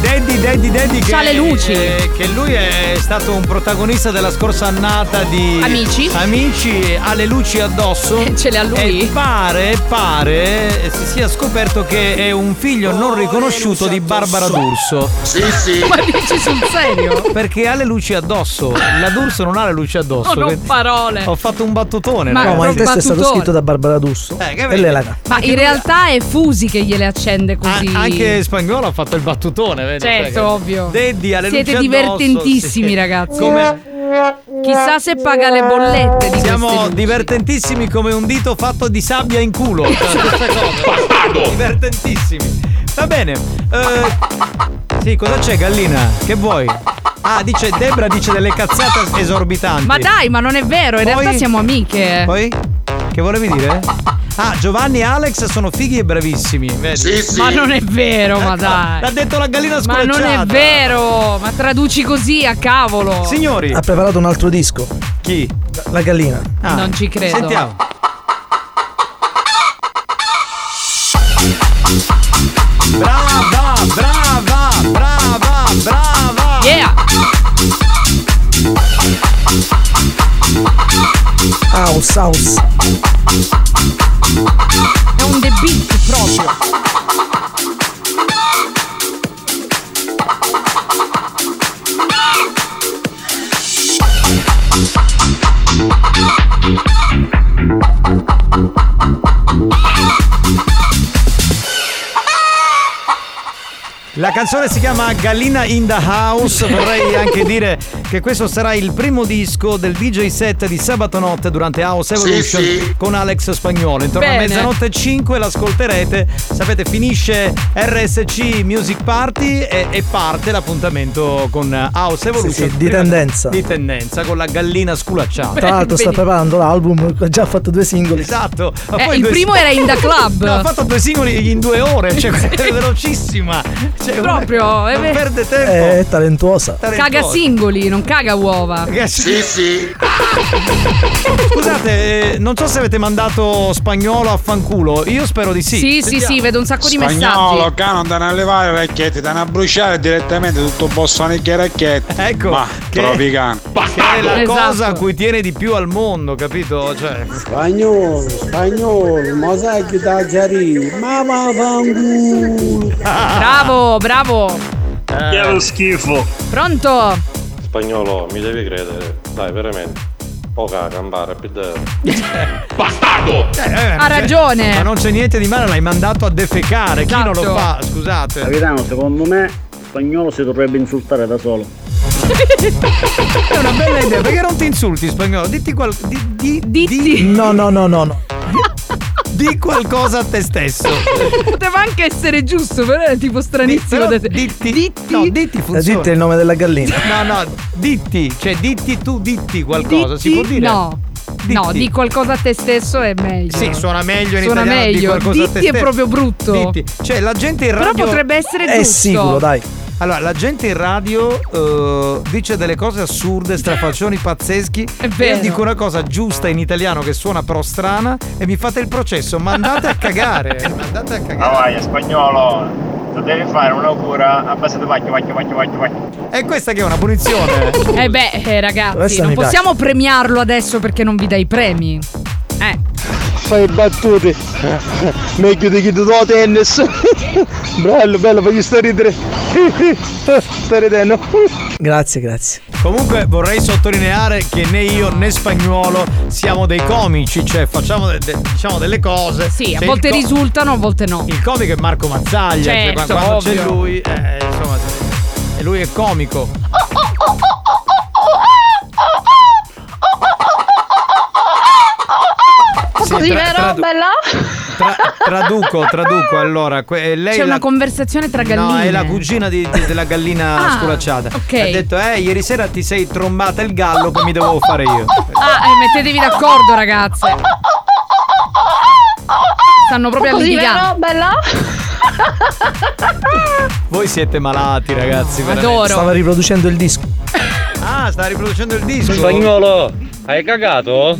Daddy, Daddy, Daddy che,
C'ha le luci.
eh, che lui è stato un protagonista della scorsa annata di
Amici.
Amici ha le luci addosso.
Ce le ha lui?
E pare, pare eh, si sia scoperto che è un figlio non riconosciuto di Barbara D'Urso. Sì, sì.
Ma dici sul serio?
Perché ha le luci addosso. La D'Urso non ha le luci addosso.
Non ho
quindi-
parole.
Ho fatto un battutone. Eh,
Ma
no, ma il
proprio
testo è stato
battutone.
scritto da Barbara D'Urso.
che
e lei la
Ma in realtà è Fusi che gliele accende così.
Anche spagnolo ha fatto il battutone, vedi?
Certo,
Cioè che-
ovvio.
Deddi alle
Siete
luci addosso,
divertentissimi,
sì.
ragazzi.
Come-
Chissà se paga le bollette di
Siamo
queste luci.
divertentissimi come un dito fatto di sabbia in culo. Cioè, stessa cosa. divertentissimi. Va bene. eh, sì, cosa c'è, gallina? Che vuoi? Ah, dice Debra dice delle cazzate esorbitanti.
Ma dai, ma non è vero, in
Poi-
realtà siamo amiche.
Poi? Che volevi dire? Ah, Giovanni e Alex sono fighi e bravissimi. Vedi?
Ma non è vero, ma dai.
L'ha detto Ecco, la gallina
Ma non è
sculacciata.
vero, ma traduci così a cavolo.
Signori.
Ha preparato un altro disco.
Chi?
La gallina.
Non ci credo.
Ah. Sentiamo. Brava, brava, brava, brava.
Yeah.
House, house.
È un The Beat proprio.
Ah. La canzone si chiama Gallina in the House. Vorrei anche dire che questo sarà il primo disco del DJ set di sabato notte durante House
Sì,
Evolution
sì.
con Alex Spagnolo. Intorno a
Bene.
mezzanotte e 5 l'ascolterete. Sapete, finisce RSC Music Party e, e parte l'appuntamento con House Evolution.
sì, di
Prima-
tendenza.
Di tendenza con la gallina sculacciata.
Ah, Tra l'altro sta preparando l'album, ha già fatto due singoli.
Esatto. Ma
Eh,
poi
il
due-
primo era in The Club.
No, ha fatto due singoli in due ore, cioè è velocissima. Cioè,
Proprio, eh, è
non
vero.
perde tempo.
È talentuosa.
Oh, Caga singoli, non caga uova.
Sì, sì. Scusate, eh, non so se avete mandato spagnolo a fanculo. Io spero di sì.
Sì, sì, sì, vedo un sacco di
Spagnolo,
messaggi.
cano, da a levare i racchetti, da a bruciare direttamente tutto bossone che racchetti.
Ecco.
Ma
che-
trovi cano.
Che è la
Esatto.
cosa a cui tiene di più al mondo, capito? Cioè.
Spagnolo, spagnolo, ma sai chi da giarì? Ma vaffanculo!
Ah.
Bravo, bravo.
Che è lo schifo.
Pronto?
Spagnolo, mi devi credere. Dai, veramente. Poca campare, pidere.
Ha ragione.
Eh, cioè, Ma non c'è niente di male, l'hai mandato a defecare. Chi non lo
Esatto.
fa? Scusate.
Capitano, secondo me spagnolo si dovrebbe insultare da solo.
È una bella idea, perché non ti insulti spagnolo? Ditti qual- di, di-
No, no, no, no, no.
di qualcosa a te stesso.
Poteva anche essere giusto, però era tipo stranissimo. da te. Ditti.
No, ditti
Eh,
funziona.
Dite il nome della gallina.
No, no, ditti, cioè ditti tu, ditti qualcosa, si può
Ditti
dire?
no. No, di qualcosa a te stesso è meglio.
Sì, suona meglio in
Suona
italiano, di
meglio.
qualcosa a te
Ditti è
stesso.
proprio brutto.
Ditti. Cioè, la gente in
Però
radio.
potrebbe essere È giusto. sicuro, dai.
Allora, la gente in radio eh, dice delle cose assurde, strafalcioni pazzeschi.
vero.
Io dico una cosa giusta in italiano che suona però strana e mi fate il processo. Ma andate a cagare.
Ah, vai, spagnolo, tu devi fare una cura abbastanza vacchio, vacchio, vacchio, vacchio, vacchio.
E questa che è una punizione.
Eh beh, eh, ragazzi,
Questa
non
mi piace.
possiamo premiarlo adesso perché non vi dai i premi. Eh.
Fai battute. Meglio di chi ti do tennis. bello, bello, voglio sta ridere. sta ridendo.
Grazie, grazie.
Comunque vorrei sottolineare che né io né Spagnuolo siamo dei comici, cioè facciamo de- de- diciamo delle cose.
Sì, a
Cioè,
volte
il co-
risultano, a volte no.
Il comico è Marco Mazzaglia, cioè,
Certo,
qua- quando c'è
ovvio.
lui, eh, insomma, e lui è comico. Sì, tra- tradu- tra- traduco, traduco, allora, que- eh, lei
C'è
la-
una conversazione tra galline.
No, è la cugina di- di- della gallina
Ah,
sculacciata.
ok.
Ha detto, eh, ieri sera ti sei trombata il gallo che mi dovevo fare io.
Ah, eh, mettetevi d'accordo, ragazze. Stanno proprio a
Oh, Così,
litigare.
vero, bella?
Voi siete
Ah,
malati, ragazzi. veramente.
Stava riproducendo il disco.
Ah, sta riproducendo il disco.
Spagnolo, hai cagato?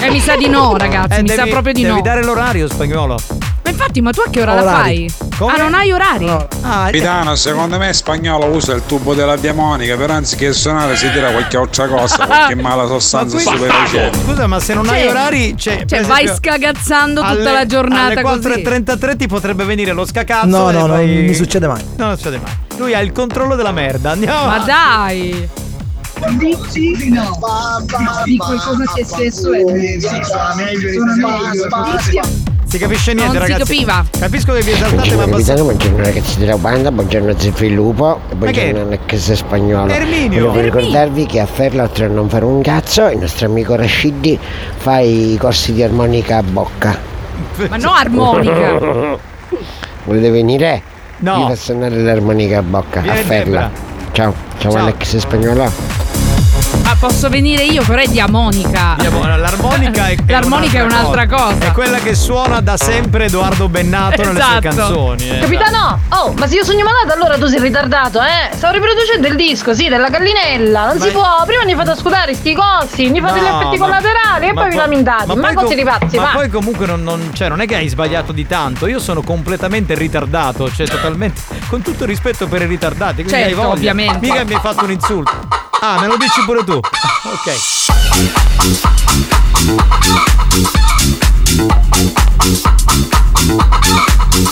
Eh, mi sa di no, ragazzi.
Eh,
mi sa
devi-
proprio di
devi
no.
dare l'orario spagnolo.
Ma infatti, ma tu a che ora la
Orari.
fai? Ah, non hai orari? Ah,
Capitano, secondo me spagnolo usa il tubo della diamonica, però anziché suonare si tira qualche altra cosa, qualche mala sostanza
Ma qui-
stupefacente.
Scusa, ma se non
Cioè-
hai orari, cioè, per
cioè,
esempio,
vai scagazzando tutta
alle-
la giornata
alle
così.
4.33 ti potrebbe venire lo scacazzo.
No,
e
no, no, non
fai-
mi succede mai.
No, non succede mai. Lui ha il controllo della merda. Andiamo.
Ma dai!
Dici no. Di qualcosa a te stesso è meglio. Sono meglio.
Si capisce niente,
Non si
ragazzi.
capiva.
Capisco che vi esaltate,
Buongiorno
ma basta.
capitano, buongiorno ragazzi della banda, buongiorno Zeffir Lupo e
che?
buongiorno Alex Spagnolo.
Erminio.
Volevo
Erminio.
ricordarvi che a Ferla oltre a non fare un cazzo, il nostro amico Rashidi fa i corsi di armonica a bocca.
Ma no, armonica!
Volete venire?
No.
Mi fa suonare l'armonica a bocca
Vieni,
a Ferla. Ciao, ciao,
Ciao.
Alex Spagnolo.
Ah, posso venire io, però è di armonica.
Di amore, L'armonica è, Ecco,
L'armonica è un'altra cosa.
È quella che suona da sempre Edoardo Bennato nelle sue
Esatto.
canzoni. eh.
Capitano, oh, ma se io sogno malato allora tu sei ritardato, eh? Stavo riproducendo il disco, sì, della gallinella. Non
Ma-
si può, prima mi fate ascoltare sti cosi, mi fate
No,
gli effetti
ma-
collaterali e
ma
poi vi lamentate. Ma,
poi
così
com-
ripazzi,
ma
va.
poi comunque non, non- cioè, non è che hai sbagliato di tanto. Io sono completamente ritardato, cioè totalmente. Con tutto il rispetto per i ritardati, quindi
Certo,
hai voglia.
ovviamente.
Mica mi hai fatto un insulto. Ah, me lo dici pure tu. Ok.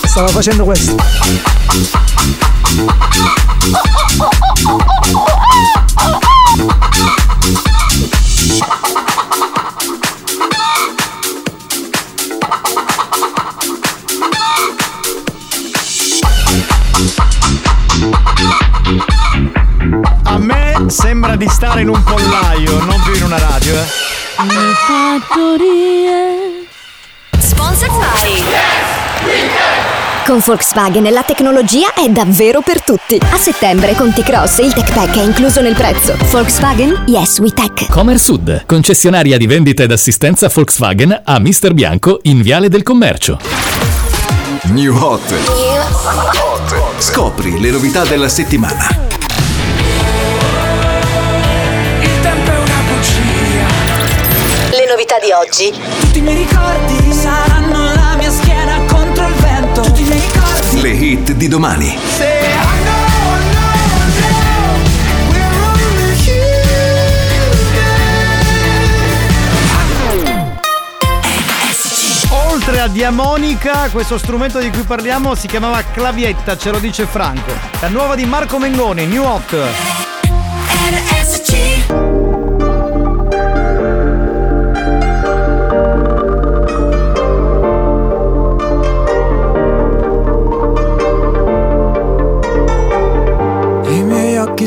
Stava facendo questo.
A me sembra di stare in un pollaio, non più in una radio, eh.
Sponsor Party. Con Volkswagen la tecnologia è davvero per tutti. A settembre con T-Cross il Tech Pack è incluso nel prezzo. Volkswagen Yes We Tech.
Comersud, concessionaria di vendita ed assistenza Volkswagen a Mister Bianco in Viale del Commercio.
New Hot. Scopri le novità della settimana.
Il tempo è una bugia. Le novità di oggi. Tutti i miei ricordi saranno la mia schiena contro il vento. Tutti i miei ricordi.
Le hit di domani.
Oltre a diamonica, questo strumento di cui parliamo si chiamava clavietta, ce lo dice Franco. La nuova di Marco Mengoni, New Hot.
I miei occhi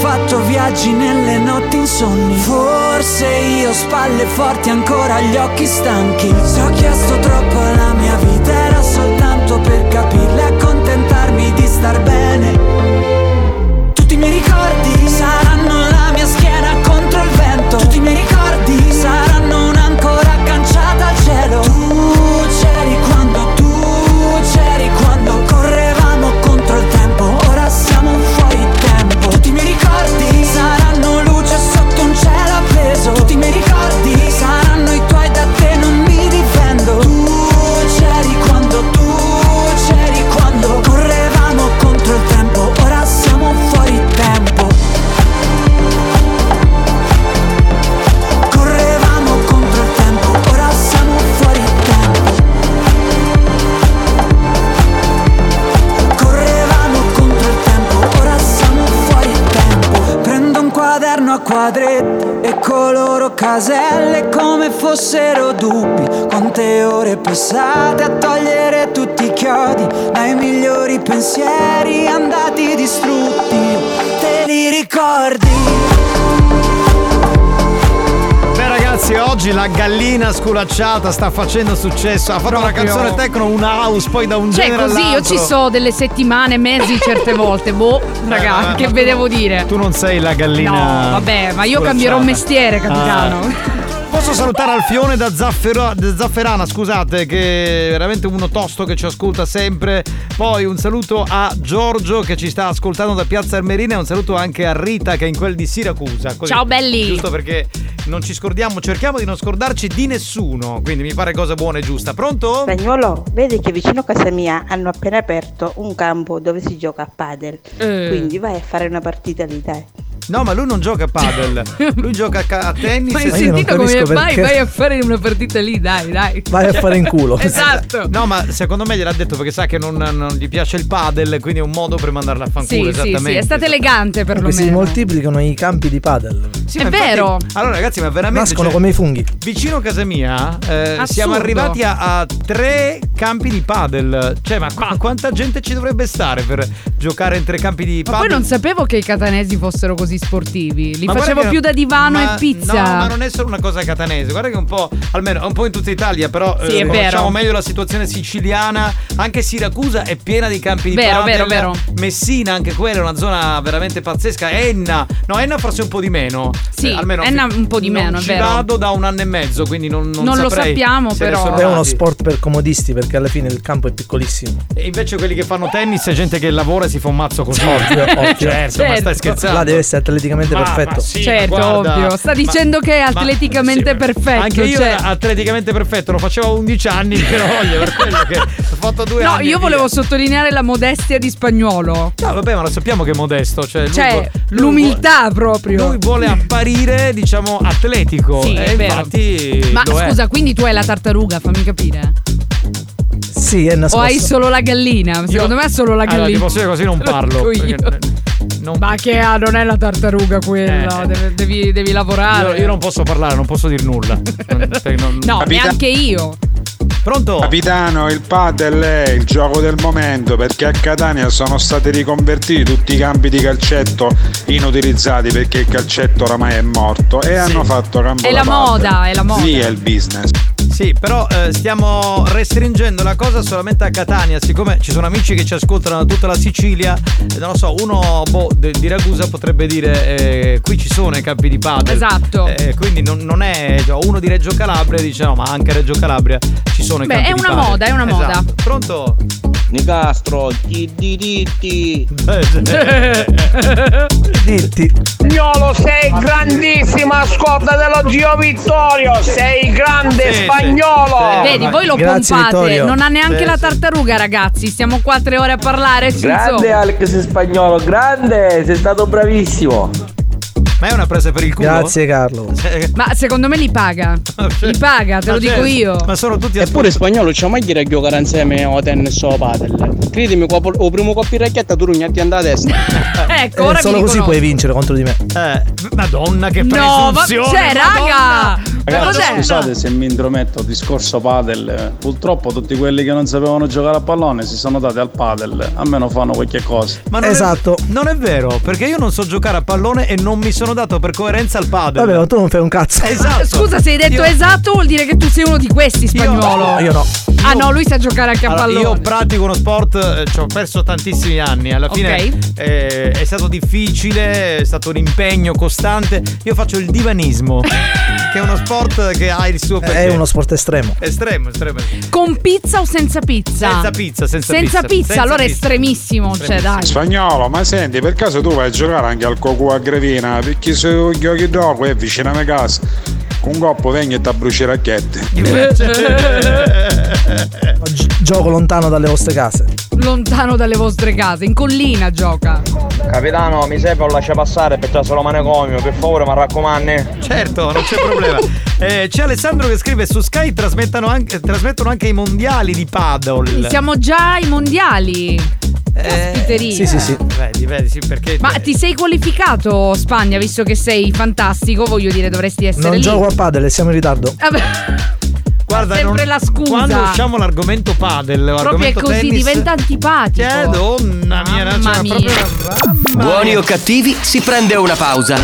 fatto viaggi nelle notti insonni Forse io spalle forti ancora gli occhi stanchi Se ho chiesto troppo alla mia vita era soltanto per capirla e accontentarmi di star bene Tutti i miei ricordi saranno la mia schiena contro il vento Tutti i miei ricordi saranno un'ancora agganciata al cielo Tu c'eri quando, tu c'eri quando correvamo contro il tempo Ora siamo fuori tempo Tutti i miei ricordi saranno luce sotto un cielo appeso Tutti i miei ricordi saranno i tuoi da te non mi difendo Tu c'eri quando, tu c'eri quando correvamo contro il tempo Ora siamo fuori tempo Correvamo contro il tempo, ora siamo fuori tempo. Correvamo contro il tempo, ora siamo fuori tempo. Prendo un quaderno a quadretti e coloro caselle come fossero dubbi. Quante ore passate a togliere tutti i chiodi dai migliori pensieri andati distrutti. Te li ricordi?
Beh ragazzi, oggi la gallina sculacciata sta facendo successo. Ha fatto una canzone techno, un house, poi da un
Cioè,
genere
così io
all'altro.
ci so delle settimane, mesi certe volte. Boh,
Eh,
raga,
ma
che
tu-
ve devo dire?
Tu non sei la gallina.
No, vabbè, ma io
sculacciata.
cambierò mestiere, capitano.
Ah. Posso salutare Alfione da Zaffero- da Zafferana, scusate, che è veramente uno tosto che ci ascolta sempre. Poi un saluto a Giorgio che ci sta ascoltando da Piazza Armerina e un saluto anche a Rita che è in quel di Siracusa. Così,
Ciao, belli.
Giusto perché non ci scordiamo, cerchiamo di non scordarci di nessuno, quindi mi pare cosa buona e giusta. Pronto?
Spagnolo, vedi che vicino a casa mia hanno appena aperto un campo dove si gioca a padel.
Eh.
Quindi vai a fare una partita lì, dai.
No, ma lui non gioca a padel, lui gioca a, ca- a tennis.
Ma hai
e-
sentito come vai? Vai a fare una partita lì, dai, dai. Esatto.
No, ma secondo me gliel'ha detto perché sa che non, non gli piace il padel, quindi è un modo per mandarla a fanculo.
Sì, sì, sì,
esattamente.
è stata elegante
Che si
perlomeno.
moltiplicano i campi di padel.
Sì, ma infatti-
vero.
Allora, ragazzi, ma veramente.
Nascono
cioè,
come i funghi.
Vicino a casa mia eh, siamo
Assurdo.
arrivati a, a tre campi di padel. Cioè, ma qua- quanta gente ci dovrebbe stare per giocare in tre campi di
Ma poi
padel?
non sapevo che i catanesi fossero così sportivi. Li
Ma guarda
facevo
che-
più da divano
ma-
e pizza.
No, ma non è solo una cosa catanese, guarda che un po', almeno è un po' in tutta Italia, però eh,
Sì, è
conosciamo
vero.
meglio la situazione siciliana, anche Siracusa è piena di campi di
Vero,
padel.
vero, vero.
Messina anche quella è una zona veramente pazzesca, Enna. No, Enna forse un po' di meno.
Sì,
eh, almeno
Enna un po' di
non
meno, è
ci
vero.
vado da un anno e mezzo, quindi non, non,
Non lo
saprei
sappiamo,
se ne
però.
sono
È uno
nati.
sport per comodisti perché alla fine il campo è piccolissimo.
E invece quelli che fanno tennis è gente che lavora e si fa un mazzo così.
ovvio.
certo, ma stai scherzando. Ah,
Là deve essere atleticamente
Ma- ma
perfetto.
sì,
certo,
guarda,
ovvio. Sta
ma-
dicendo che è
ma-
atleticamente perfetto.
Anche io
cioè.
era atleticamente perfetto, lo facevo a 11 anni, però voglio per quello che ho fatto due
No,
anni.
io
e
volevo
via.
sottolineare la modestia di spagnolo.
No, vabbè, ma lo sappiamo che è modesto, cioè, lui
Cioè,
vuole-
l'umiltà proprio.
lui vuole apparire, diciamo, atletico.
Sì,
e
è vero.
infatti
Ma
lo è.
scusa, quindi tu hai la tartaruga, fammi capire.
Sì, è
O hai solo la gallina? Secondo me è solo la
Allora,
gallina.
ti posso dire così non
Te lo
parlo,
dico io. Ma che ha, non è la tartaruga quella.
Eh.
deve- devi, devi
Io,
lavorare.
io non posso parlare, non posso dire nulla. Non- perché non-
No, neanche io.
Pronto?
Capitano, il padel è il gioco del momento perché a Catania sono stati riconvertiti tutti i campi di calcetto inutilizzati perché il calcetto oramai è morto e hanno fatto campo
È la
da padel.
moda, è la moda.
Lì è il business.
Sì, però eh, stiamo restringendo la cosa solamente a Catania, siccome ci sono amici che ci ascoltano da tutta la Sicilia, eh, non lo so, uno boh, de- di Ragusa potrebbe dire eh, qui ci sono i campi di padel.
Esatto.
Eh, quindi non, non è, cioè, uno di Reggio Calabria dice no, ma anche a Reggio Calabria ci sono i
Beh,
campi
è
di
una
padel.
moda, è una moda.
Esatto. Pronto?
Nicastro, ti diritti.
Eh, Ditti.
Gnolo, sei grandissima scorda dello zio Vittorio. Sei grande
Sì, sì.
spagnolo.
Vedi, voi lo
Grazie,
pompate,
Vittorio.
non ha neanche
Sì,
la
sì.
tartaruga, ragazzi. Stiamo qua tre ore a parlare. ci
Grande
insomma.
Alex Spagnolo, grande, sei stato bravissimo.
Ma è una presa per il culo?
Grazie,
Carlo.
Ma secondo me li paga.
Ah,
Li paga, te lo dico io.
Ma sono tutti
Eppure spagnolo c'è mai dire che giocare insieme o tennis o padel. Credimi, qua il primo coppio in racchetta tu rugnati andare a testa.
Eh,
ora mi
solo così
riconosco.
puoi vincere contro di me.
Eh, madonna che
No,
presunzione!
va- cioè,
madonna!
raga!
Ragazzi,
cos'è?
scusate se mi intrometto, discorso padel. Purtroppo tutti quelli che non sapevano giocare a pallone si sono dati al padel. Almeno fanno qualche cosa.
Ma non
Esatto.
È, non è vero, perché io non so giocare a pallone e non mi sono dato per coerenza al padel.
Vabbè, ma tu non fai un cazzo.
Esatto.
Scusa, se hai detto
Io-
esatto, vuol dire che tu sei uno di questi spagnolo.
Io no.
Ah no, lui sa giocare anche a
Allora,
pallone.
io pratico uno sport, eh, ci ho perso tantissimi anni, alla fine
Ok.
eh, è stato difficile, è stato un impegno costante. Io faccio il divanismo, che è uno sport che ha il suo perché.
È uno sport estremo.
Estremo, estremo.
Con pizza o senza pizza?
Senza pizza, senza
Senza
pizza.
pizza,
Senza
allora è
pizza.
estremissimo. Cioè, dai.
Spagnolo, ma senti, per caso tu vai a giocare anche al cocu a Gravina? Perché se io giochi dopo è vicino a me casa. Con coppo vengo e ti bruci racchette.
Gi- Gioco lontano dalle vostre case.
Lontano dalle vostre case, in collina gioca.
Capitano, mi serve, lo lascia passare perché sono manicomio, per favore, mi raccomandi.
Certo, non c'è problema. Eh, c'è Alessandro che scrive su Sky trasmettono anche, trasmettono anche i mondiali di paddle.
Siamo già ai mondiali.
Eh,
Caspiteria.
Vedi, vedi, sì, perché.
Ma ti sei qualificato Spagna, visto che sei fantastico, voglio dire dovresti essere
Non
lì.
gioco a padel, siamo in ritardo.
Vabbè,
Guarda,
sempre
non-
la scusa.
Quando usciamo l'argomento padel,
proprio è
l'argomento
così,
tennis,
diventa antipatico.
Eh, donna mia,
Mamma
cioè,
mia.
proprio-
Buoni o cattivi, si prende una pausa.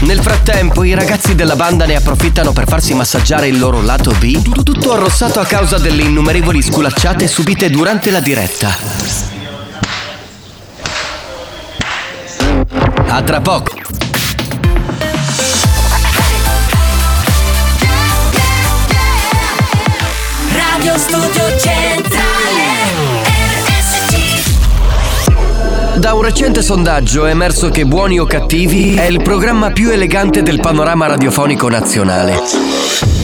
Nel frattempo, i ragazzi della banda ne approfittano per farsi massaggiare il loro lato B, tu- tutto arrossato a causa delle innumerevoli sculacciate subite durante la diretta. A tra poco.
Radio Studio Centrale RSC
Da un recente sondaggio è emerso che Buoni o Cattivi è il programma più elegante del panorama radiofonico nazionale.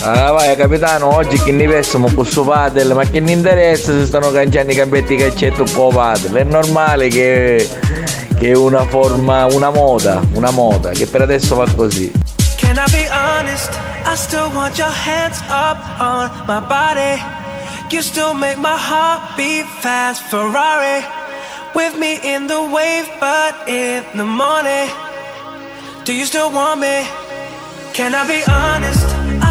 Ah vai capitano, oggi che ne vestiamo con suo padel, ma che ne interessa se stanno cangiando i campetti di calcetto con padel? È normale che, che è una forma, una moda, una moda, che per adesso va così.
Can I be honest? I still want your hands up on my body. You still make my heart beat fast, Ferrari. With me in the wave, but in the morning. Do you still want me? Can I be honest? I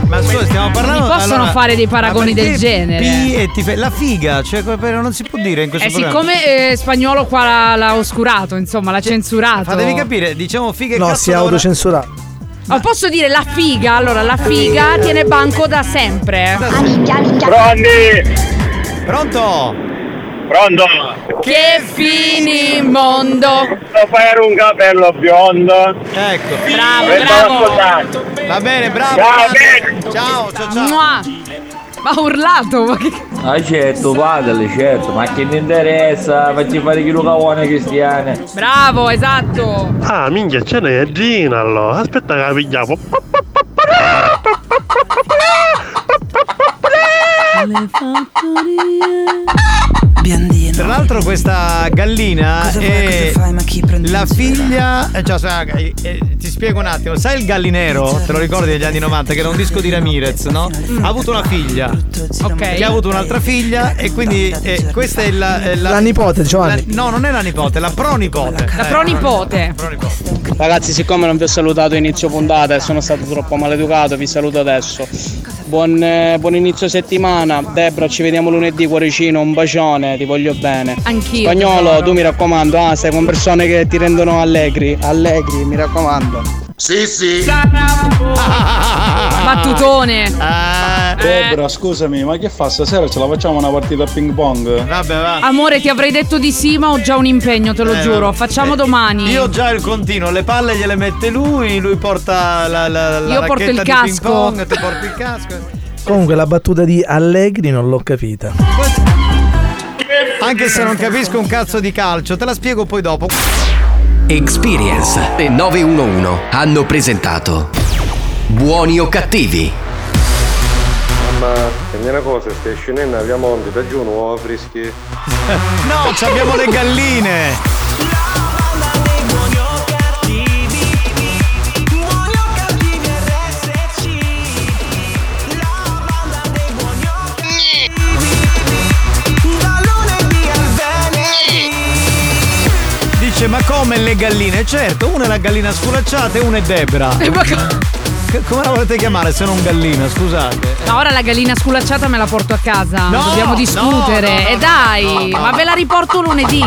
Ma scusa, stiamo parlando
Non mi possono fare dei paragoni
ma perché
del genere.
pi- e ti fe- la figa, cioè co- però non si può dire in questo
Eh,
programma.
siccome eh, spagnolo qua l'ha, l'ha oscurato, insomma, l'ha censurato.
Fatevi capire, diciamo figa e
No,
cazzo
si è
d'ora-
autocensurato.
Ma posso dire la figa? Allora, la figa tiene banco da sempre.
Pronto?
Pronto?
Che fini mondo!
Per un capello biondo.
Ecco.
Bravo,
bravo.
Va bene, bravo.
Ciao,
bravo. Ciao, ciao, ciao.
Mua. Ma ha urlato, ma che...
Ah certo, padel, certo, ma che ne interessa? Facci fare chi lo cavone cristiane.
Bravo, esatto.
Ah, minchia, ce n'è Gina allora. Aspetta che la pigliamo.
Tra l'altro questa gallina è la figlia, eh, cioè, sai, eh, eh, ti spiego un attimo, sai il gallinero, te lo ricordi degli anni 90 che era un disco di Ramirez, no? Ha avuto una figlia,
ok,
che ha avuto un'altra figlia e quindi eh, questa è la, è la-
La nipote, Giovanni.
la- no, non è la nipote, la pronipote.
La
Eh,
pronipote.
Ragazzi, siccome non vi ho salutato inizio puntata e sono stato troppo maleducato, vi saluto adesso. Buon, eh, buon inizio settimana, Debra, ci vediamo lunedì, cuoricino, un bacione, ti voglio bene.
Anch'io.
Spagnolo, tu mi raccomando, ah, stai con persone che ti rendono allegri, allegri, mi raccomando.
Sì, sì. Eh,
Battutone. eh.
Debra, scusami, ma che fa stasera? Ce la facciamo una partita a ping pong?
Vabbè, va.
Amore, ti avrei detto di sì, ma ho già un impegno, te lo
Eh,
giuro.
vabbè.
Facciamo
Eh,
domani.
Io ho già il contino, le palle gliele mette lui, lui porta la, la, la
Io porto
racchetta
il
di
casco.
ping pong, tu porti il casco.
Comunque la battuta di Allegri non l'ho capita.
Anche se non capisco un cazzo di calcio, te la spiego poi dopo.
Experience e 911 hanno presentato Buoni o cattivi?
Mamma, è una cosa, stai scendendo a Via Monti, da giù nuovo frischi.
No, ci abbiamo le galline. dice ma come le galline? Certo, una è la gallina sculacciata e una è Debra.
Eh, ma
C- Come la volete chiamare se non gallina? Scusate.
No, ora la gallina sculacciata me la porto a casa.
No,
Dobbiamo discutere.
no, no, no,
e dai,
no, no.
ma ve la riporto lunedì.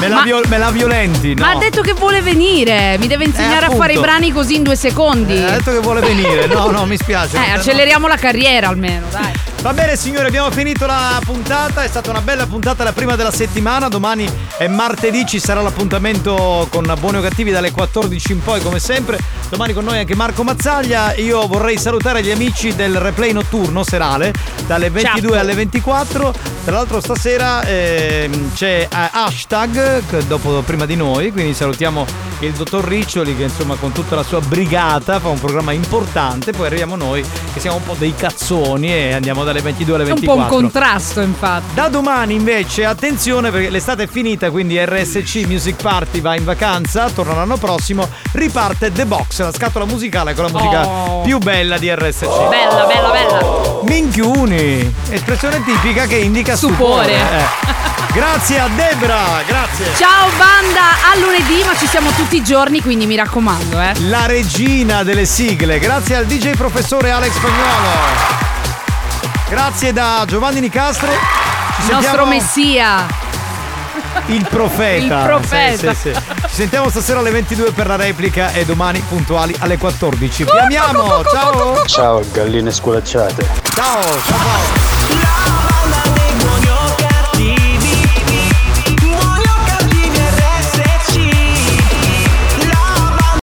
Me la,
ma,
viol- me la violenti, no? Eh,
ma ha detto che vuole venire. Mi deve insegnare a
appunto.
fare i brani così in due secondi.
Eh, ha detto che vuole venire. No, no, mi spiace.
Eh, acceleriamo la carriera almeno, dai.
Va bene signori, abbiamo finito la puntata, è stata una bella puntata, la prima della settimana, domani è martedì, ci sarà l'appuntamento con Buoni o Cattivi dalle 14 in poi come sempre, domani con noi anche Marco Mazzaglia, io vorrei salutare gli amici del replay notturno serale
Certo.
dalle 22 alle 24, tra l'altro stasera ehm, c'è eh, hashtag che dopo, prima di noi, quindi salutiamo il dottor Riccioli che insomma con tutta la sua brigata fa un programma importante, poi arriviamo noi che siamo un po' dei cazzoni e andiamo dalle 22 alle
È un po' un
24.
contrasto, infatti.
Da domani invece attenzione perché l'estate è finita, quindi RSC Music Party va in vacanza, torna l'anno prossimo, riparte The Box, la scatola musicale con la musica
Oh.
più bella di RSC.
Bella, bella, bella.
Minchiuni, espressione tipica che indica stupore.
Stupore.
Eh. Grazie a Debra, grazie.
Ciao banda, a lunedì, ma ci siamo tutti i giorni, quindi mi raccomando, eh.
La regina delle sigle, grazie al DJ professore Alex Spagnuolo. Grazie da Giovanni Nicastro. Ci
Il nostro messia.
il profeta.
Il profeta.
Sì, sì, sì. Ci sentiamo stasera alle 22 per la replica e domani puntuali alle
Oh,
14. Vi amiamo, ciao.
Ciao, galline sculacciate.
Ciao, ciao. Paolo.